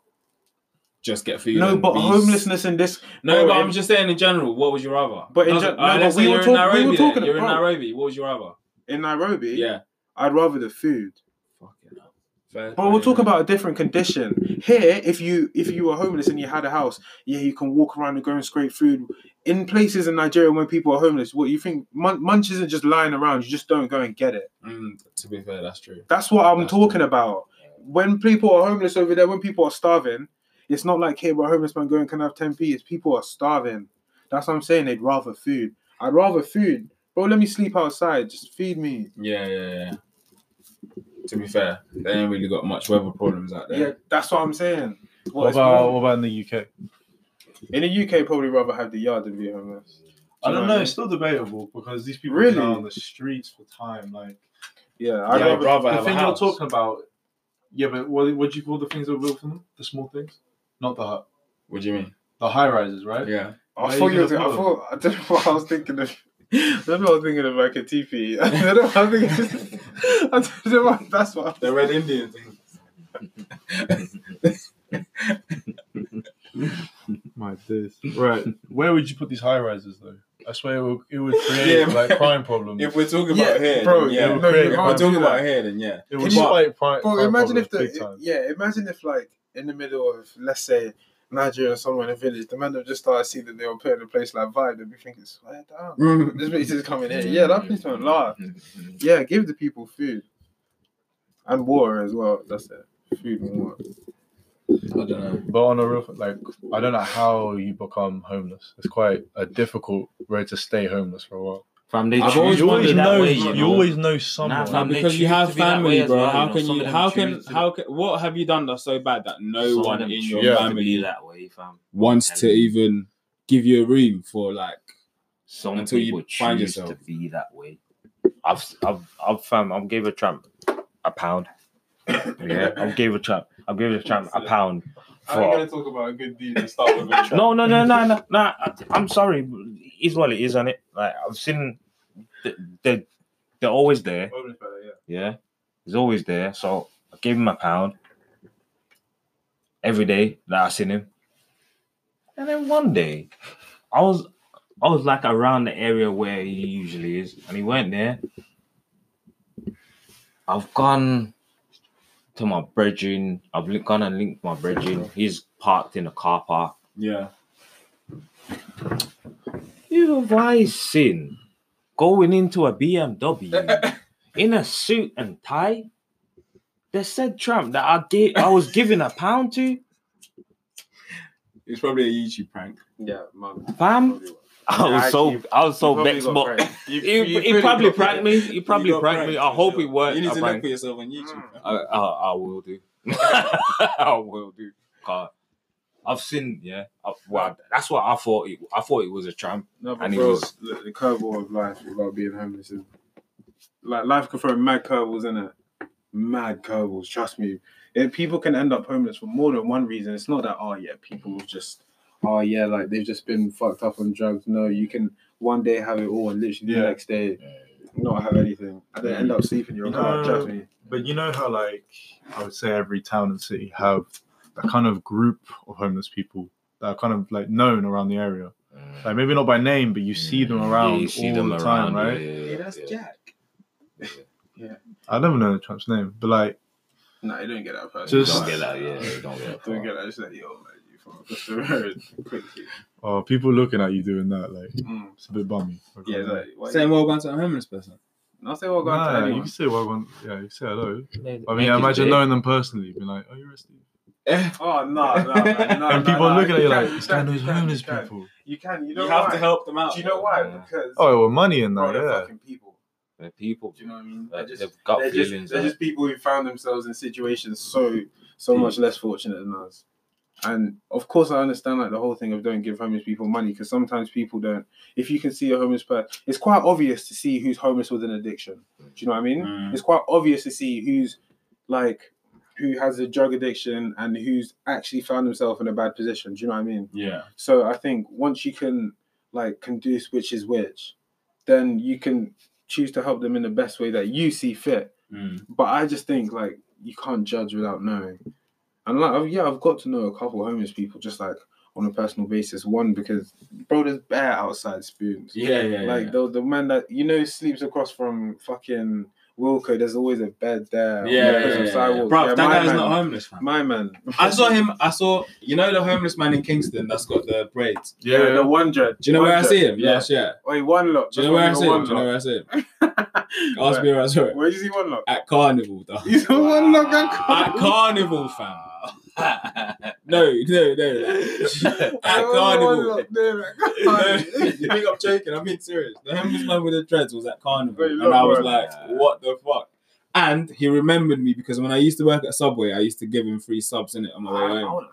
Speaker 1: just get food?
Speaker 5: No,
Speaker 1: and
Speaker 5: but
Speaker 1: be-
Speaker 5: homelessness in this.
Speaker 1: No,
Speaker 5: Bro,
Speaker 1: but I'm
Speaker 5: if-
Speaker 1: just saying in general. What would you rather?
Speaker 5: But in
Speaker 1: Doesn't-
Speaker 5: gen- no,
Speaker 1: alright,
Speaker 5: but
Speaker 1: let's
Speaker 5: we
Speaker 1: say
Speaker 5: were
Speaker 1: you're in
Speaker 5: talk- we were
Speaker 1: Nairobi. then.
Speaker 5: talking
Speaker 1: You're in
Speaker 5: about-
Speaker 1: Nairobi. What would you rather?
Speaker 5: in Nairobi,
Speaker 1: Yeah.
Speaker 5: I'd rather the food.
Speaker 1: Fucking hell. Fair
Speaker 5: But we'll
Speaker 1: play,
Speaker 5: talk about a different condition. Here, if you if you were homeless and you had a house, yeah, you can walk around and go and scrape food. In places in Nigeria when people are homeless, what you think mun- munch isn't just lying around, you just don't go and get it.
Speaker 1: Mm, to be fair, that's true.
Speaker 5: That's what I'm
Speaker 1: That's
Speaker 5: talking about. When people are homeless over there, when people are starving, it's not like here where a homeless man going can I have 10p, it's people are starving. That's what I'm saying, they'd rather food. I'd rather food. Bro, let me sleep outside. Just feed me.
Speaker 1: Yeah, yeah, yeah. To be fair, they ain't really got much weather problems out there.
Speaker 5: Yeah, that's what I'm saying. What
Speaker 2: What
Speaker 5: is
Speaker 2: about
Speaker 5: wrong?
Speaker 2: what about in the UK?
Speaker 5: In the UK, probably rather have the yard than be homeless.
Speaker 2: I don't
Speaker 5: Do you what I
Speaker 2: know.
Speaker 5: mean?
Speaker 2: It's still debatable because these people
Speaker 5: Really?
Speaker 2: are on the streets for time. Like
Speaker 5: Yeah,
Speaker 1: I'd yeah,
Speaker 5: I'd rather.
Speaker 1: I'd rather
Speaker 2: the
Speaker 1: have a
Speaker 2: thing you're
Speaker 1: house.
Speaker 2: talking about. Yeah, but what what do you call the things that built for them? The small things, not the hut.
Speaker 1: What do you mean?
Speaker 2: The high rises, right?
Speaker 1: Yeah.
Speaker 5: I
Speaker 2: Why
Speaker 5: thought
Speaker 2: you
Speaker 5: you were.
Speaker 2: gonna
Speaker 5: I
Speaker 2: put
Speaker 5: thought I don't know what I was thinking of. I don't know what I was thinking of like a teepee. I don't know what I was thinking. I don't know what that's what.
Speaker 1: The red Indian thing.
Speaker 2: My days. Right. Where would you put these high rises though? I swear it would, it would create
Speaker 1: Yeah,
Speaker 2: like
Speaker 1: man.
Speaker 2: crime problems.
Speaker 1: If we're talking
Speaker 5: Yeah,
Speaker 1: about hair,
Speaker 5: bro,
Speaker 1: then yeah.
Speaker 5: no, you
Speaker 1: If
Speaker 5: can't
Speaker 1: we're talking
Speaker 5: do
Speaker 1: about
Speaker 5: that.
Speaker 1: hair, then yeah.
Speaker 2: it
Speaker 5: Can
Speaker 2: would
Speaker 5: you-
Speaker 2: spike crime.
Speaker 5: Bro,
Speaker 2: crime
Speaker 5: imagine if
Speaker 2: problems big
Speaker 5: the
Speaker 2: time.
Speaker 5: yeah, imagine if like in the middle of let's say Nigeria or somewhere in a village, the man have just started seeing that they were put in a place like Vibe, they'd be thinking, swear down. This place is coming here. Yeah, that place don't last. Yeah, give the people food and water as well. That's it. Food and water.
Speaker 1: I don't know.
Speaker 2: But on a real like, I don't know how you become homeless. It's quite a difficult road to stay homeless for a while.
Speaker 3: From they
Speaker 1: I've
Speaker 3: choose
Speaker 1: always
Speaker 3: to
Speaker 2: You always
Speaker 3: be
Speaker 1: wondered
Speaker 3: that
Speaker 2: know,
Speaker 3: way,
Speaker 2: you,
Speaker 3: you know.
Speaker 2: always know someone.
Speaker 3: fam, they
Speaker 1: because you
Speaker 3: choose
Speaker 1: have
Speaker 3: to be that way
Speaker 1: family,
Speaker 3: as
Speaker 1: bro.
Speaker 3: well,
Speaker 1: how
Speaker 3: you know,
Speaker 1: can
Speaker 3: some
Speaker 1: you?
Speaker 3: of them
Speaker 1: How can?
Speaker 3: choose to-
Speaker 1: How can? What have you done that's so bad that no
Speaker 3: Some of
Speaker 1: one
Speaker 3: them
Speaker 1: in
Speaker 3: choose
Speaker 1: your
Speaker 2: Yeah.
Speaker 3: to
Speaker 1: family
Speaker 3: be that way, fam.
Speaker 1: wants to
Speaker 3: And-
Speaker 1: even give you a room for like?
Speaker 3: Some
Speaker 1: Until you
Speaker 3: people
Speaker 1: find
Speaker 3: choose
Speaker 1: yourself.
Speaker 3: to be that way. I've, I've, I've, fam, I've gave a tramp a pound. Yeah, I've gave a tramp. I've gave a tramp a pound for.
Speaker 2: talk about a good deed and start with a
Speaker 3: No, no, no, no, no, no. I- I'm sorry. Is what it is, isn't it? Like I've seen, th- they, they're always there. Yeah, he's always there. So I gave him a pound every day that I seen him. And then one day, I was I was like around the area where he usually is, and he went there. I've gone to my brethren. I've li- gone and linked my brethren. He's parked in a car park.
Speaker 1: Yeah.
Speaker 3: You have I seen going into a BMW in a suit and tie? The said tramp that I gave, I was giving a pound to,
Speaker 1: It's probably a YouTube prank.
Speaker 5: Yeah, man.
Speaker 3: fam. I was so, I was so
Speaker 5: You probably
Speaker 3: vexed,
Speaker 5: got
Speaker 3: but
Speaker 5: pranked. You-
Speaker 3: he,
Speaker 5: you
Speaker 3: he
Speaker 5: really
Speaker 3: probably
Speaker 5: got
Speaker 3: pranked me. He probably
Speaker 1: You got
Speaker 3: pranked me. I
Speaker 1: pranked,
Speaker 3: hope
Speaker 1: for
Speaker 3: he
Speaker 1: sure.
Speaker 3: won't.
Speaker 1: You need
Speaker 3: I
Speaker 1: to look
Speaker 3: prank.
Speaker 1: for yourself on YouTube.
Speaker 5: Mm.
Speaker 3: I, I, I will do. I will do. God. I've seen, yeah. I, well, that's what I thought. It, I thought it was a tramp.
Speaker 5: No, but
Speaker 3: And he
Speaker 5: bro,
Speaker 3: was-
Speaker 5: look, the curveball of life about being homeless is like life can throw mad curveballs in it. Mad curveballs, trust me. If people can end up homeless for more than one reason. It's not that oh yeah, people just oh yeah, like they've just been fucked up on drugs. No, you can one day have it all and literally the
Speaker 2: Yeah.
Speaker 5: next day not have anything. And then end up sleeping in your
Speaker 2: You
Speaker 5: car,
Speaker 2: know-
Speaker 5: trust me.
Speaker 2: But you know how, like, I would say every town and city have that kind of group of homeless people that are kind of like known around the area. Like maybe not by name, but you see them around
Speaker 3: you see
Speaker 2: all
Speaker 3: them
Speaker 2: the time,
Speaker 3: around,
Speaker 2: right?
Speaker 3: yeah,
Speaker 5: Yeah, that's
Speaker 3: yeah.
Speaker 5: Jack.
Speaker 2: I never know the chap's name, but like
Speaker 5: No, you don't get that person.
Speaker 3: You
Speaker 2: Just-
Speaker 3: don't get that, Oh, yeah. you Don't get
Speaker 5: don't
Speaker 3: that.
Speaker 5: get that. Just like yo, man, you from across the road. Quickly.
Speaker 2: oh, people looking at you doing that, like
Speaker 5: Mm.
Speaker 2: it's a bit bummy.
Speaker 5: Yeah, like why-
Speaker 1: Same well gone to a homeless person.
Speaker 5: Not say well gone
Speaker 2: Nah,
Speaker 5: to
Speaker 2: you can
Speaker 5: anyone.
Speaker 2: say welcome. Yeah, you can say hello. I mean,
Speaker 3: Make
Speaker 2: I
Speaker 3: his
Speaker 2: imagine
Speaker 3: day.
Speaker 2: knowing them personally, being like, "Oh, you're a Steve,"
Speaker 5: Oh no, no, no, no, no
Speaker 2: and people
Speaker 5: no,
Speaker 2: are looking at you like,
Speaker 5: can,
Speaker 2: "This guy
Speaker 5: can,
Speaker 2: knows
Speaker 5: you can,
Speaker 2: homeless
Speaker 5: you can.
Speaker 2: people."
Speaker 5: You can. You
Speaker 1: You,
Speaker 5: know
Speaker 1: have
Speaker 5: why?
Speaker 1: to help them out.
Speaker 5: Do you know why?
Speaker 3: Yeah.
Speaker 5: Because
Speaker 2: Oh, well, money in
Speaker 5: bro,
Speaker 2: that,
Speaker 5: they're
Speaker 2: yeah.
Speaker 5: fucking people.
Speaker 3: The people,
Speaker 5: Do you know what I mean?
Speaker 3: like,
Speaker 5: They're just,
Speaker 3: they've got
Speaker 5: they're,
Speaker 3: feelings.
Speaker 5: just, they're
Speaker 3: like- Hmm.
Speaker 5: just people who found themselves in situations so so much less fortunate than us. And of course, I understand like the whole thing of don't give homeless people money because sometimes people don't. If you can see a homeless person, it's quite obvious to see who's homeless with an addiction. Do you know what I mean?
Speaker 3: Hmm.
Speaker 1: Mm.
Speaker 5: It's quite obvious to see who's like who has a drug addiction and who's actually found himself in a bad position. Do you know what I mean?
Speaker 1: Yeah.
Speaker 5: So I think once you can like conduce which is which, then you can choose to help them in the best way that you see fit.
Speaker 1: Mm.
Speaker 5: But I just think like you can't judge without knowing. And like I've- yeah, I've got to know a couple homeless people just like on a personal basis. One because bro, there's bare outside spoons.
Speaker 1: Yeah, yeah, yeah.
Speaker 5: Like the the man that you know sleeps across from fucking Wilco. There's always a bed there. on the
Speaker 1: yeah, yeah,
Speaker 5: prison
Speaker 1: yeah, yeah.
Speaker 5: sidewalk.
Speaker 1: Bruv,
Speaker 5: Yeah,
Speaker 1: that
Speaker 5: my
Speaker 1: guy's
Speaker 5: man-
Speaker 1: not homeless, man.
Speaker 5: My man.
Speaker 1: I saw him. I saw you know the homeless man in Kingston that's got the braids.
Speaker 2: Yeah,
Speaker 5: the one dread.
Speaker 1: Do you know where I
Speaker 5: One
Speaker 1: see
Speaker 5: dread.
Speaker 1: him? Yes, yeah.
Speaker 5: Wait, one lot.
Speaker 1: Do you know where I see him?
Speaker 5: One
Speaker 1: Do you know
Speaker 5: lot.
Speaker 1: where I see him? Ask me where I saw him.
Speaker 5: Where did you see one lock?
Speaker 1: At Carnival, though.
Speaker 5: You saw one lock at
Speaker 1: At Carnival, fam. no, no, no. At Carnival. No, you think I'm joking? I'm being serious. The homeless man with the dreads was at Carnival,
Speaker 5: Wait,
Speaker 1: and I was
Speaker 5: look,
Speaker 1: like,
Speaker 3: bro.
Speaker 1: "What the fuck?" And he remembered me because when I used to work at Subway, I used to give him free subs in it on my way home.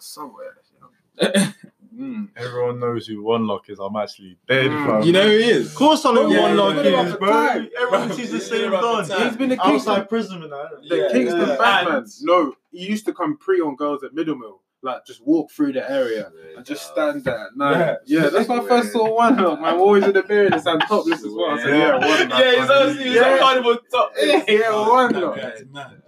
Speaker 5: Mm.
Speaker 2: Everyone knows who One Lock is. I'm actually dead,
Speaker 5: Mm.
Speaker 2: bro.
Speaker 1: You know who he is?
Speaker 2: of course I know who
Speaker 1: Yeah,
Speaker 2: One
Speaker 1: yeah,
Speaker 2: Lock
Speaker 1: yeah.
Speaker 2: is,
Speaker 5: Bro,
Speaker 2: bro. Everyone
Speaker 1: bro,
Speaker 2: sees
Speaker 1: you
Speaker 2: the same
Speaker 1: know about
Speaker 2: done.
Speaker 1: the time.
Speaker 5: He's been a Kingston,
Speaker 2: Outside prison and that.
Speaker 5: the
Speaker 1: Yeah,
Speaker 5: Kingston
Speaker 1: yeah.
Speaker 5: Batman.
Speaker 1: And-
Speaker 5: No, he used to come pre on girls at Middle Mill. Like, just walk through the area and just stand there at night. Yeah, that's when I first saw one lock. Man, always in the mirror and stand topless as well. So, yeah, one lock.
Speaker 1: obviously-
Speaker 5: Yeah.
Speaker 1: Carnival top.
Speaker 5: Yeah, yeah, one
Speaker 1: That
Speaker 5: lock.
Speaker 1: guy's mad.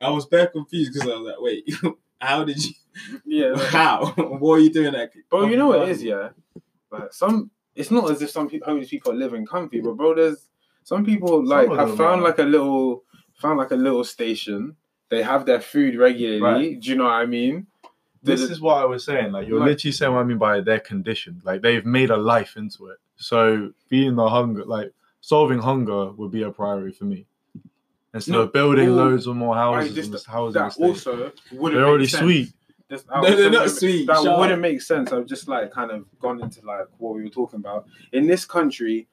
Speaker 1: I was very confused because I was like, "Wait, how did you?
Speaker 5: Yeah, like-
Speaker 1: How? what are you doing?" Like,
Speaker 5: Bro, you know what it is, yeah. Like some, it's not as if some people, homeless people are living comfy, but bro, there's some people like
Speaker 2: of
Speaker 5: have
Speaker 2: them
Speaker 5: found
Speaker 2: are.
Speaker 5: like a little, found like a little station. They have their food regularly.
Speaker 2: Right.
Speaker 5: Do you know what I mean?
Speaker 2: This
Speaker 5: Did-
Speaker 2: is what I was saying. Like you're
Speaker 5: Like-
Speaker 2: literally saying what I mean by their condition. Like they've made a life into it. So feeding the hunger, like solving hunger, would be a priority for me. Instead
Speaker 5: No,
Speaker 2: of building
Speaker 5: all-
Speaker 2: loads of more houses,
Speaker 5: Right, just
Speaker 2: and s- houses
Speaker 5: that
Speaker 2: and estates.
Speaker 5: also wouldn't.
Speaker 2: they're
Speaker 5: make
Speaker 2: already
Speaker 5: sense.
Speaker 2: sweet.
Speaker 5: That's-
Speaker 1: No,
Speaker 5: that
Speaker 1: they're
Speaker 5: also
Speaker 1: not
Speaker 5: wouldn't-
Speaker 1: sweet.
Speaker 5: That
Speaker 1: Shut up.
Speaker 5: wouldn't make sense. I've just like kind of gone into like what we were talking about in this country.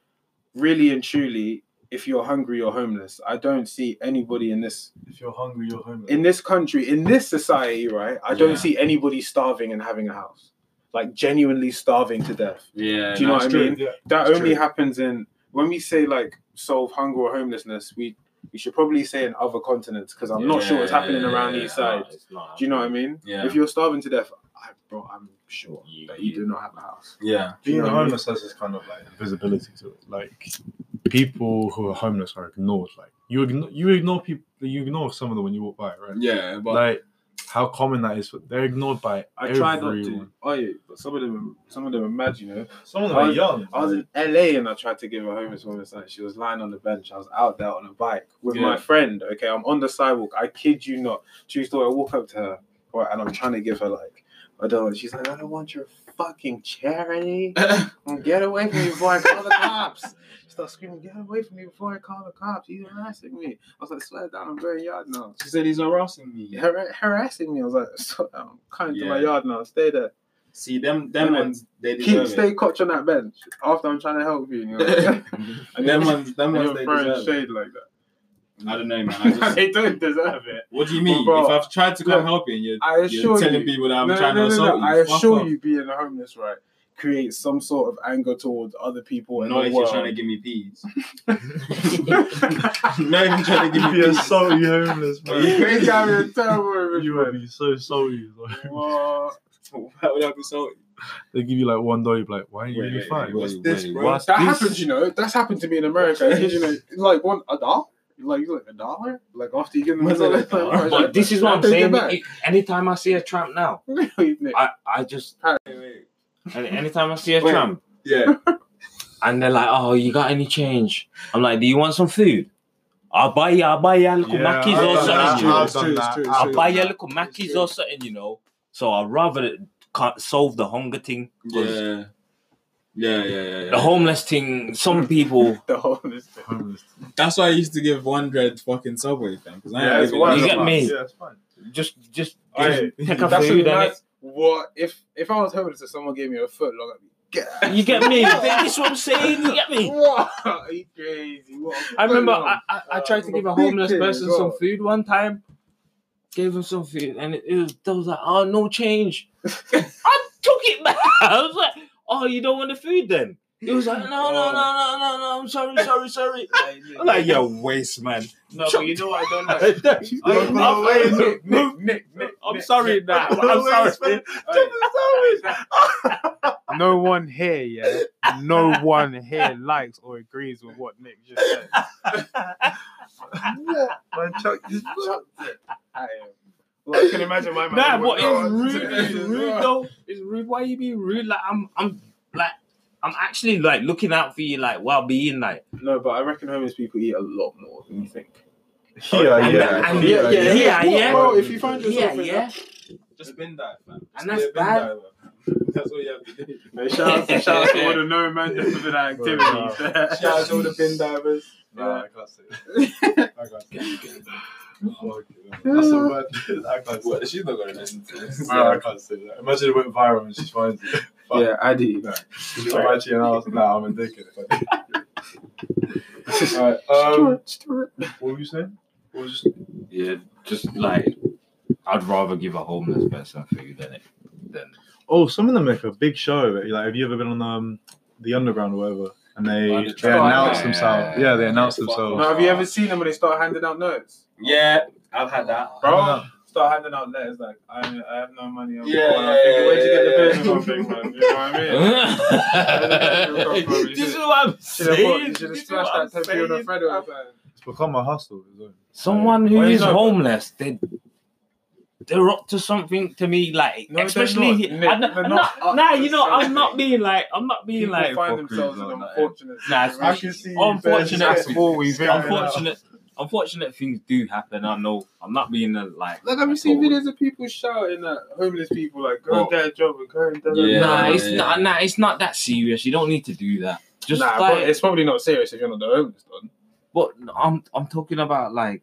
Speaker 5: Really and truly, if you're hungry, you're homeless. I don't see anybody in this
Speaker 2: If you're hungry, you're homeless.
Speaker 5: in this country, in this society, right? I don't
Speaker 1: Yeah.
Speaker 5: see anybody starving and having a house, like genuinely starving to death.
Speaker 1: Yeah,
Speaker 5: Do you know
Speaker 1: that's
Speaker 5: what I
Speaker 1: true.
Speaker 5: mean? That
Speaker 2: It's
Speaker 5: only
Speaker 2: true.
Speaker 5: happens in when we say like solve hunger or homelessness. We we should probably say in other continents because I'm not sure what's
Speaker 1: Yeah,
Speaker 5: happening
Speaker 1: yeah,
Speaker 5: around
Speaker 1: yeah,
Speaker 5: these sides. Do you know what I mean?
Speaker 1: Yeah.
Speaker 5: If you're starving to death, I, bro, I'm sure
Speaker 3: You-
Speaker 5: that you do not have a house.
Speaker 1: Yeah,
Speaker 2: Being
Speaker 5: You know what I mean?
Speaker 2: homeless has this kind of like visibility to it. Like people who are homeless are ignored. Like you ignore you ignore people you ignore some of them when you walk by, right?
Speaker 1: yeah, but
Speaker 2: like how common that is. They're ignored by
Speaker 5: I
Speaker 2: everyone.
Speaker 5: try not to. Oh yeah, but some of them, some of them are mad, you know.
Speaker 2: Some of
Speaker 1: Oh,
Speaker 5: them are
Speaker 2: young.
Speaker 5: I was in LA and I tried to give a homeless woman something. She was lying on the bench. I was out there on a bike with
Speaker 1: Yeah.
Speaker 5: my friend. Okay, I'm on the sidewalk. I kid you not. True story. I walk up to her right, and I'm trying to give her like, I don't. She's like, I don't want your fucking charity. Get away from me before I call the cops. She starts screaming, Get away from me before I call the cops. You're harassing me. I was like, Swear down, I'm going yard now.
Speaker 1: she said he's harassing me.
Speaker 5: Har- harassing me. I was like, "Swear down, I'm coming to my
Speaker 1: Yeah.
Speaker 5: yard now. Stay there.
Speaker 1: See them, them
Speaker 5: Yeah.
Speaker 1: ones they
Speaker 5: Keep
Speaker 1: deserve
Speaker 5: stay
Speaker 1: it.
Speaker 5: cotch on that bench after I'm trying to help you. you know?
Speaker 1: And them ones, them ones
Speaker 5: And you're
Speaker 1: they
Speaker 5: throwing
Speaker 1: deserve it.
Speaker 5: shade like that.
Speaker 1: I don't know, man. I just,
Speaker 5: they don't deserve it.
Speaker 1: what do you mean?
Speaker 5: Bro,
Speaker 1: if I've tried to come
Speaker 5: look,
Speaker 1: help you, and you're,
Speaker 5: I
Speaker 1: you're
Speaker 5: assure
Speaker 1: telling
Speaker 5: you.
Speaker 1: people that
Speaker 5: No,
Speaker 1: I'm
Speaker 5: no,
Speaker 1: trying to
Speaker 5: no, no,
Speaker 1: assault you.
Speaker 5: I
Speaker 1: fuck
Speaker 5: assure
Speaker 1: off.
Speaker 5: you, being a homeless, right, creates some sort of anger towards other people. in
Speaker 1: Not
Speaker 5: the
Speaker 1: if you're
Speaker 5: world.
Speaker 1: trying to give me peas. Not if you're trying to give me
Speaker 2: You'd be a
Speaker 1: peas.
Speaker 2: salty homeless,
Speaker 1: Are you
Speaker 2: man.
Speaker 5: They got me a terrible
Speaker 2: you would be so salty. like,
Speaker 5: What?
Speaker 1: Why would I be salty?
Speaker 2: they give you like one dollar, you'd be like, why aren't you
Speaker 1: Wait,
Speaker 2: really
Speaker 1: wait,
Speaker 2: fine?
Speaker 1: wait,
Speaker 2: What's
Speaker 1: wait,
Speaker 2: this,
Speaker 1: wait,
Speaker 2: bro?
Speaker 1: what's
Speaker 5: That
Speaker 1: this?
Speaker 5: happens, you know. That's happened to me in America. You know, like one adult. like you like a dollar? Like after you give them a
Speaker 4: Was it a
Speaker 5: dollar?
Speaker 4: dollar?
Speaker 5: Like,
Speaker 3: But this is what I'm
Speaker 5: Take it
Speaker 3: saying.
Speaker 5: back.
Speaker 3: If- anytime I see a tramp now,
Speaker 5: Wait,
Speaker 3: I, I just and anytime I see a
Speaker 5: Wait.
Speaker 3: tramp
Speaker 1: Yeah.
Speaker 3: and they're like, "Oh, you got any change?" I'm like, "Do you want some food?" I'll buy you. I'll buy you a little
Speaker 2: Yeah,
Speaker 3: Mackey's
Speaker 2: I've
Speaker 3: or
Speaker 2: done
Speaker 3: something.
Speaker 2: that,
Speaker 3: you know.
Speaker 2: I've done
Speaker 5: It's
Speaker 2: that,
Speaker 5: true, it's
Speaker 2: I've
Speaker 3: I'll
Speaker 5: true.
Speaker 2: done
Speaker 3: buy
Speaker 2: that.
Speaker 3: you a little Mackey's or something, you know. So I'd rather can't solve the hunger thing. 'cause
Speaker 1: Yeah. Yeah, yeah, yeah,
Speaker 3: The homeless thing, some people
Speaker 5: the whole this thing.
Speaker 2: Homeless.
Speaker 1: That's why I used to give one dread fucking subway fam. Because I ain't
Speaker 5: it's
Speaker 1: giving
Speaker 5: one
Speaker 1: you
Speaker 3: You get
Speaker 1: that
Speaker 3: me?
Speaker 1: much.
Speaker 2: Yeah, it's fine.
Speaker 3: just just
Speaker 5: Aye,
Speaker 3: pick up
Speaker 5: That's a
Speaker 3: food and
Speaker 5: nice. What if if I was homeless and someone gave me a foot long? I'd be, Get out.
Speaker 3: it. You get me? That's what I'm saying. You get me?
Speaker 5: What? Are you crazy? What?
Speaker 3: I remember I, I, I
Speaker 5: Uh,
Speaker 3: tried to give a
Speaker 5: big
Speaker 3: homeless
Speaker 5: thing as
Speaker 3: person
Speaker 5: well.
Speaker 3: some food one time. Gave him some food, and it, it was, they was like, "Oh, no change." I took it back. I was like, "Oh, you don't want the food then?" He was like, "No, no, no, no, no, no. I'm sorry, sorry, sorry." I'm like, "Yo, waste man."
Speaker 5: No, but you know what I don't like.
Speaker 2: Look, look,
Speaker 5: I'm- I'm-
Speaker 2: look, look.
Speaker 5: Nick, Nick, Nick,
Speaker 1: I'm
Speaker 5: Nick,
Speaker 1: sorry,
Speaker 5: Nick,
Speaker 1: nah.
Speaker 5: Nick,
Speaker 1: I'm
Speaker 5: Nick,
Speaker 1: sorry.
Speaker 5: Nick, Nick,
Speaker 4: No one here, yeah. No one here likes or agrees with what Nick just said.
Speaker 5: Man, Chuck just chucked it. I am. Well, I can imagine my man.
Speaker 3: Nah,
Speaker 5: would
Speaker 3: but
Speaker 5: go
Speaker 3: it's
Speaker 5: on
Speaker 3: rude.
Speaker 5: to-
Speaker 3: It's rude though. It's rude. Why you being rude? Like I'm, I'm like, I'm actually like looking out for you, like well being like.
Speaker 5: No, but I reckon homeless people eat a lot more than you think.
Speaker 2: Yeah,
Speaker 3: And
Speaker 2: yeah.
Speaker 3: that- and yeah, yeah, yeah, yeah.
Speaker 5: Bro, if you find
Speaker 3: Yeah,
Speaker 5: yourself in
Speaker 3: yeah.
Speaker 1: Just bin dive, man. Just
Speaker 3: And that's
Speaker 1: be a bin
Speaker 3: bad.
Speaker 1: diver, fam. That's all you have to do.
Speaker 4: Hey, shout, out to, shout out to all the no Manchester for that activities.
Speaker 1: Shout out to all the bin divers.
Speaker 2: Nah, I can't say that. I can't say that. That's so bad. I can't say that.
Speaker 1: What? She's not gonna listen to this.
Speaker 2: Nah, I can't say that. Imagine it went viral and she finds it.
Speaker 5: that. Yeah, I do. Nah.
Speaker 2: She's like, actually, and I was, nah, I'm a dickhead. Alright, um, what were you saying? What was just,
Speaker 3: Yeah, just like I'd rather give a homeless person food than it than
Speaker 2: oh, some of them make a big show of it. Like, have you ever been on um, the underground or whatever? And they,
Speaker 1: Oh, the
Speaker 2: they
Speaker 1: train.
Speaker 2: announce
Speaker 5: Yeah.
Speaker 2: themselves. Yeah, they announce
Speaker 1: Yeah, fuck
Speaker 2: themselves.
Speaker 5: No, have you ever seen them when they start handing out notes?
Speaker 1: Yeah, I've had that.
Speaker 5: Bro, start handing out letters like, I, I have no money. I'm
Speaker 1: Yeah,
Speaker 5: poor. I'm
Speaker 1: yeah,
Speaker 5: thinking,
Speaker 1: yeah,
Speaker 5: Where'd you
Speaker 1: yeah,
Speaker 5: get
Speaker 1: yeah.
Speaker 5: the business from, big man? You know what I mean?
Speaker 3: this is what I'm
Speaker 5: Should have bought-
Speaker 3: saying.
Speaker 5: you
Speaker 3: This
Speaker 5: should have
Speaker 3: is
Speaker 5: splashed
Speaker 3: what I'm
Speaker 5: that ten p on a
Speaker 3: saying.
Speaker 5: Fredo or something.
Speaker 2: It's become a hustle. isn't it?
Speaker 3: Someone who
Speaker 5: Why
Speaker 3: is
Speaker 5: not?
Speaker 3: homeless, they they're up to something to me. Like
Speaker 5: No, they're
Speaker 3: especially,
Speaker 5: not,
Speaker 3: he-
Speaker 5: Nick.
Speaker 3: I'm not-
Speaker 5: They're
Speaker 3: I'm
Speaker 5: not
Speaker 3: not-
Speaker 5: up
Speaker 3: nah,
Speaker 5: to
Speaker 3: you know, I'm not
Speaker 5: something.
Speaker 3: being like, I'm not being
Speaker 5: People
Speaker 3: like
Speaker 5: find
Speaker 2: fuck
Speaker 5: themselves
Speaker 2: you,
Speaker 5: in
Speaker 2: no, no,
Speaker 5: unfortunate
Speaker 3: Nah, it's
Speaker 5: situations.
Speaker 2: can see.
Speaker 3: Unfortunate.
Speaker 2: That's all we've been.
Speaker 3: unfortunate. Unfortunate things do happen. I know. I'm not being a, like.
Speaker 5: Like, have you seen videos of people shouting at homeless people, like, go and
Speaker 3: What?
Speaker 5: get a job and go and da- da-
Speaker 1: Yeah.
Speaker 5: da-
Speaker 3: nah,
Speaker 5: da-
Speaker 3: it's
Speaker 1: yeah.
Speaker 3: not. Nah, it's not that serious. You don't need to do that. Just
Speaker 5: Nah,
Speaker 3: like,
Speaker 5: but it's probably not serious if you're not the homeless one.
Speaker 3: But I'm I'm talking about like,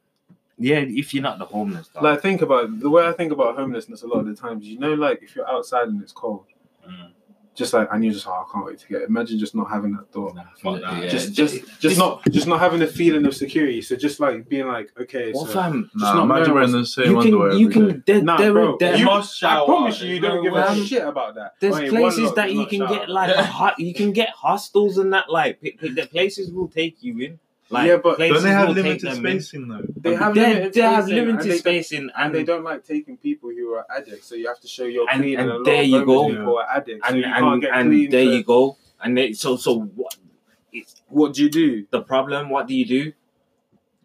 Speaker 3: yeah, if you're not the homeless, dog.
Speaker 5: Like, think about the way I think about homelessness a lot of the times. You know, like if you're outside and it's cold,
Speaker 3: Mm.
Speaker 5: just like and you're just oh, I can't wait to get. it." Imagine just not having that door.
Speaker 3: Nah,
Speaker 1: fuck that.
Speaker 3: yeah,
Speaker 5: just, just, just, not, just not having the feeling of security. So just like being like, okay,
Speaker 3: Well,
Speaker 5: so,
Speaker 3: fam,
Speaker 5: Just not
Speaker 2: Nah, imagine
Speaker 5: knowing
Speaker 2: wearing the same
Speaker 3: you
Speaker 2: underwear.
Speaker 3: can you
Speaker 2: every
Speaker 3: can there,
Speaker 5: Nah,
Speaker 3: there,
Speaker 5: bro,
Speaker 3: there-
Speaker 5: you-
Speaker 1: must
Speaker 5: I
Speaker 1: shower.
Speaker 5: promise you, you don't give
Speaker 3: Well,
Speaker 5: a shit about that.
Speaker 3: there's
Speaker 5: Only one
Speaker 3: places
Speaker 5: lot
Speaker 3: that
Speaker 5: does
Speaker 3: you
Speaker 5: not
Speaker 3: can
Speaker 5: shower.
Speaker 3: get like a hot, you can get hostels and that like p- p- the places will take you in. Like,
Speaker 5: Yeah, but-
Speaker 2: day.
Speaker 3: places
Speaker 2: Don't they have
Speaker 3: will take
Speaker 2: limited
Speaker 3: them in.
Speaker 2: spacing though?
Speaker 5: They have
Speaker 3: They-
Speaker 5: limited
Speaker 3: they have
Speaker 5: spacing, and
Speaker 3: limited
Speaker 5: they don't-
Speaker 3: spacing,
Speaker 5: and they don't like taking people who are addicts. So you have to show you're
Speaker 3: Mm. And-
Speaker 5: clean,
Speaker 3: and
Speaker 5: and, a lot
Speaker 3: there
Speaker 5: of
Speaker 3: you
Speaker 5: homeless
Speaker 3: go.
Speaker 5: People are addicts, so
Speaker 3: and
Speaker 5: you can't
Speaker 3: and,
Speaker 5: get
Speaker 3: and
Speaker 5: clean.
Speaker 3: there
Speaker 5: so
Speaker 3: you go. And they, so so what? It's
Speaker 5: What do you do?
Speaker 3: the problem. What do you do?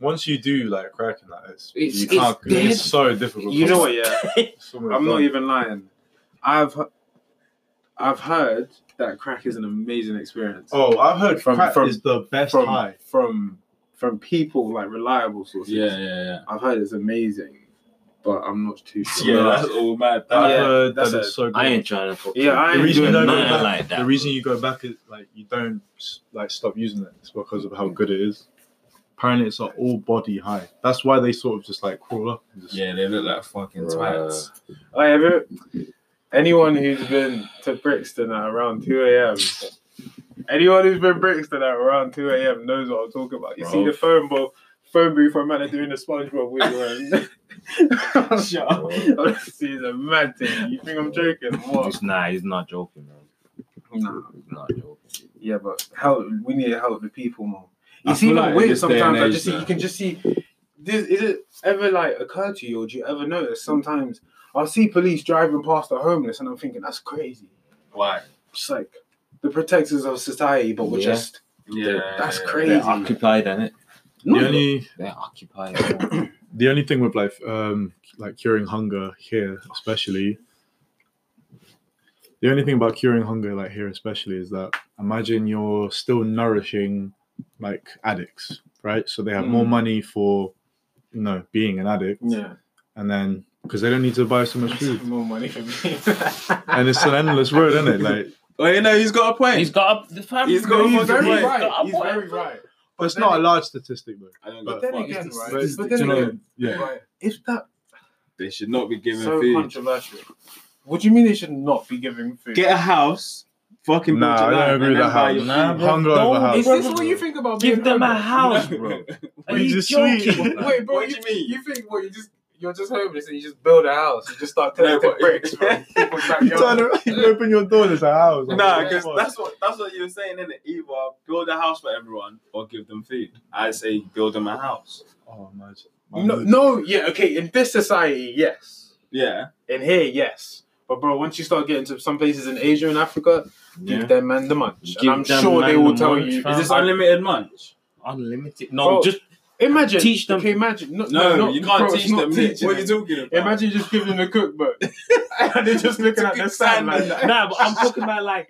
Speaker 2: Once you do like cracking that, it's
Speaker 3: It's-
Speaker 2: you can't,
Speaker 3: it's dead.
Speaker 2: it's so difficult.
Speaker 5: You know what? Yeah,
Speaker 2: Someone
Speaker 5: I'm not
Speaker 2: done.
Speaker 5: even lying. I've I've heard that crack is an amazing experience.
Speaker 2: Oh, I've heard
Speaker 5: From-
Speaker 2: crack
Speaker 5: from-
Speaker 2: is the best
Speaker 5: from
Speaker 2: high.
Speaker 5: from from people like reliable sources.
Speaker 1: Yeah, yeah, yeah.
Speaker 5: I've heard it's amazing, but I'm not too sure.
Speaker 1: Yeah, that's all mad.
Speaker 2: I've
Speaker 5: Oh, Yeah,
Speaker 2: heard that
Speaker 5: that's
Speaker 2: it's
Speaker 5: it.
Speaker 2: so good.
Speaker 3: I ain't trying to. fuck
Speaker 5: Yeah, I
Speaker 2: the
Speaker 5: ain't
Speaker 2: reason you don't
Speaker 5: doing
Speaker 2: go
Speaker 3: nothing
Speaker 2: back,
Speaker 3: like that.
Speaker 2: the reason you go back is like you don't like stop using it. It's because of how good it is. Apparently, it's an all body high. That's why they sort of just like crawl up. And just,
Speaker 1: Yeah, they look like fucking twats.
Speaker 5: Like, have you- anyone who's been to Brixton at around 2 a.m., anyone who's been Brixton at around 2 a.m. knows what I'm talking about. You see
Speaker 1: Bro.
Speaker 5: the phone booth, phone booth where man are doing the SpongeBob wiggle. Shut up. This is a mad thing. You think I'm joking? What?
Speaker 3: Just, nah, he's not joking, man.
Speaker 5: Nah.
Speaker 3: He's not joking.
Speaker 5: Yeah, but help. We need to help the people more.
Speaker 1: I
Speaker 5: It's
Speaker 1: feel
Speaker 5: even
Speaker 1: like
Speaker 5: weird
Speaker 1: this day and
Speaker 5: sometimes. I
Speaker 1: age,
Speaker 5: just see,
Speaker 1: though.
Speaker 5: you can just see. This is it ever like occur to you, or do you ever notice sometimes I'll see police driving past the homeless, and I'm thinking that's crazy.
Speaker 1: Why?
Speaker 5: It's like the protectors of society, but we're
Speaker 3: Yeah.
Speaker 5: just
Speaker 1: Yeah,
Speaker 5: That's
Speaker 1: yeah,
Speaker 5: crazy.
Speaker 3: They're occupied, ain't it?
Speaker 2: the only
Speaker 3: They're occupied.
Speaker 2: the only thing with like um like curing hunger here especially the only thing about curing hunger like here especially is that imagine you're still nourishing like addicts right so they have more money for you know being an addict
Speaker 5: Yeah.
Speaker 2: and then because they don't need to buy so much food
Speaker 5: More money for me.
Speaker 2: and it's an endless road isn't it like
Speaker 5: well, you know, he's got a point.
Speaker 6: He's got a the family.
Speaker 5: he's got a
Speaker 2: he's
Speaker 5: fucking
Speaker 2: very
Speaker 5: point.
Speaker 6: right.
Speaker 5: He's very right.
Speaker 2: but it's not a large statistic though
Speaker 6: I don't
Speaker 2: But
Speaker 6: give
Speaker 5: then
Speaker 6: a fuck.
Speaker 5: again,
Speaker 2: But
Speaker 5: right?
Speaker 2: it's-
Speaker 5: But
Speaker 2: do
Speaker 5: then
Speaker 2: you know-
Speaker 5: again,
Speaker 2: yeah
Speaker 5: right, if that
Speaker 6: They should not be giving
Speaker 5: so
Speaker 6: food.
Speaker 5: controversial, what do you mean they should not be giving food?
Speaker 1: Get a house, fucking
Speaker 2: Nah,
Speaker 1: build your
Speaker 2: I don't
Speaker 1: land,
Speaker 2: agree
Speaker 1: and
Speaker 2: with
Speaker 1: then
Speaker 2: that
Speaker 1: buy
Speaker 2: house.
Speaker 1: your land, bro.
Speaker 2: Hunger over house.
Speaker 5: is this what you think about?
Speaker 6: Give
Speaker 5: being
Speaker 6: them a
Speaker 5: homeless?
Speaker 6: house, bro. Are
Speaker 2: We
Speaker 6: you
Speaker 2: just sweet.
Speaker 6: joking?
Speaker 5: Wait, bro,
Speaker 1: What do
Speaker 5: you,
Speaker 1: you mean?
Speaker 5: you think what you just you're just homeless and you just build a house? You just start collecting
Speaker 1: but-
Speaker 5: bricks from people's
Speaker 2: you turn
Speaker 5: backyards.
Speaker 2: around you open your door there's a house
Speaker 1: Nah, because that's what that's what you were saying, innit? Either build a house for everyone or give them food. I say build them a house.
Speaker 2: oh my my
Speaker 5: No, no, yeah, okay. In this society, yes.
Speaker 1: Yeah.
Speaker 5: In here, yes. But bro, once you start getting to some places in Asia and Africa,
Speaker 3: Yeah.
Speaker 5: give them man the munch,
Speaker 3: Give
Speaker 5: and I'm
Speaker 3: them
Speaker 5: sure
Speaker 3: man
Speaker 5: they
Speaker 3: the
Speaker 5: will tell
Speaker 3: munch,
Speaker 5: you. Is
Speaker 3: fam.
Speaker 5: this
Speaker 1: It's unlimited munch.
Speaker 3: Unlimited. No,
Speaker 5: Bro,
Speaker 3: just
Speaker 5: Imagine
Speaker 3: Teach them-
Speaker 5: Okay, imagine. No,
Speaker 1: No,
Speaker 5: no, not-
Speaker 1: you can't
Speaker 5: bro, it's
Speaker 1: teach
Speaker 5: not
Speaker 1: them.
Speaker 5: teaching
Speaker 1: What are
Speaker 5: them.
Speaker 1: you talking about?
Speaker 5: Imagine just giving them a cookbook and they're just looking at the sand like that.
Speaker 6: nah, but I'm talking about like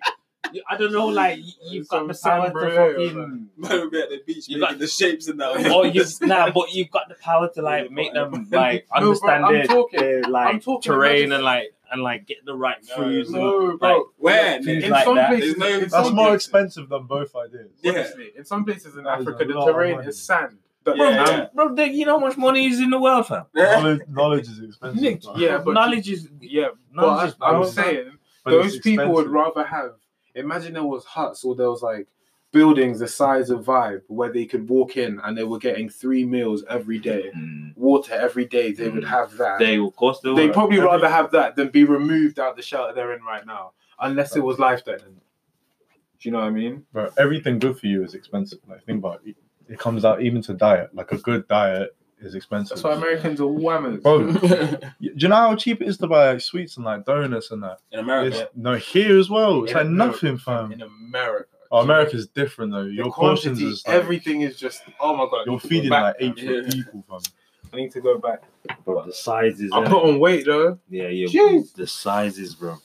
Speaker 6: you- I don't know, like you- you've got the
Speaker 5: Some
Speaker 6: power
Speaker 5: sand,
Speaker 6: to
Speaker 5: bro.
Speaker 6: fucking.
Speaker 1: Man will be at the beach
Speaker 6: You
Speaker 1: making
Speaker 6: got-
Speaker 1: the shapes and that.
Speaker 5: Oh,
Speaker 6: Or you nah, but you've got the power to like make them like
Speaker 5: No, bro,
Speaker 6: understand
Speaker 5: I'm
Speaker 6: their,
Speaker 5: talking-
Speaker 6: their,
Speaker 5: I'm
Speaker 6: like
Speaker 5: talking
Speaker 6: terrain
Speaker 5: about-
Speaker 6: and like and like get the right
Speaker 1: No,
Speaker 6: foods. and-
Speaker 5: No, bro.
Speaker 6: Like,
Speaker 1: Where?
Speaker 6: Things
Speaker 5: in
Speaker 6: like
Speaker 5: some
Speaker 6: that.
Speaker 5: places,
Speaker 1: There's no-
Speaker 5: in
Speaker 2: that's
Speaker 5: some
Speaker 2: more
Speaker 5: places-
Speaker 2: expensive than both ideas
Speaker 5: Honestly, in some places in
Speaker 2: That is
Speaker 5: Africa,
Speaker 2: a
Speaker 5: the
Speaker 2: lot of
Speaker 5: terrain
Speaker 2: money.
Speaker 5: is sand.
Speaker 6: Bro,
Speaker 1: Yeah.
Speaker 5: Um,
Speaker 6: bro, they- you know how much money is in the world, fam.
Speaker 5: Oh.
Speaker 2: knowledge, knowledge is expensive.
Speaker 5: Nick,
Speaker 2: bro.
Speaker 5: yeah, but
Speaker 6: knowledge is
Speaker 5: yeah,
Speaker 6: knowledge is
Speaker 5: but I, am
Speaker 2: power.
Speaker 5: saying
Speaker 2: But
Speaker 5: those
Speaker 2: it's
Speaker 5: people would
Speaker 2: expensive.
Speaker 5: rather have. Imagine there was huts or there was like buildings the size of Vibe where they could walk in and they were getting three meals every day,
Speaker 2: Mm.
Speaker 5: water every day. They would have that.
Speaker 3: they will cost the
Speaker 5: They
Speaker 3: world.
Speaker 5: probably
Speaker 2: Every-
Speaker 5: rather have that than be removed out the shelter they're in right now, unless it was life threatening. Do you know what I mean?
Speaker 2: Bro, everything good for you is expensive. Like think about it. It comes out even to diet. Like a good diet is expensive.
Speaker 5: That's why Americans are whammers.
Speaker 2: Bro, do you know how cheap it is to buy like sweets and like donuts and that?
Speaker 1: In
Speaker 2: It's,
Speaker 1: America.
Speaker 2: no, here as well. It's
Speaker 5: In
Speaker 2: like
Speaker 5: America.
Speaker 2: nothing, fam.
Speaker 5: in America.
Speaker 2: Um, Oh, America's different though.
Speaker 5: The
Speaker 2: Your portions
Speaker 5: quantity,
Speaker 2: is like,
Speaker 5: everything is just oh my god.
Speaker 2: you're feeding
Speaker 5: Back.
Speaker 2: like eight
Speaker 1: Yeah.
Speaker 2: people, fam.
Speaker 5: I need to go back.
Speaker 3: Bro, the sizes.
Speaker 5: I
Speaker 3: eh?
Speaker 5: put on weight though.
Speaker 3: Yeah, yeah.
Speaker 5: Jeez.
Speaker 3: The sizes, bro.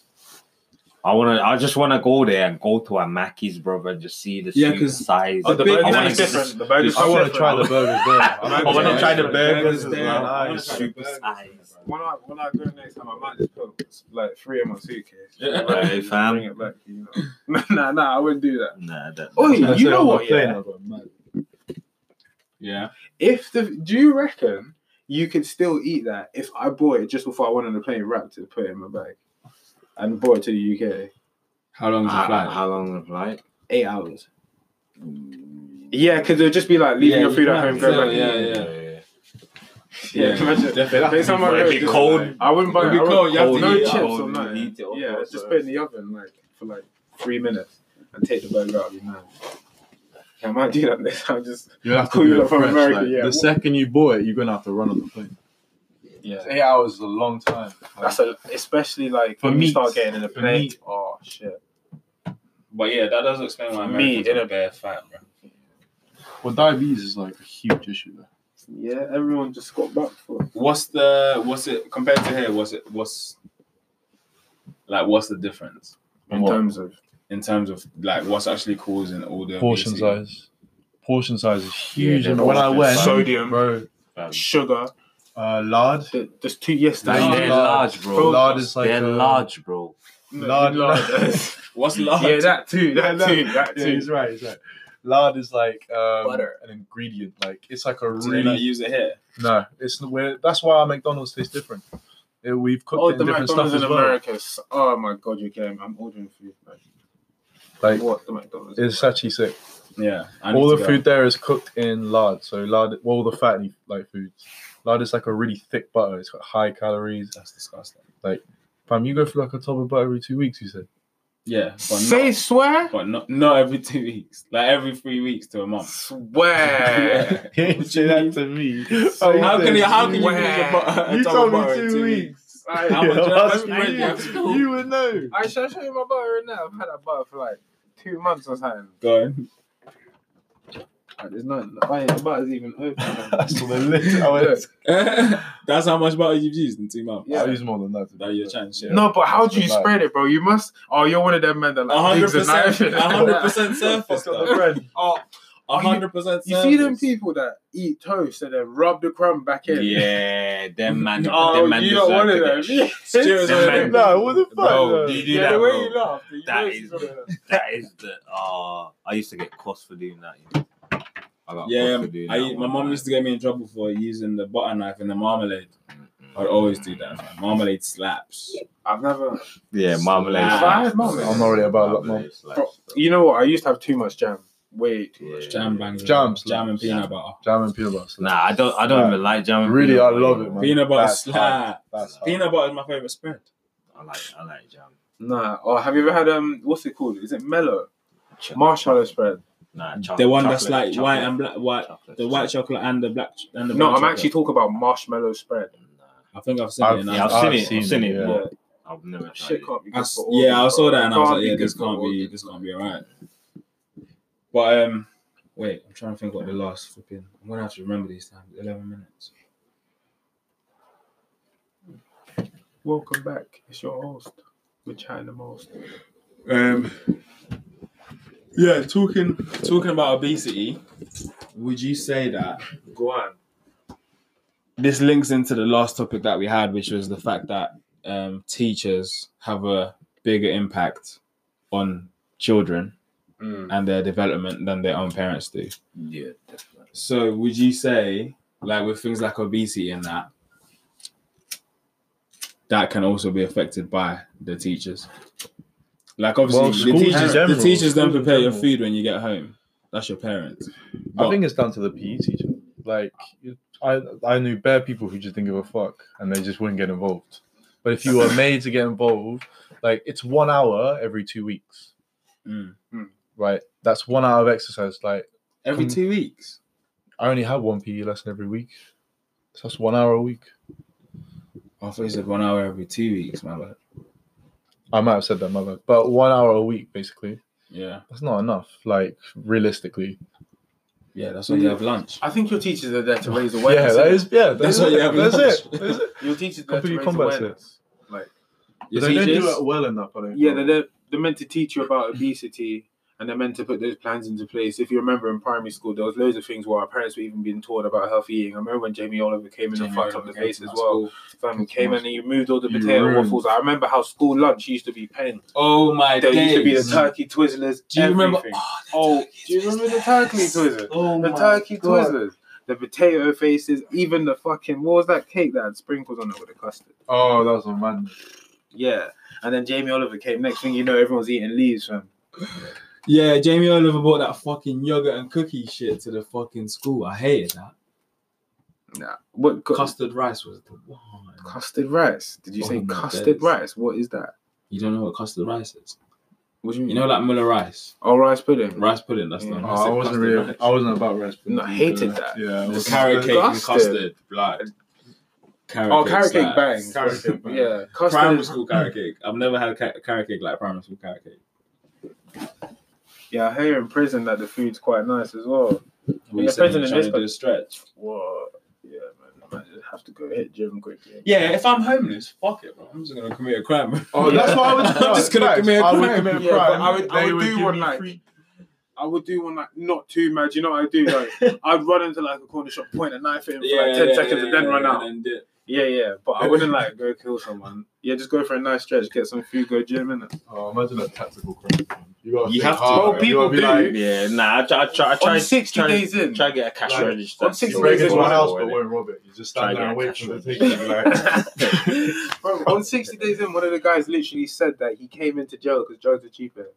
Speaker 3: I wanna. I just wanna go there and go to a Mackey's, bro, and just see the
Speaker 1: Yeah,
Speaker 3: yeah,
Speaker 1: 'cause-
Speaker 3: size.
Speaker 1: Oh, the
Speaker 3: I
Speaker 1: burger's
Speaker 3: wanna
Speaker 1: is
Speaker 3: see
Speaker 1: different.
Speaker 5: The
Speaker 3: burger's
Speaker 2: I want to try the
Speaker 3: different.
Speaker 2: burgers there.
Speaker 3: I
Speaker 5: wanna
Speaker 3: wanna try the
Speaker 1: burgers
Speaker 2: burgers.
Speaker 1: there.
Speaker 2: man.
Speaker 1: I wanna
Speaker 2: Nice.
Speaker 1: try the
Speaker 3: Super size.
Speaker 5: When I when I go next time, I might just put like three in my suitcase.
Speaker 1: Yeah.
Speaker 3: Hey, fam.
Speaker 5: Bring it back. You know. nah, nah, I wouldn't do that.
Speaker 3: Nah, that,
Speaker 5: Oh,
Speaker 2: I was gonna
Speaker 5: you
Speaker 2: say,
Speaker 5: know
Speaker 2: I'm not
Speaker 5: what,
Speaker 2: playing
Speaker 5: yeah.
Speaker 2: that, but man.
Speaker 1: Yeah.
Speaker 5: If the do you reckon you could still eat that if I bought it just before I went on the plane, wrapped it, put it in my bag, and brought it to the UK?
Speaker 1: How long
Speaker 5: Ah,
Speaker 3: How, how long the flight?
Speaker 5: Eight hours. Yeah, because it'll just be like leaving
Speaker 1: Yeah,
Speaker 5: your
Speaker 1: you
Speaker 5: food
Speaker 1: can
Speaker 5: at home,
Speaker 1: have
Speaker 5: go
Speaker 1: to-
Speaker 5: back.
Speaker 1: yeah, yeah.
Speaker 5: Yeah,
Speaker 1: Yeah,
Speaker 5: imagine.
Speaker 1: definitely.
Speaker 5: Based on my
Speaker 3: It'd
Speaker 5: road,
Speaker 3: be
Speaker 5: just
Speaker 3: cold.
Speaker 5: like- I wouldn't buy
Speaker 1: It'd be
Speaker 5: I wouldn't-
Speaker 1: cold, you have to
Speaker 5: no
Speaker 1: eat it
Speaker 5: chips
Speaker 3: cold,
Speaker 5: or
Speaker 3: you
Speaker 5: nothing.
Speaker 3: eat it all
Speaker 5: yeah,
Speaker 3: cold
Speaker 5: just
Speaker 3: first.
Speaker 5: put it in the oven like for like three minutes and take the burger out. You know, yeah, I might do that next time. Just
Speaker 2: You'll have to
Speaker 5: Cool,
Speaker 2: do
Speaker 5: you're
Speaker 2: it
Speaker 5: from
Speaker 2: fresh,
Speaker 5: America,
Speaker 2: like,
Speaker 5: yeah.
Speaker 2: The second you bought it, you're gonna have to run on the plane.
Speaker 5: yeah,
Speaker 2: Eight hours is a long time.
Speaker 5: that's a especially like
Speaker 2: For
Speaker 5: when you
Speaker 2: meat.
Speaker 5: start getting in the
Speaker 2: For
Speaker 5: plane.
Speaker 2: meat.
Speaker 5: Oh shit!
Speaker 1: But yeah, that doesn't explain why
Speaker 5: Me,
Speaker 1: Americans
Speaker 5: in
Speaker 1: are
Speaker 5: a-
Speaker 1: bare fat, bro.
Speaker 2: well, diabetes is like a huge issue there.
Speaker 5: Yeah, everyone just got back for it.
Speaker 1: What's the what's it compared to here? What's it what's like what's the difference
Speaker 5: in
Speaker 2: What?
Speaker 5: terms of
Speaker 1: in terms of like what's actually causing all the
Speaker 2: Portion
Speaker 1: obesity?
Speaker 2: size, portion size is huge.
Speaker 3: they're
Speaker 2: and when I
Speaker 3: both
Speaker 2: went,
Speaker 5: sodium.
Speaker 2: bro,
Speaker 5: sugar.
Speaker 2: uh, lard,
Speaker 5: th- There's two yesterday.
Speaker 2: Nah,
Speaker 3: They're
Speaker 2: Large.
Speaker 3: large, bro.
Speaker 2: lard is like
Speaker 3: They're
Speaker 2: uh,
Speaker 3: large, bro.
Speaker 5: No,
Speaker 2: Lard-
Speaker 5: lard.
Speaker 1: What's large?
Speaker 5: yeah, that too. That
Speaker 2: Yeah,
Speaker 5: too. That
Speaker 2: Yeah,
Speaker 5: too.
Speaker 2: he's right. He's right. Lard is like um,
Speaker 5: Butter.
Speaker 2: an ingredient. Like it's like a
Speaker 1: Do they not
Speaker 2: really
Speaker 1: use it here?
Speaker 2: no. It's we're, that's why our McDonald's tastes different. Yeah, We've cooked
Speaker 5: Oh,
Speaker 2: it in
Speaker 5: the
Speaker 2: different
Speaker 5: McDonald's
Speaker 2: stuff
Speaker 5: in
Speaker 2: as well.
Speaker 5: America. is- Oh my god, you came. I'm ordering food. Man.
Speaker 2: Like
Speaker 5: what the McDonald's?
Speaker 2: it's actually sick.
Speaker 1: Yeah. I need
Speaker 2: all
Speaker 1: to
Speaker 2: the
Speaker 1: go.
Speaker 2: food there is cooked in lard. So lard, well, all the fatty like foods. Lard is like a really thick butter. It's got high calories.
Speaker 1: That's disgusting.
Speaker 2: Fam, you go for like a tub of butter every two weeks. You said
Speaker 1: Yeah. But
Speaker 5: Say
Speaker 1: not,
Speaker 5: swear.
Speaker 1: but not not every two weeks. Like every three weeks to a month.
Speaker 5: Swear.
Speaker 1: Yeah.
Speaker 2: say that to me.
Speaker 5: Oh,
Speaker 1: how can you how can you
Speaker 5: Wow.
Speaker 1: use a butter?
Speaker 2: You
Speaker 1: a tub of
Speaker 2: told me
Speaker 1: butter in
Speaker 2: two
Speaker 1: weeks.
Speaker 5: I,
Speaker 1: How
Speaker 5: I,
Speaker 1: much- how much
Speaker 2: Ask
Speaker 1: bread do you have to
Speaker 2: you.
Speaker 1: cook?
Speaker 2: You would know.
Speaker 5: I shall show you my butter right now. I've had that butter for like two months or something.
Speaker 1: Go on.
Speaker 5: Like, there's nothing. I ain't about is even open. man.
Speaker 2: That's the list. I would-
Speaker 5: Look,
Speaker 1: That's how much butter you've used in two months.
Speaker 2: I
Speaker 5: yeah.
Speaker 2: use more than that. to be
Speaker 1: That your
Speaker 2: fair.
Speaker 1: chance. Yeah.
Speaker 5: No, but how do you
Speaker 2: Like-
Speaker 5: spread it, bro? You must. Oh, you're one of them men that like
Speaker 1: hundred
Speaker 5: digs a knife in
Speaker 1: percent,
Speaker 5: it.
Speaker 1: hundred percent surface.
Speaker 5: It's got the bread.
Speaker 1: Oh,
Speaker 5: Oh, you-
Speaker 1: hundred percent.
Speaker 5: You see them people that eat toast and then rub the crumb back in.
Speaker 3: Yeah, them man.
Speaker 5: Oh,
Speaker 3: them man
Speaker 5: you're
Speaker 3: deserve
Speaker 5: one
Speaker 3: to
Speaker 5: of
Speaker 3: get
Speaker 5: them.
Speaker 3: shit.
Speaker 1: Stuart's
Speaker 3: Them
Speaker 1: one of them.
Speaker 3: man-
Speaker 2: No, what the fuck?
Speaker 3: Bro,
Speaker 2: though?
Speaker 3: you do
Speaker 5: Yeah,
Speaker 3: that,
Speaker 5: the way
Speaker 3: bro.
Speaker 5: you laugh. you
Speaker 3: That
Speaker 5: know
Speaker 3: is-
Speaker 5: she's one of them.
Speaker 3: That is the. Oh, I used to get cost for doing that. You know? I got
Speaker 1: Yeah, um,
Speaker 3: cost for doing
Speaker 1: I,
Speaker 3: that
Speaker 1: my
Speaker 3: one
Speaker 1: mom
Speaker 3: night.
Speaker 1: used to get me in trouble for using the butter knife in the marmalade. I'd always do that. Man. Marmalade slaps.
Speaker 5: I've never.
Speaker 3: Yeah, marmalade.
Speaker 1: Nah.
Speaker 3: slaps.
Speaker 5: Five marmalade.
Speaker 2: I'm not really about that,
Speaker 3: Marmalade slaps,
Speaker 5: Bro,
Speaker 3: bro.
Speaker 5: You know what? I used to have too much jam. Way too much.
Speaker 3: Yeah.
Speaker 1: Jam bang.
Speaker 2: Jam slaps.
Speaker 1: Jam and peanut butter.
Speaker 2: Jam and peanut butter. slaps.
Speaker 3: Nah, I don't. I don't
Speaker 2: Nah.
Speaker 3: even like jam. and
Speaker 2: Really,
Speaker 3: peanut
Speaker 2: I
Speaker 3: butter,
Speaker 2: love
Speaker 3: you
Speaker 2: it,
Speaker 3: know.
Speaker 2: man.
Speaker 1: Peanut butter
Speaker 2: That's Oh.
Speaker 1: slaps.
Speaker 2: That's hard.
Speaker 1: Peanut butter is my favorite spread.
Speaker 3: I like. I like jam.
Speaker 5: Nah. Oh, have you ever had um? What's it called? Is it mellow?
Speaker 3: Ch-
Speaker 5: Marshmallow spread.
Speaker 3: Nah,
Speaker 5: Oh,
Speaker 3: chocolate,
Speaker 1: the one that's like
Speaker 3: chocolate,
Speaker 1: white
Speaker 3: chocolate,
Speaker 1: and black, white,
Speaker 3: chocolate,
Speaker 1: the white chocolate and the black ch- and the.
Speaker 5: No,
Speaker 1: brown
Speaker 5: I'm
Speaker 1: chocolate.
Speaker 5: actually talking about marshmallow spread.
Speaker 1: I think I've seen
Speaker 2: I've-
Speaker 1: it. And I
Speaker 3: Yeah, I've,
Speaker 1: was,
Speaker 3: seen
Speaker 2: I've
Speaker 3: it.
Speaker 2: seen
Speaker 3: I've seen
Speaker 2: it,
Speaker 3: it.
Speaker 2: yeah.
Speaker 3: but I've never tried
Speaker 5: Shit
Speaker 3: it.
Speaker 5: can't be
Speaker 1: I
Speaker 5: good
Speaker 1: s-
Speaker 5: for all.
Speaker 1: yeah, I saw that and I was
Speaker 5: Can't
Speaker 1: like,
Speaker 5: be
Speaker 1: yeah,
Speaker 5: good
Speaker 1: this
Speaker 5: for
Speaker 1: can't
Speaker 5: all.
Speaker 1: be, this can't be alright. But um, wait, I'm trying to think what the last flipping. I'm gonna have to remember these times. Eleven minutes.
Speaker 5: Welcome back. It's your host. We're chatting the most.
Speaker 1: Um, yeah, talking talking about obesity. Would you say that
Speaker 5: Go on.
Speaker 1: this links into the last topic that we had, which was the fact that um, teachers have a bigger impact on children
Speaker 2: Mm.
Speaker 1: and their development than their own parents do.
Speaker 3: Yeah, definitely.
Speaker 1: So, would you say, like with things like obesity and that, that can also be affected by the teachers? Like,
Speaker 2: Well,
Speaker 1: obviously,
Speaker 2: schools
Speaker 1: the
Speaker 2: in
Speaker 1: teachers,
Speaker 2: general.
Speaker 1: the teachers don't
Speaker 2: Schools in
Speaker 1: prepare your
Speaker 2: general.
Speaker 1: food when you get home. That's your parents.
Speaker 2: I think it's down to the PE teacher. Like, I I knew bare people who just didn't give a fuck and they just wouldn't get involved. But if you were made to get involved, like it's one hour every two weeks,
Speaker 1: Mm.
Speaker 2: right? That's one hour of exercise. Like,
Speaker 1: every
Speaker 2: Com-
Speaker 1: two weeks.
Speaker 2: I only had one PE lesson every week, so that's one hour a week.
Speaker 1: I thought you said one hour every two weeks, man. But
Speaker 2: I might have said that, mother, but one hour a week basically.
Speaker 1: yeah,
Speaker 2: That's not enough. Like, realistically,
Speaker 1: yeah, that's when you have lunch.
Speaker 5: I think your teachers are there to raise awareness.
Speaker 2: yeah, that is yeah.
Speaker 1: That's
Speaker 2: That's,
Speaker 1: what
Speaker 2: it.
Speaker 1: you have
Speaker 2: That's
Speaker 1: lunch.
Speaker 2: it. That's it.
Speaker 5: your teachers are there to
Speaker 2: Completely
Speaker 5: raise
Speaker 2: combats it.
Speaker 5: awareness. Like
Speaker 1: Your
Speaker 2: they don't
Speaker 1: teachers,
Speaker 2: do it well enough. I don't
Speaker 5: yeah,
Speaker 2: think.
Speaker 5: they're, there- they're meant to teach you about obesity and they're meant to put those plans into place. If you remember in primary school, there was loads of things where our parents were even being taught about healthy eating. I remember when Jamie Oliver came in and fucked up the face as well. Fam, he came in and he moved all the
Speaker 2: You
Speaker 5: potato
Speaker 2: ruined.
Speaker 5: waffles. I remember how school lunch used to be pain.
Speaker 1: Oh my
Speaker 5: There used to be the
Speaker 1: days.
Speaker 5: turkey twizzlers.
Speaker 1: Do you remember?
Speaker 5: everything. Oh, do you remember the turkey twizzlers?
Speaker 1: Oh
Speaker 5: The turkey twizzlers. The potato faces, even the fucking what was that cake that had sprinkles on it with the custard?
Speaker 2: Oh, that was a man.
Speaker 5: Yeah. And then Jamie Oliver came. Next thing you know, everyone's eating leaves, fam.
Speaker 1: Yeah, Jamie Oliver bought that fucking yogurt and cookie shit to the fucking school. I hated that.
Speaker 5: Nah. What cu-
Speaker 1: Custard rice was the one.
Speaker 5: custard rice? Did you
Speaker 1: Oh
Speaker 5: say
Speaker 1: my
Speaker 5: custard
Speaker 1: days.
Speaker 5: rice? What is that?
Speaker 1: You don't know what custard rice is?
Speaker 5: What do
Speaker 1: You know, like Muller rice,
Speaker 5: Oh, rice pudding.
Speaker 1: rice pudding. That's
Speaker 5: Yeah.
Speaker 1: the.
Speaker 2: Oh, I wasn't really. I wasn't about rest.
Speaker 5: No, I hated that.
Speaker 2: Yeah, I
Speaker 1: It's
Speaker 2: wasn't-
Speaker 1: carrot cake and custard,
Speaker 5: Disgusted.
Speaker 1: like. Carrot
Speaker 5: Oh, carrot cake
Speaker 1: like-
Speaker 5: bangs.
Speaker 1: Carrot cake bangs.
Speaker 5: Yeah,
Speaker 1: Primary
Speaker 5: custard.
Speaker 1: school carrot cake. I've never had ca- carrot cake like primary school carrot cake.
Speaker 5: Yeah, I hear in prison that the food's quite nice as well.
Speaker 1: We
Speaker 5: the
Speaker 1: said you
Speaker 5: president
Speaker 1: trying
Speaker 5: is
Speaker 1: to do a stretch.
Speaker 5: Whoa. Yeah, man. I might just have to go hit gym quickly.
Speaker 1: Yeah, if I'm homeless, fuck it, bro. I'm just gonna commit a crime.
Speaker 2: Oh, that's what I would do.
Speaker 1: I'm just gonna
Speaker 2: Facts.
Speaker 1: commit a
Speaker 2: I would
Speaker 1: crime.
Speaker 2: commit a
Speaker 5: Yeah, but
Speaker 2: crime.
Speaker 5: I would- I
Speaker 2: They
Speaker 5: would do
Speaker 2: give
Speaker 5: one
Speaker 2: me
Speaker 5: night.
Speaker 2: free-
Speaker 5: I would do one like not too mad. You know what I do? Like I'd run into like a corner shop, point a knife at him for like ten seconds, and then
Speaker 1: yeah,
Speaker 5: run
Speaker 1: yeah,
Speaker 5: out.
Speaker 1: and then dip.
Speaker 5: Yeah, yeah. But I wouldn't like go kill someone. Yeah, just go for a nice stretch, get some food, go gym, innit?
Speaker 2: Oh, imagine a tactical crime. man. You, gotta
Speaker 1: You
Speaker 2: think
Speaker 1: have to-
Speaker 2: hard,
Speaker 1: Well,
Speaker 2: man.
Speaker 5: people
Speaker 2: gotta be
Speaker 5: do.
Speaker 2: like,
Speaker 3: Yeah, nah. I try. I try. I try
Speaker 5: On sixty
Speaker 3: try,
Speaker 5: days in.
Speaker 3: Try to get a cash
Speaker 2: Like,
Speaker 3: register.
Speaker 5: on 60
Speaker 2: you break
Speaker 5: days
Speaker 2: into
Speaker 5: in,
Speaker 2: someone
Speaker 5: one
Speaker 2: else but won't rob it. You just
Speaker 3: Try
Speaker 2: stand there
Speaker 3: again,
Speaker 2: and wait
Speaker 3: catch
Speaker 2: for the
Speaker 3: it.
Speaker 2: thing. to be like-
Speaker 5: Bro, on sixty days in, one of the guys literally said that he came into jail because drugs are cheaper.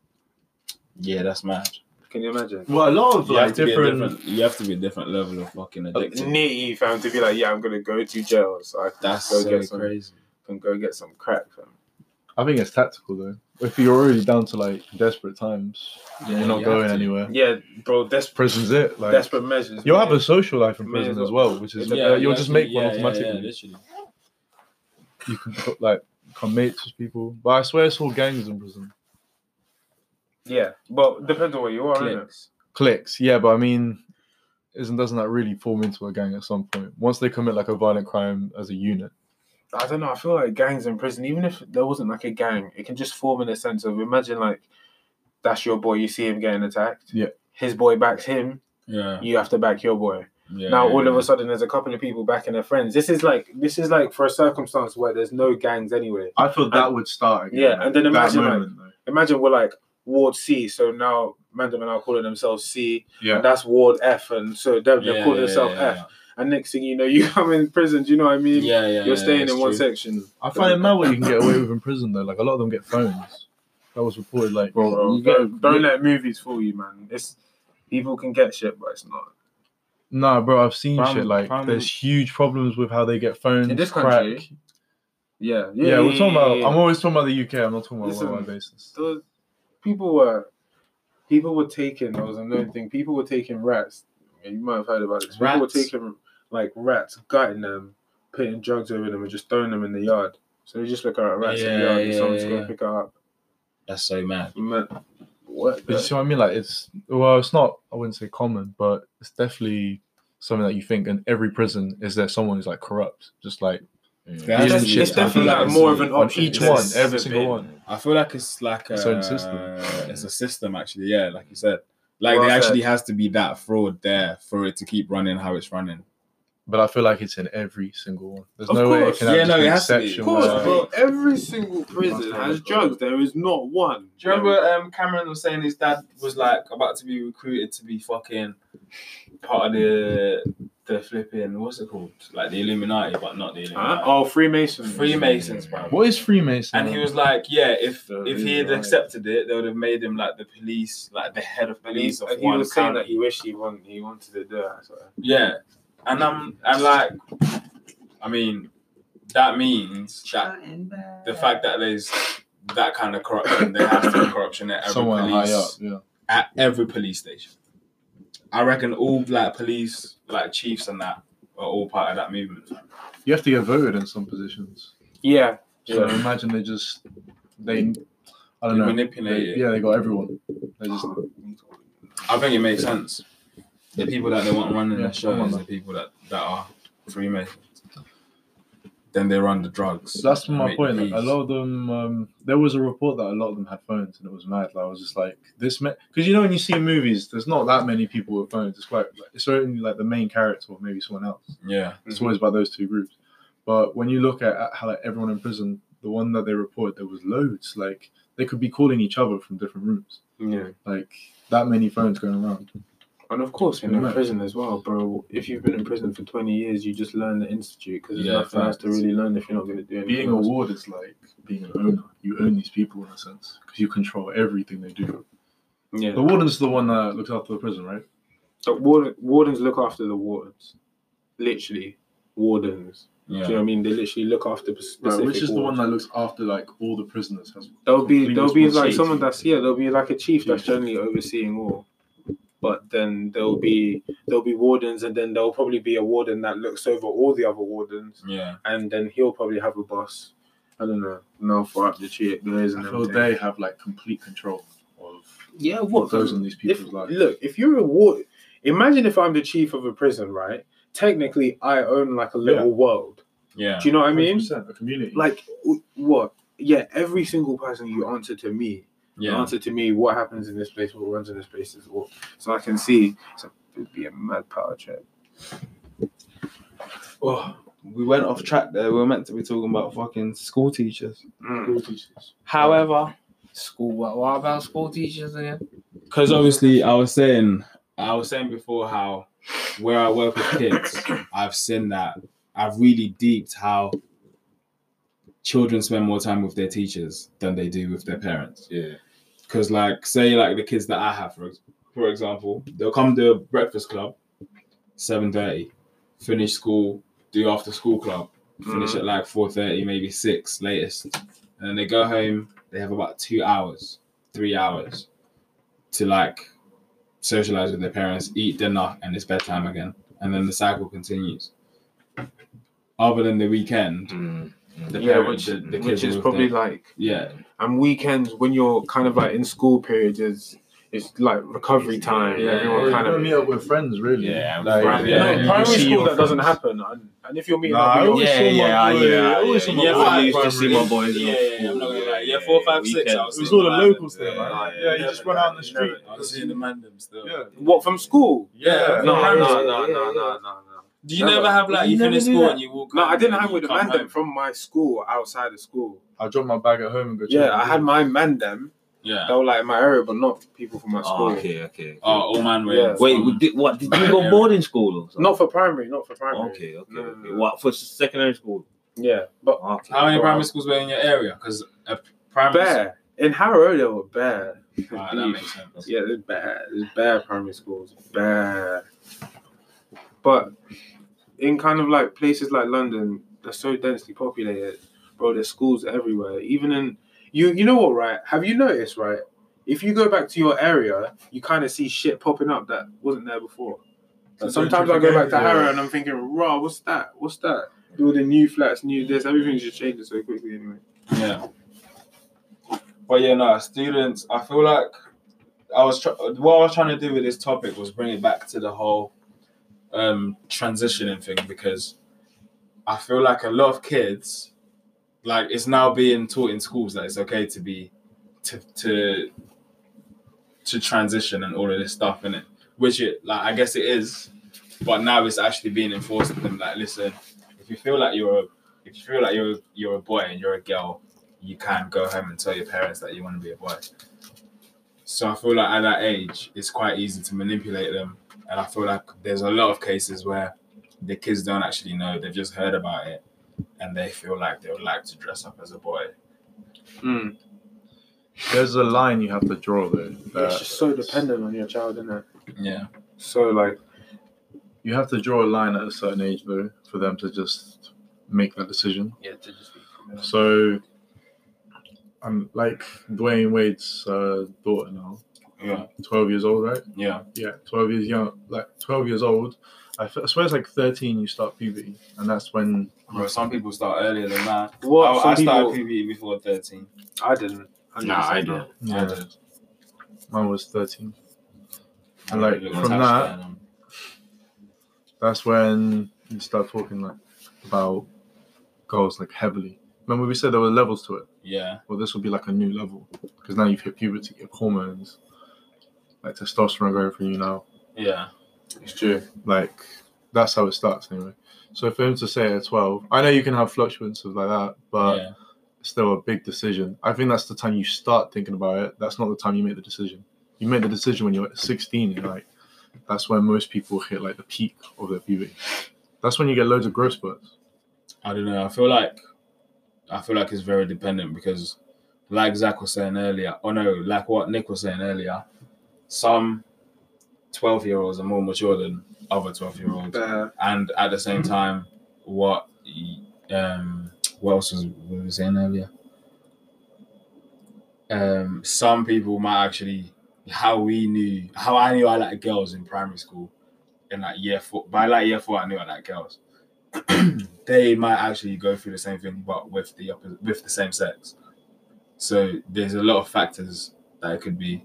Speaker 1: Yeah, that's mad.
Speaker 5: Can you imagine?
Speaker 2: Well, a lot of
Speaker 1: You
Speaker 2: like
Speaker 1: have to be a
Speaker 2: different.
Speaker 1: different. You have to be a different level of fucking
Speaker 5: Oh,
Speaker 2: Oh,
Speaker 1: addicted.
Speaker 5: Nitty found to be like, yeah, I'm gonna go to jail, so I can
Speaker 1: That's
Speaker 5: go
Speaker 1: so
Speaker 5: get some,
Speaker 1: crazy.
Speaker 5: can go get some crack. Fam.
Speaker 2: I think it's tactical though. If you're already down to like desperate times,
Speaker 1: Yeah,
Speaker 2: you're not
Speaker 1: you have
Speaker 2: going
Speaker 1: to.
Speaker 2: anywhere.
Speaker 5: Yeah, bro, desperate,
Speaker 2: Prison's it. Like
Speaker 5: desperate measures.
Speaker 2: you'll
Speaker 5: man.
Speaker 2: have a social life in
Speaker 5: May as
Speaker 2: prison
Speaker 5: well.
Speaker 2: as well, which is uh,
Speaker 1: Yeah,
Speaker 2: you'll
Speaker 1: you
Speaker 2: just
Speaker 1: have
Speaker 2: make
Speaker 1: to-
Speaker 2: one
Speaker 1: yeah, yeah, yeah,
Speaker 2: automatically.
Speaker 1: literally.
Speaker 2: you can put, like become mates with people. But I swear it's all gangs in prison.
Speaker 5: yeah. Well, depends on where you are, innit?
Speaker 2: Clicks, yeah, but I mean isn't doesn't that really form into a gang at some point once they commit like a violent crime as a unit?
Speaker 5: I don't know. I feel like gangs in prison, even if there wasn't like a gang, it can just form in a sense of imagine like that's your boy. You see him getting attacked.
Speaker 2: Yeah.
Speaker 5: His boy backs him.
Speaker 1: Yeah.
Speaker 5: You have to back your boy.
Speaker 1: yeah
Speaker 5: now all of a sudden, there's a couple of people backing their friends. This is like this is like for a circumstance where there's no gangs anyway.
Speaker 2: I thought that would start.
Speaker 5: again, Yeah, like, and then that imagine, like-
Speaker 2: though.
Speaker 5: Imagine we're like Ward C. So now Mandem and I are calling themselves C.
Speaker 2: Yeah.
Speaker 5: And that's Ward F. And so they're, they're calling themselves
Speaker 1: yeah,
Speaker 5: F. And next thing you know, you come in prison. Do you know what I mean?
Speaker 1: Yeah, yeah. yeah,
Speaker 5: You're staying
Speaker 1: that's
Speaker 5: in one
Speaker 1: true.
Speaker 5: section.
Speaker 2: I find it mad what you can get away with in prison though. Like a lot of them get phones. That was reported. Like,
Speaker 5: Bro,
Speaker 2: you get-
Speaker 5: don't, don't let movies fool you, man. It's people can get shit, but it's not.
Speaker 2: nah, bro, I've seen
Speaker 5: Prime-
Speaker 2: shit. Like,
Speaker 5: prime-
Speaker 2: there's huge problems with how they get phones.
Speaker 5: In this
Speaker 2: crack.
Speaker 5: country? Yeah,
Speaker 2: Yeah, we're talking about.
Speaker 5: yeah,
Speaker 2: I'm always talking about the UK. I'm not talking about
Speaker 5: Listen.
Speaker 2: worldwide basis.
Speaker 5: Those- people were people were taking. That was another thing. People were taking rats. Yeah, You might have heard about this. People were
Speaker 1: Rats?
Speaker 5: taking like rats, gutting them, putting drugs over them, and just throwing them in the yard. So they just look at rats in the
Speaker 1: Yeah,
Speaker 5: yard, and
Speaker 1: yeah,
Speaker 5: someone's
Speaker 1: yeah,
Speaker 5: gonna
Speaker 1: yeah.
Speaker 5: pick it up.
Speaker 1: That's so mad.
Speaker 5: Man, what?
Speaker 2: But you see what I mean? Like, it's well, it's not. I wouldn't say common, but it's definitely something that you think in every prison is there someone who's like corrupt, just like
Speaker 1: Yeah,
Speaker 2: Asian
Speaker 1: that's-
Speaker 2: shit
Speaker 1: it's
Speaker 2: I feel
Speaker 1: definitely
Speaker 2: like
Speaker 1: like
Speaker 2: it's
Speaker 1: more of
Speaker 5: an
Speaker 2: on
Speaker 5: option
Speaker 2: each
Speaker 5: than
Speaker 2: one,
Speaker 5: it's
Speaker 2: every
Speaker 5: a
Speaker 2: single
Speaker 5: bit.
Speaker 2: one.
Speaker 1: I feel like it's like a
Speaker 2: Its own system.
Speaker 1: It's a system, actually. Yeah, like you said, like
Speaker 5: Well
Speaker 1: there
Speaker 5: said.
Speaker 1: actually has to be that fraud there for it to keep running how it's running.
Speaker 2: But I feel like it's in every single one. There's
Speaker 5: Of
Speaker 2: no way it
Speaker 5: course.
Speaker 2: can
Speaker 1: Yeah,
Speaker 2: have
Speaker 1: no, it
Speaker 2: just be
Speaker 1: has to be.
Speaker 2: exception
Speaker 5: Of course,
Speaker 2: where-
Speaker 5: bro. Every single prison has drugs. There is not one.
Speaker 1: Do you remember um, Cameron was saying his dad was like about to be recruited to be fucking part of the the flipping what's it called like the Illuminati, but not the
Speaker 5: Huh?
Speaker 1: Illuminati.
Speaker 5: Oh, Freemasons.
Speaker 1: Freemasons, bro.
Speaker 2: What is Freemason?
Speaker 1: And he was like, yeah, if
Speaker 5: The
Speaker 1: if he had
Speaker 5: Illuminati.
Speaker 1: accepted it, they would have made him like the police, like the head of
Speaker 5: And he,
Speaker 1: police of
Speaker 5: and he
Speaker 1: one
Speaker 5: was saying
Speaker 1: county.
Speaker 5: that he wished he wanted, he wanted to do that. So.
Speaker 1: Yeah, and I'm and like, I mean, that means that the fact that there's that kind of corruption, there has to be corruption at every
Speaker 2: somewhere
Speaker 1: police
Speaker 2: high up. Yeah.
Speaker 1: at every police station. I reckon all black police, like chiefs and that, are all part of that movement.
Speaker 2: You have to get voted in some positions.
Speaker 5: Yeah.
Speaker 2: So imagine they just they I don't
Speaker 1: They
Speaker 2: know.
Speaker 1: manipulate
Speaker 2: they-
Speaker 1: it.
Speaker 2: Yeah, they got everyone. They just
Speaker 1: I think it makes sense. The people that they want running
Speaker 2: Yeah,
Speaker 1: the show
Speaker 2: come on,
Speaker 1: is the
Speaker 2: man.
Speaker 1: people that, that are Freemasons. Then they run the drugs.
Speaker 2: so that's my
Speaker 1: Make
Speaker 2: point. Like,
Speaker 1: peace.
Speaker 2: a lot of them um, there was a report that a lot of them had phones and it was mad. Like, I was just like this because you know when you see in movies there's not that many people with phones. It's quite it's only like the main character or maybe someone else.
Speaker 1: Yeah.
Speaker 2: It's always about those two groups. But when you look at, at how like everyone in prison, the one that they report, there was loads. Like they could be calling each other from different rooms.
Speaker 5: Yeah.
Speaker 2: Like that many phones going around.
Speaker 5: And of course, when
Speaker 2: Yeah.
Speaker 5: in prison as well, bro. If you've been in prison for 20 years, you just learn the institute because there's
Speaker 1: Yeah,
Speaker 5: nothing else to
Speaker 1: facts.
Speaker 5: really learn if you're not going to do anything.
Speaker 2: Being a
Speaker 5: else.
Speaker 2: ward is like being an owner. You own these people in a sense because you control everything they do.
Speaker 5: yeah.
Speaker 2: The warden's the one that looks after the prison, right?
Speaker 5: The ward- wardens look after the wardens. Literally, wardens. Do you know
Speaker 1: Yeah.
Speaker 5: what I mean? They literally look after p- specific.
Speaker 2: Right, which is the one
Speaker 5: wards.
Speaker 2: that looks after like all the prisoners. Has
Speaker 5: There'll be
Speaker 2: complete
Speaker 5: there'll be like
Speaker 2: responsibility.
Speaker 5: someone that's yeah there'll be like a chief that's
Speaker 2: Chief.
Speaker 5: generally overseeing all, but then there'll be there'll be wardens and then there'll probably be a warden that looks over all the other wardens
Speaker 1: Yeah.
Speaker 5: and then he'll probably have a boss. I don't know, no far up the tree there
Speaker 2: I
Speaker 5: isn't
Speaker 2: feel they have like complete control of
Speaker 5: Yeah,
Speaker 2: what
Speaker 5: what
Speaker 2: goes on these
Speaker 5: if,
Speaker 2: people's lives.
Speaker 5: look if you're a ward, imagine if I'm the chief of a prison, right? Technically, I own like a little world.
Speaker 1: Yeah.
Speaker 5: Do you know what I mean?
Speaker 2: 100% a community.
Speaker 5: Like w- what? Yeah, every single person you answer to me the
Speaker 1: Yeah.
Speaker 5: answer to me what happens in this place, what runs in this place is all. So I can see so it'd be a mad power trip.
Speaker 1: Oh, we went off track there. We were meant to be talking about fucking school teachers.
Speaker 5: Mm.
Speaker 1: However,
Speaker 3: School. What, what about school teachers again?
Speaker 1: because obviously I was saying I was saying before how where I work with kids, I've seen that I've really deeped how children spend more time with their teachers than they do with their parents.
Speaker 3: Yeah.
Speaker 1: Because like say like the kids that I have for ex- for example, they'll come to a breakfast club, seven thirty, finish school, do after school club, finish at like four thirty, maybe six latest, and then they go home. They have about two hours, three hours to like socialize with their parents, eat dinner, and it's bedtime again. And then the cycle continues. Other than the weekend,
Speaker 3: Hmm.
Speaker 1: the
Speaker 5: Yeah,
Speaker 1: parent-
Speaker 5: which
Speaker 1: the, the kids
Speaker 5: which is
Speaker 1: will
Speaker 5: probably
Speaker 1: think-
Speaker 5: like
Speaker 1: yeah,
Speaker 5: and weekends when you're kind of like in school period is it's like recovery time.
Speaker 3: Yeah,
Speaker 5: everyone
Speaker 2: you
Speaker 5: kind
Speaker 2: gotta
Speaker 5: of
Speaker 2: meet up with friends, really.
Speaker 3: Yeah,
Speaker 2: like,
Speaker 3: friends,
Speaker 5: No,
Speaker 3: yeah.
Speaker 2: you
Speaker 5: primary
Speaker 2: see
Speaker 5: school
Speaker 2: your
Speaker 5: that doesn't
Speaker 2: friends.
Speaker 5: happen. And, and if you're meeting,
Speaker 2: Nah,
Speaker 5: up
Speaker 2: I
Speaker 5: with your-
Speaker 2: always
Speaker 3: Yeah,
Speaker 2: saw my
Speaker 3: yeah,
Speaker 2: boy-
Speaker 3: yeah,
Speaker 2: I always
Speaker 3: yeah,
Speaker 2: saw my
Speaker 1: yeah.
Speaker 2: boy
Speaker 1: I
Speaker 2: in
Speaker 1: used
Speaker 3: to see
Speaker 2: primary.
Speaker 3: my boys in
Speaker 1: Yeah, yeah, yeah, I'm not gonna lie. Yeah, four, five, six, I was
Speaker 2: It was
Speaker 1: seeing
Speaker 2: all the
Speaker 1: them.
Speaker 2: locals
Speaker 3: Yeah,
Speaker 2: there, man.
Speaker 3: yeah,
Speaker 2: Yeah, you
Speaker 5: yeah.
Speaker 2: just run out in the street.
Speaker 1: I was seeing the mandem still.
Speaker 2: Yeah.
Speaker 5: what from school?
Speaker 2: Yeah.
Speaker 5: No,
Speaker 1: Yeah, yeah,
Speaker 5: no, no,
Speaker 1: yeah,
Speaker 5: no, no, no, no.
Speaker 1: Do you
Speaker 5: Never.
Speaker 1: never have like
Speaker 5: You
Speaker 1: you,
Speaker 5: never
Speaker 1: finish
Speaker 5: do
Speaker 1: school
Speaker 5: that.
Speaker 1: and you walk?
Speaker 5: No,
Speaker 1: home
Speaker 5: I didn't
Speaker 1: and
Speaker 5: hang
Speaker 1: you
Speaker 5: with the
Speaker 1: come
Speaker 5: mandem
Speaker 1: home?
Speaker 5: from my school outside of school.
Speaker 2: I dropped my bag at home and go. check
Speaker 5: Yeah, I
Speaker 2: it.
Speaker 5: had my mandem.
Speaker 1: Yeah.
Speaker 5: They were like in my area, but not people from my
Speaker 3: Oh,
Speaker 5: school.
Speaker 3: okay, okay.
Speaker 1: Oh, all man way.
Speaker 5: Yeah.
Speaker 3: Wait, we did, what did you go boarding school or something? Oh,
Speaker 5: Not for primary, not for primary.
Speaker 3: Okay, okay,
Speaker 5: No,
Speaker 3: okay.
Speaker 5: no, no.
Speaker 3: What for secondary school?
Speaker 5: Yeah, but
Speaker 3: Okay.
Speaker 1: How many
Speaker 5: Wow.
Speaker 1: primary schools were in your area? Because a primary.
Speaker 5: bare in Harrow they were bare.
Speaker 1: School, Ah, that makes sense.
Speaker 5: Yeah, there's bad. There's bad primary schools. Bad. But in kind of like places like London, they're so densely populated, bro. There's schools everywhere. Even in you, you know what, right? Have you noticed, right? If you go back to your area, you kind of see shit popping up that wasn't there before. Like, sometimes I go back to Harrow and I'm thinking, raw, what's that? What's that? Building new flats, new this, everything's just changing so quickly anyway.
Speaker 1: Yeah. But yeah, no, students, I feel like I was tr- what I was trying to do with this topic was bring it back to the whole um transitioning thing because I feel like a lot of kids like it's now being taught in schools that it's okay to be to to to transition and all of this stuff in it which it like I guess it is but now it's actually being enforced to them like listen if you feel like you're a if you feel like you're you're a boy and you're a girl, you can go home and tell your parents that you want to be a boy. So I feel like at that age, it's quite easy to manipulate them, and I feel like there's a lot of cases where the kids don't actually know; they've just heard about it, and they feel like they would like to dress up as a boy. Hmm.
Speaker 2: There's a line you have to draw though.
Speaker 5: it's
Speaker 2: that
Speaker 5: just so dependent on your child, isn't it?
Speaker 1: Yeah,
Speaker 5: So like,
Speaker 2: you have to draw a line at a certain age though for them to just make that decision.
Speaker 5: yeah, to just be
Speaker 2: So, I'm like Dwayne Wade's uh, daughter now,
Speaker 1: yeah,
Speaker 2: 12 years old, right?
Speaker 1: yeah,
Speaker 2: Yeah, 12 years young, like 12 years old. I, f- I swear it's like 13 you start puberty, and that's when
Speaker 1: bro. Some people start earlier than that.
Speaker 5: What?
Speaker 1: I,
Speaker 5: Some
Speaker 1: I started
Speaker 5: people-
Speaker 1: PVE before thirteen.
Speaker 5: I didn't.
Speaker 3: Nah, I didn't.
Speaker 1: I
Speaker 2: yeah,
Speaker 1: did.
Speaker 2: mine was 13.
Speaker 1: I
Speaker 2: Like,
Speaker 1: really
Speaker 2: from
Speaker 1: was
Speaker 2: that-
Speaker 1: actually, um,
Speaker 2: That's when you start talking like about girls like heavily. Remember we said there were levels to it.
Speaker 1: yeah,
Speaker 2: well, this will be like a new level because now you've hit puberty, you have hormones, like testosterone going for you now.
Speaker 1: yeah,
Speaker 5: It's true.
Speaker 2: Like that's how it starts anyway. So for him to say at twelve, I know you can have fluctuations like that, but
Speaker 1: yeah.
Speaker 2: it's still a big decision. I think that's the time you start thinking about it. That's not the time you make the decision. You make the decision when you're at sixteen. And like that's when most people hit like the peak of their puberty. That's when you get loads of growth spurts.
Speaker 1: I don't know. I feel like I feel like it's very dependent because, like Zach was saying earlier, oh no, like what Nick was saying earlier, some twelve-year-olds are more mature than other twelve-year-olds,
Speaker 5: But
Speaker 1: and at the same time, what um what else was we were saying earlier? Um, some people might actually how we knew how I knew I liked girls in primary school, in like year four. By like year four, I knew I liked girls they might actually go through the same thing, but with the opposite, with the same sex. So there's a lot of factors that it could be.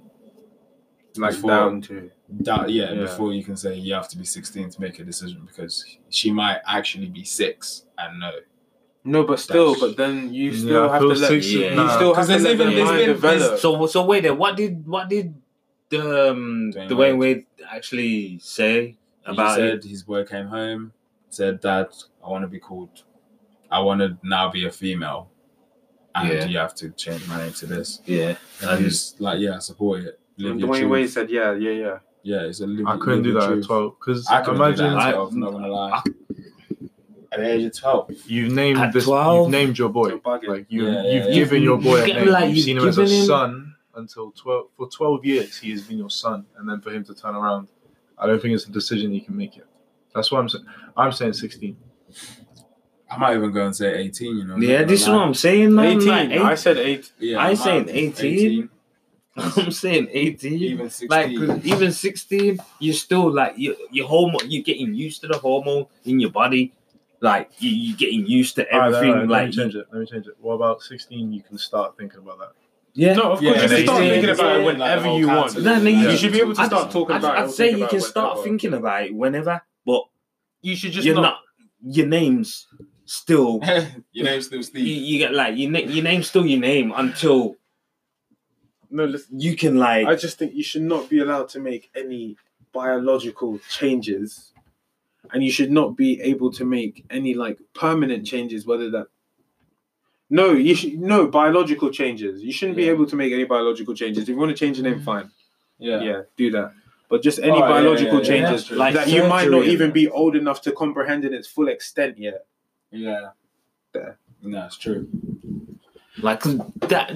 Speaker 5: like
Speaker 1: Before-
Speaker 5: down to
Speaker 1: That yeah,
Speaker 5: Yeah.
Speaker 1: before you can say you have to be 16 to make a decision because she might actually be six and no.
Speaker 5: no, but
Speaker 1: still,
Speaker 5: still,
Speaker 1: but
Speaker 5: but then you
Speaker 2: Yeah,
Speaker 5: still
Speaker 2: I
Speaker 5: have to
Speaker 2: feel
Speaker 5: let
Speaker 2: six-
Speaker 3: Yeah.
Speaker 5: you
Speaker 3: nah.
Speaker 5: still have
Speaker 1: 'Cause
Speaker 5: to
Speaker 1: there's
Speaker 5: let
Speaker 1: even-
Speaker 5: their
Speaker 1: there's
Speaker 5: mind
Speaker 1: been-
Speaker 5: develop.
Speaker 3: So so wait there. What did what did um,
Speaker 1: Dwayne
Speaker 3: Dwayne Wade actually say
Speaker 1: About
Speaker 3: about
Speaker 1: he
Speaker 3: it?
Speaker 1: said his boy came home, said, Dad, I want to be called, I want to now be a female, and
Speaker 3: Yeah.
Speaker 1: you have to change my name to this.
Speaker 3: Yeah,
Speaker 1: And
Speaker 3: And-
Speaker 1: he's like, Yeah, I support it. Live
Speaker 5: And
Speaker 1: your
Speaker 5: Dwayne
Speaker 1: truth.
Speaker 5: Wade said, "Yeah, yeah, yeah."
Speaker 1: Yeah, it's a live,
Speaker 2: I couldn't
Speaker 1: live
Speaker 2: do
Speaker 1: your
Speaker 2: that at
Speaker 1: truth.
Speaker 2: twelve because
Speaker 1: I can imagine.
Speaker 2: imagine
Speaker 1: Do that
Speaker 3: I-
Speaker 1: at 12, not gonna lie. At the age of twelve,
Speaker 2: You've named
Speaker 3: At
Speaker 2: this.
Speaker 3: 12?
Speaker 2: You've named your boy.
Speaker 5: Your bucket.
Speaker 2: Like you,
Speaker 1: Yeah,
Speaker 2: you've
Speaker 1: yeah,
Speaker 2: given
Speaker 3: yeah.
Speaker 2: your boy a
Speaker 3: You've
Speaker 2: name.
Speaker 3: given, like,
Speaker 2: you've
Speaker 3: you've
Speaker 2: seen him as a
Speaker 3: given him-
Speaker 2: son until twelve. For twelve years, he has been your son, and then for him to turn around, I don't think it's a decision he can make yet. That's what I'm saying. I'm saying sixteen.
Speaker 1: I might even go and say eighteen. You know.
Speaker 3: yeah.
Speaker 1: not
Speaker 3: This is
Speaker 1: gonna
Speaker 3: what
Speaker 1: lie.
Speaker 3: I'm saying, man.
Speaker 5: eighteen.
Speaker 3: Like,
Speaker 5: I
Speaker 3: eight-
Speaker 5: said eight.
Speaker 1: Yeah,
Speaker 3: I
Speaker 1: might
Speaker 3: saying
Speaker 1: have
Speaker 3: 18. I'm saying eighteen.
Speaker 1: even
Speaker 3: Like
Speaker 1: sixteen.
Speaker 3: 'cause even sixteen, you're still like you, your hormone. You're getting used to the hormone in your body. Like you, you're getting used to
Speaker 2: Alright,
Speaker 3: everything.
Speaker 2: alright, let me
Speaker 3: like you-
Speaker 2: change it. Let me change it. What about sixteen? You can start thinking about that.
Speaker 3: Yeah.
Speaker 5: No, of course.
Speaker 1: Yeah,
Speaker 5: you
Speaker 1: and
Speaker 5: can
Speaker 1: then
Speaker 5: start
Speaker 3: you-
Speaker 5: thinking about it
Speaker 1: yeah,
Speaker 5: whenever
Speaker 1: like
Speaker 5: you
Speaker 1: all
Speaker 5: want.
Speaker 1: kinds of-
Speaker 3: No, no, you-
Speaker 5: You should be able to
Speaker 3: I'd-
Speaker 5: start talking
Speaker 3: I'd,
Speaker 5: about it.
Speaker 3: I'd
Speaker 5: or
Speaker 3: say
Speaker 5: think
Speaker 3: you
Speaker 5: about
Speaker 3: can
Speaker 5: it
Speaker 3: start
Speaker 5: whenever.
Speaker 3: thinking about it whenever, but
Speaker 4: You should just
Speaker 3: you're
Speaker 4: not.
Speaker 3: not. Your name's still.
Speaker 1: Your name's still
Speaker 3: you,
Speaker 1: Steve.
Speaker 3: you get like your, na- your name's still your name until
Speaker 5: No, listen.
Speaker 3: you can like.
Speaker 5: I just think you should not be allowed to make any biological changes, and you should not be able to make any like permanent changes. Whether that no, you should no biological changes. You shouldn't be
Speaker 1: Yeah.
Speaker 5: able to make any biological changes. If you want to change your name, fine. Yeah,
Speaker 1: Yeah.
Speaker 5: do that. But just any
Speaker 1: Oh, yeah, yeah,
Speaker 5: biological
Speaker 1: yeah, yeah. That's
Speaker 5: changes
Speaker 3: true.
Speaker 5: that you might not
Speaker 3: Surgery.
Speaker 5: even be old enough to comprehend in its full extent yet.
Speaker 1: Yeah.
Speaker 5: There.
Speaker 1: No, it's true.
Speaker 3: like 'cause that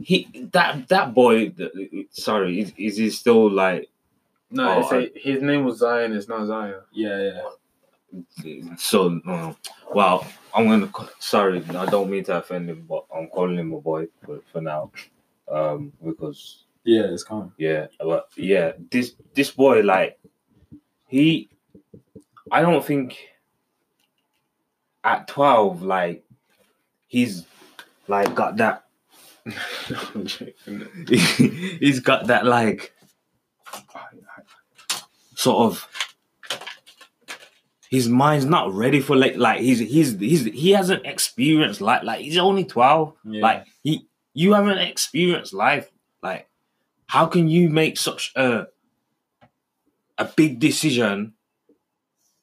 Speaker 3: he that that boy th- sorry is, is he still like
Speaker 5: No,
Speaker 3: Oh, it's a-
Speaker 5: his name was Zion. It's not Zion.
Speaker 1: Yeah, yeah.
Speaker 3: so uh, well i'm gonna ca- sorry i don't mean to offend him but i'm calling him a boy for, for now um because
Speaker 1: Yeah, it's calm.
Speaker 3: yeah but yeah this this boy like he i don't think at 12 like he's like got that he's got that like sort of his mind's not ready for like like he's he's he's he hasn't experienced life like he's only 12
Speaker 1: Yeah.
Speaker 3: like he you haven't experienced life like how can you make such a a big decision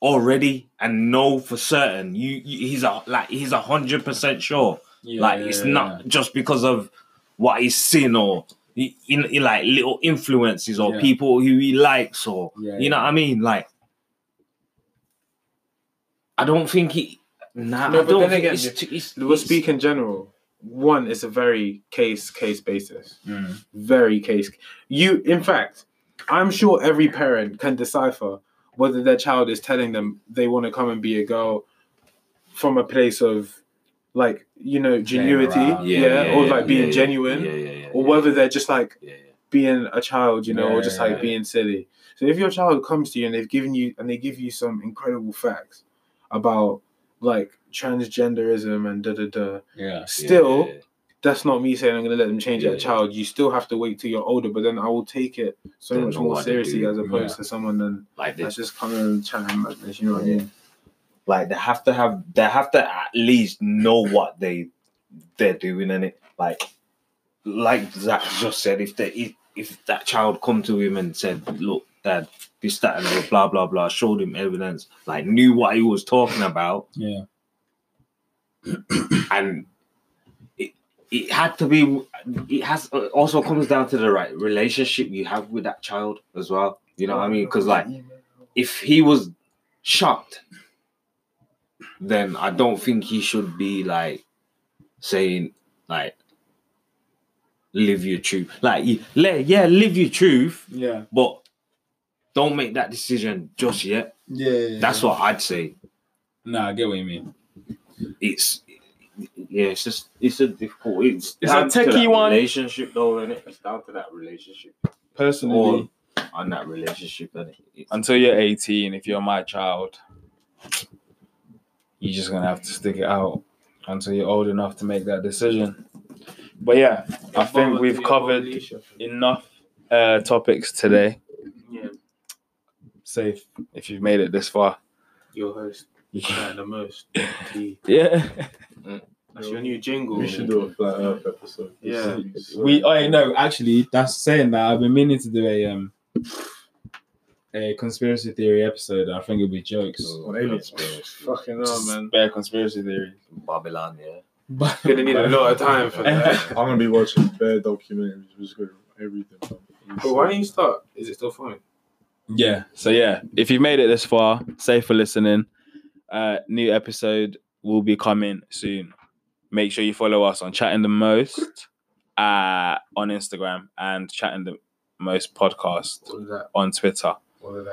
Speaker 3: already and know for certain you, you he's a like he's a hundred percent sure
Speaker 1: Yeah,
Speaker 3: like
Speaker 1: yeah,
Speaker 3: it's
Speaker 1: yeah,
Speaker 3: not just because of what he's seen or he- in in, like little influences or
Speaker 1: Yeah.
Speaker 3: people who he likes or
Speaker 1: Yeah,
Speaker 3: you know what I mean. Like, I don't think he. Nah,
Speaker 5: No,
Speaker 3: I
Speaker 5: but
Speaker 3: don't
Speaker 5: then
Speaker 3: think
Speaker 5: again,
Speaker 3: it's, too- it's,
Speaker 5: We'll
Speaker 3: it's-
Speaker 5: speak in general. One, it's a very case case basis.
Speaker 1: yeah. Mm.
Speaker 5: very case. You, in fact, I'm sure every parent can decipher whether their child is telling them they want to come and be a girl from a place of like you know genuity, yeah,
Speaker 1: around.
Speaker 5: or
Speaker 3: yeah,
Speaker 5: like being
Speaker 3: yeah,
Speaker 5: genuine,
Speaker 3: Yeah, yeah, yeah,
Speaker 5: or
Speaker 3: yeah,
Speaker 5: whether they're just like
Speaker 3: yeah, yeah.
Speaker 5: being a child, you know, or
Speaker 1: Yeah,
Speaker 5: just
Speaker 1: yeah,
Speaker 5: like
Speaker 1: yeah.
Speaker 5: being silly. So if your child comes to you and they've given you and they give you some incredible facts about like transgenderism and da da da,
Speaker 1: Yeah.
Speaker 5: still
Speaker 3: yeah,
Speaker 5: that's not me saying I'm going to let them change it
Speaker 3: Yeah.
Speaker 5: at child. You still have to wait till you're older, but then I will take it so
Speaker 3: Don't
Speaker 5: much
Speaker 3: know
Speaker 5: more
Speaker 3: what they
Speaker 5: seriously
Speaker 3: do.
Speaker 5: as opposed to someone then
Speaker 3: like
Speaker 5: that's
Speaker 3: this.
Speaker 5: just coming and chatting madness. You know what I mean?
Speaker 3: Like they have to have. They have to at least know what they they're doing and it. Like, like Zach just said, if they if, if that child come to him and said, "Look, Dad, this, that, and the blah, blah, blah," showed him evidence, like knew what he was talking about.
Speaker 1: Yeah.
Speaker 3: and it it had to be it has it also comes down to the right relationship you have with that child as well you know what i mean because like if he was shocked then i don't think he should be like saying like live your truth like you- le- yeah live your truth
Speaker 1: Yeah.
Speaker 3: but don't make that decision just yet
Speaker 1: Yeah. yeah.
Speaker 3: that's what i'd say
Speaker 1: No, I get what you mean.
Speaker 3: it's yeah, it's just it's a difficult. It's,
Speaker 1: It's a
Speaker 3: down to
Speaker 1: techie
Speaker 3: that
Speaker 1: one.
Speaker 3: relationship though, and it's down to that relationship
Speaker 1: Personally,
Speaker 3: or on that relationship, and it,
Speaker 1: until you're 18, if you're my child, you're just gonna have to stick it out until you're old enough to make that decision. But yeah, I think we've covered enough uh, topics today.
Speaker 5: Yeah.
Speaker 1: Safe if you've made it this far.
Speaker 5: Your host, chatting the most.
Speaker 1: Yeah.
Speaker 5: That's your new jingle.
Speaker 2: We should do a flat Earth episode.
Speaker 5: Yeah.
Speaker 1: We I no, actually that's saying that I've been meaning to do a um a conspiracy theory episode. I think it'll be jokes.
Speaker 2: On aliens.
Speaker 5: Fucking hell,
Speaker 1: Just
Speaker 5: Oh, man.
Speaker 1: Bare conspiracy theory.
Speaker 3: Babylon, yeah.
Speaker 1: But
Speaker 5: Gonna need a lot of time for that.
Speaker 2: I'm gonna be watching bear documentaries. Just go everything. man.
Speaker 5: But why don't you start? Is it still fine?
Speaker 1: Yeah. So yeah, if you've made it this far, say for listening. Uh new episode will be coming soon. Make sure you follow us on Chatting the Most uh on Instagram and Chatting the Most podcast
Speaker 5: All of that.
Speaker 1: on Twitter.
Speaker 5: All of that.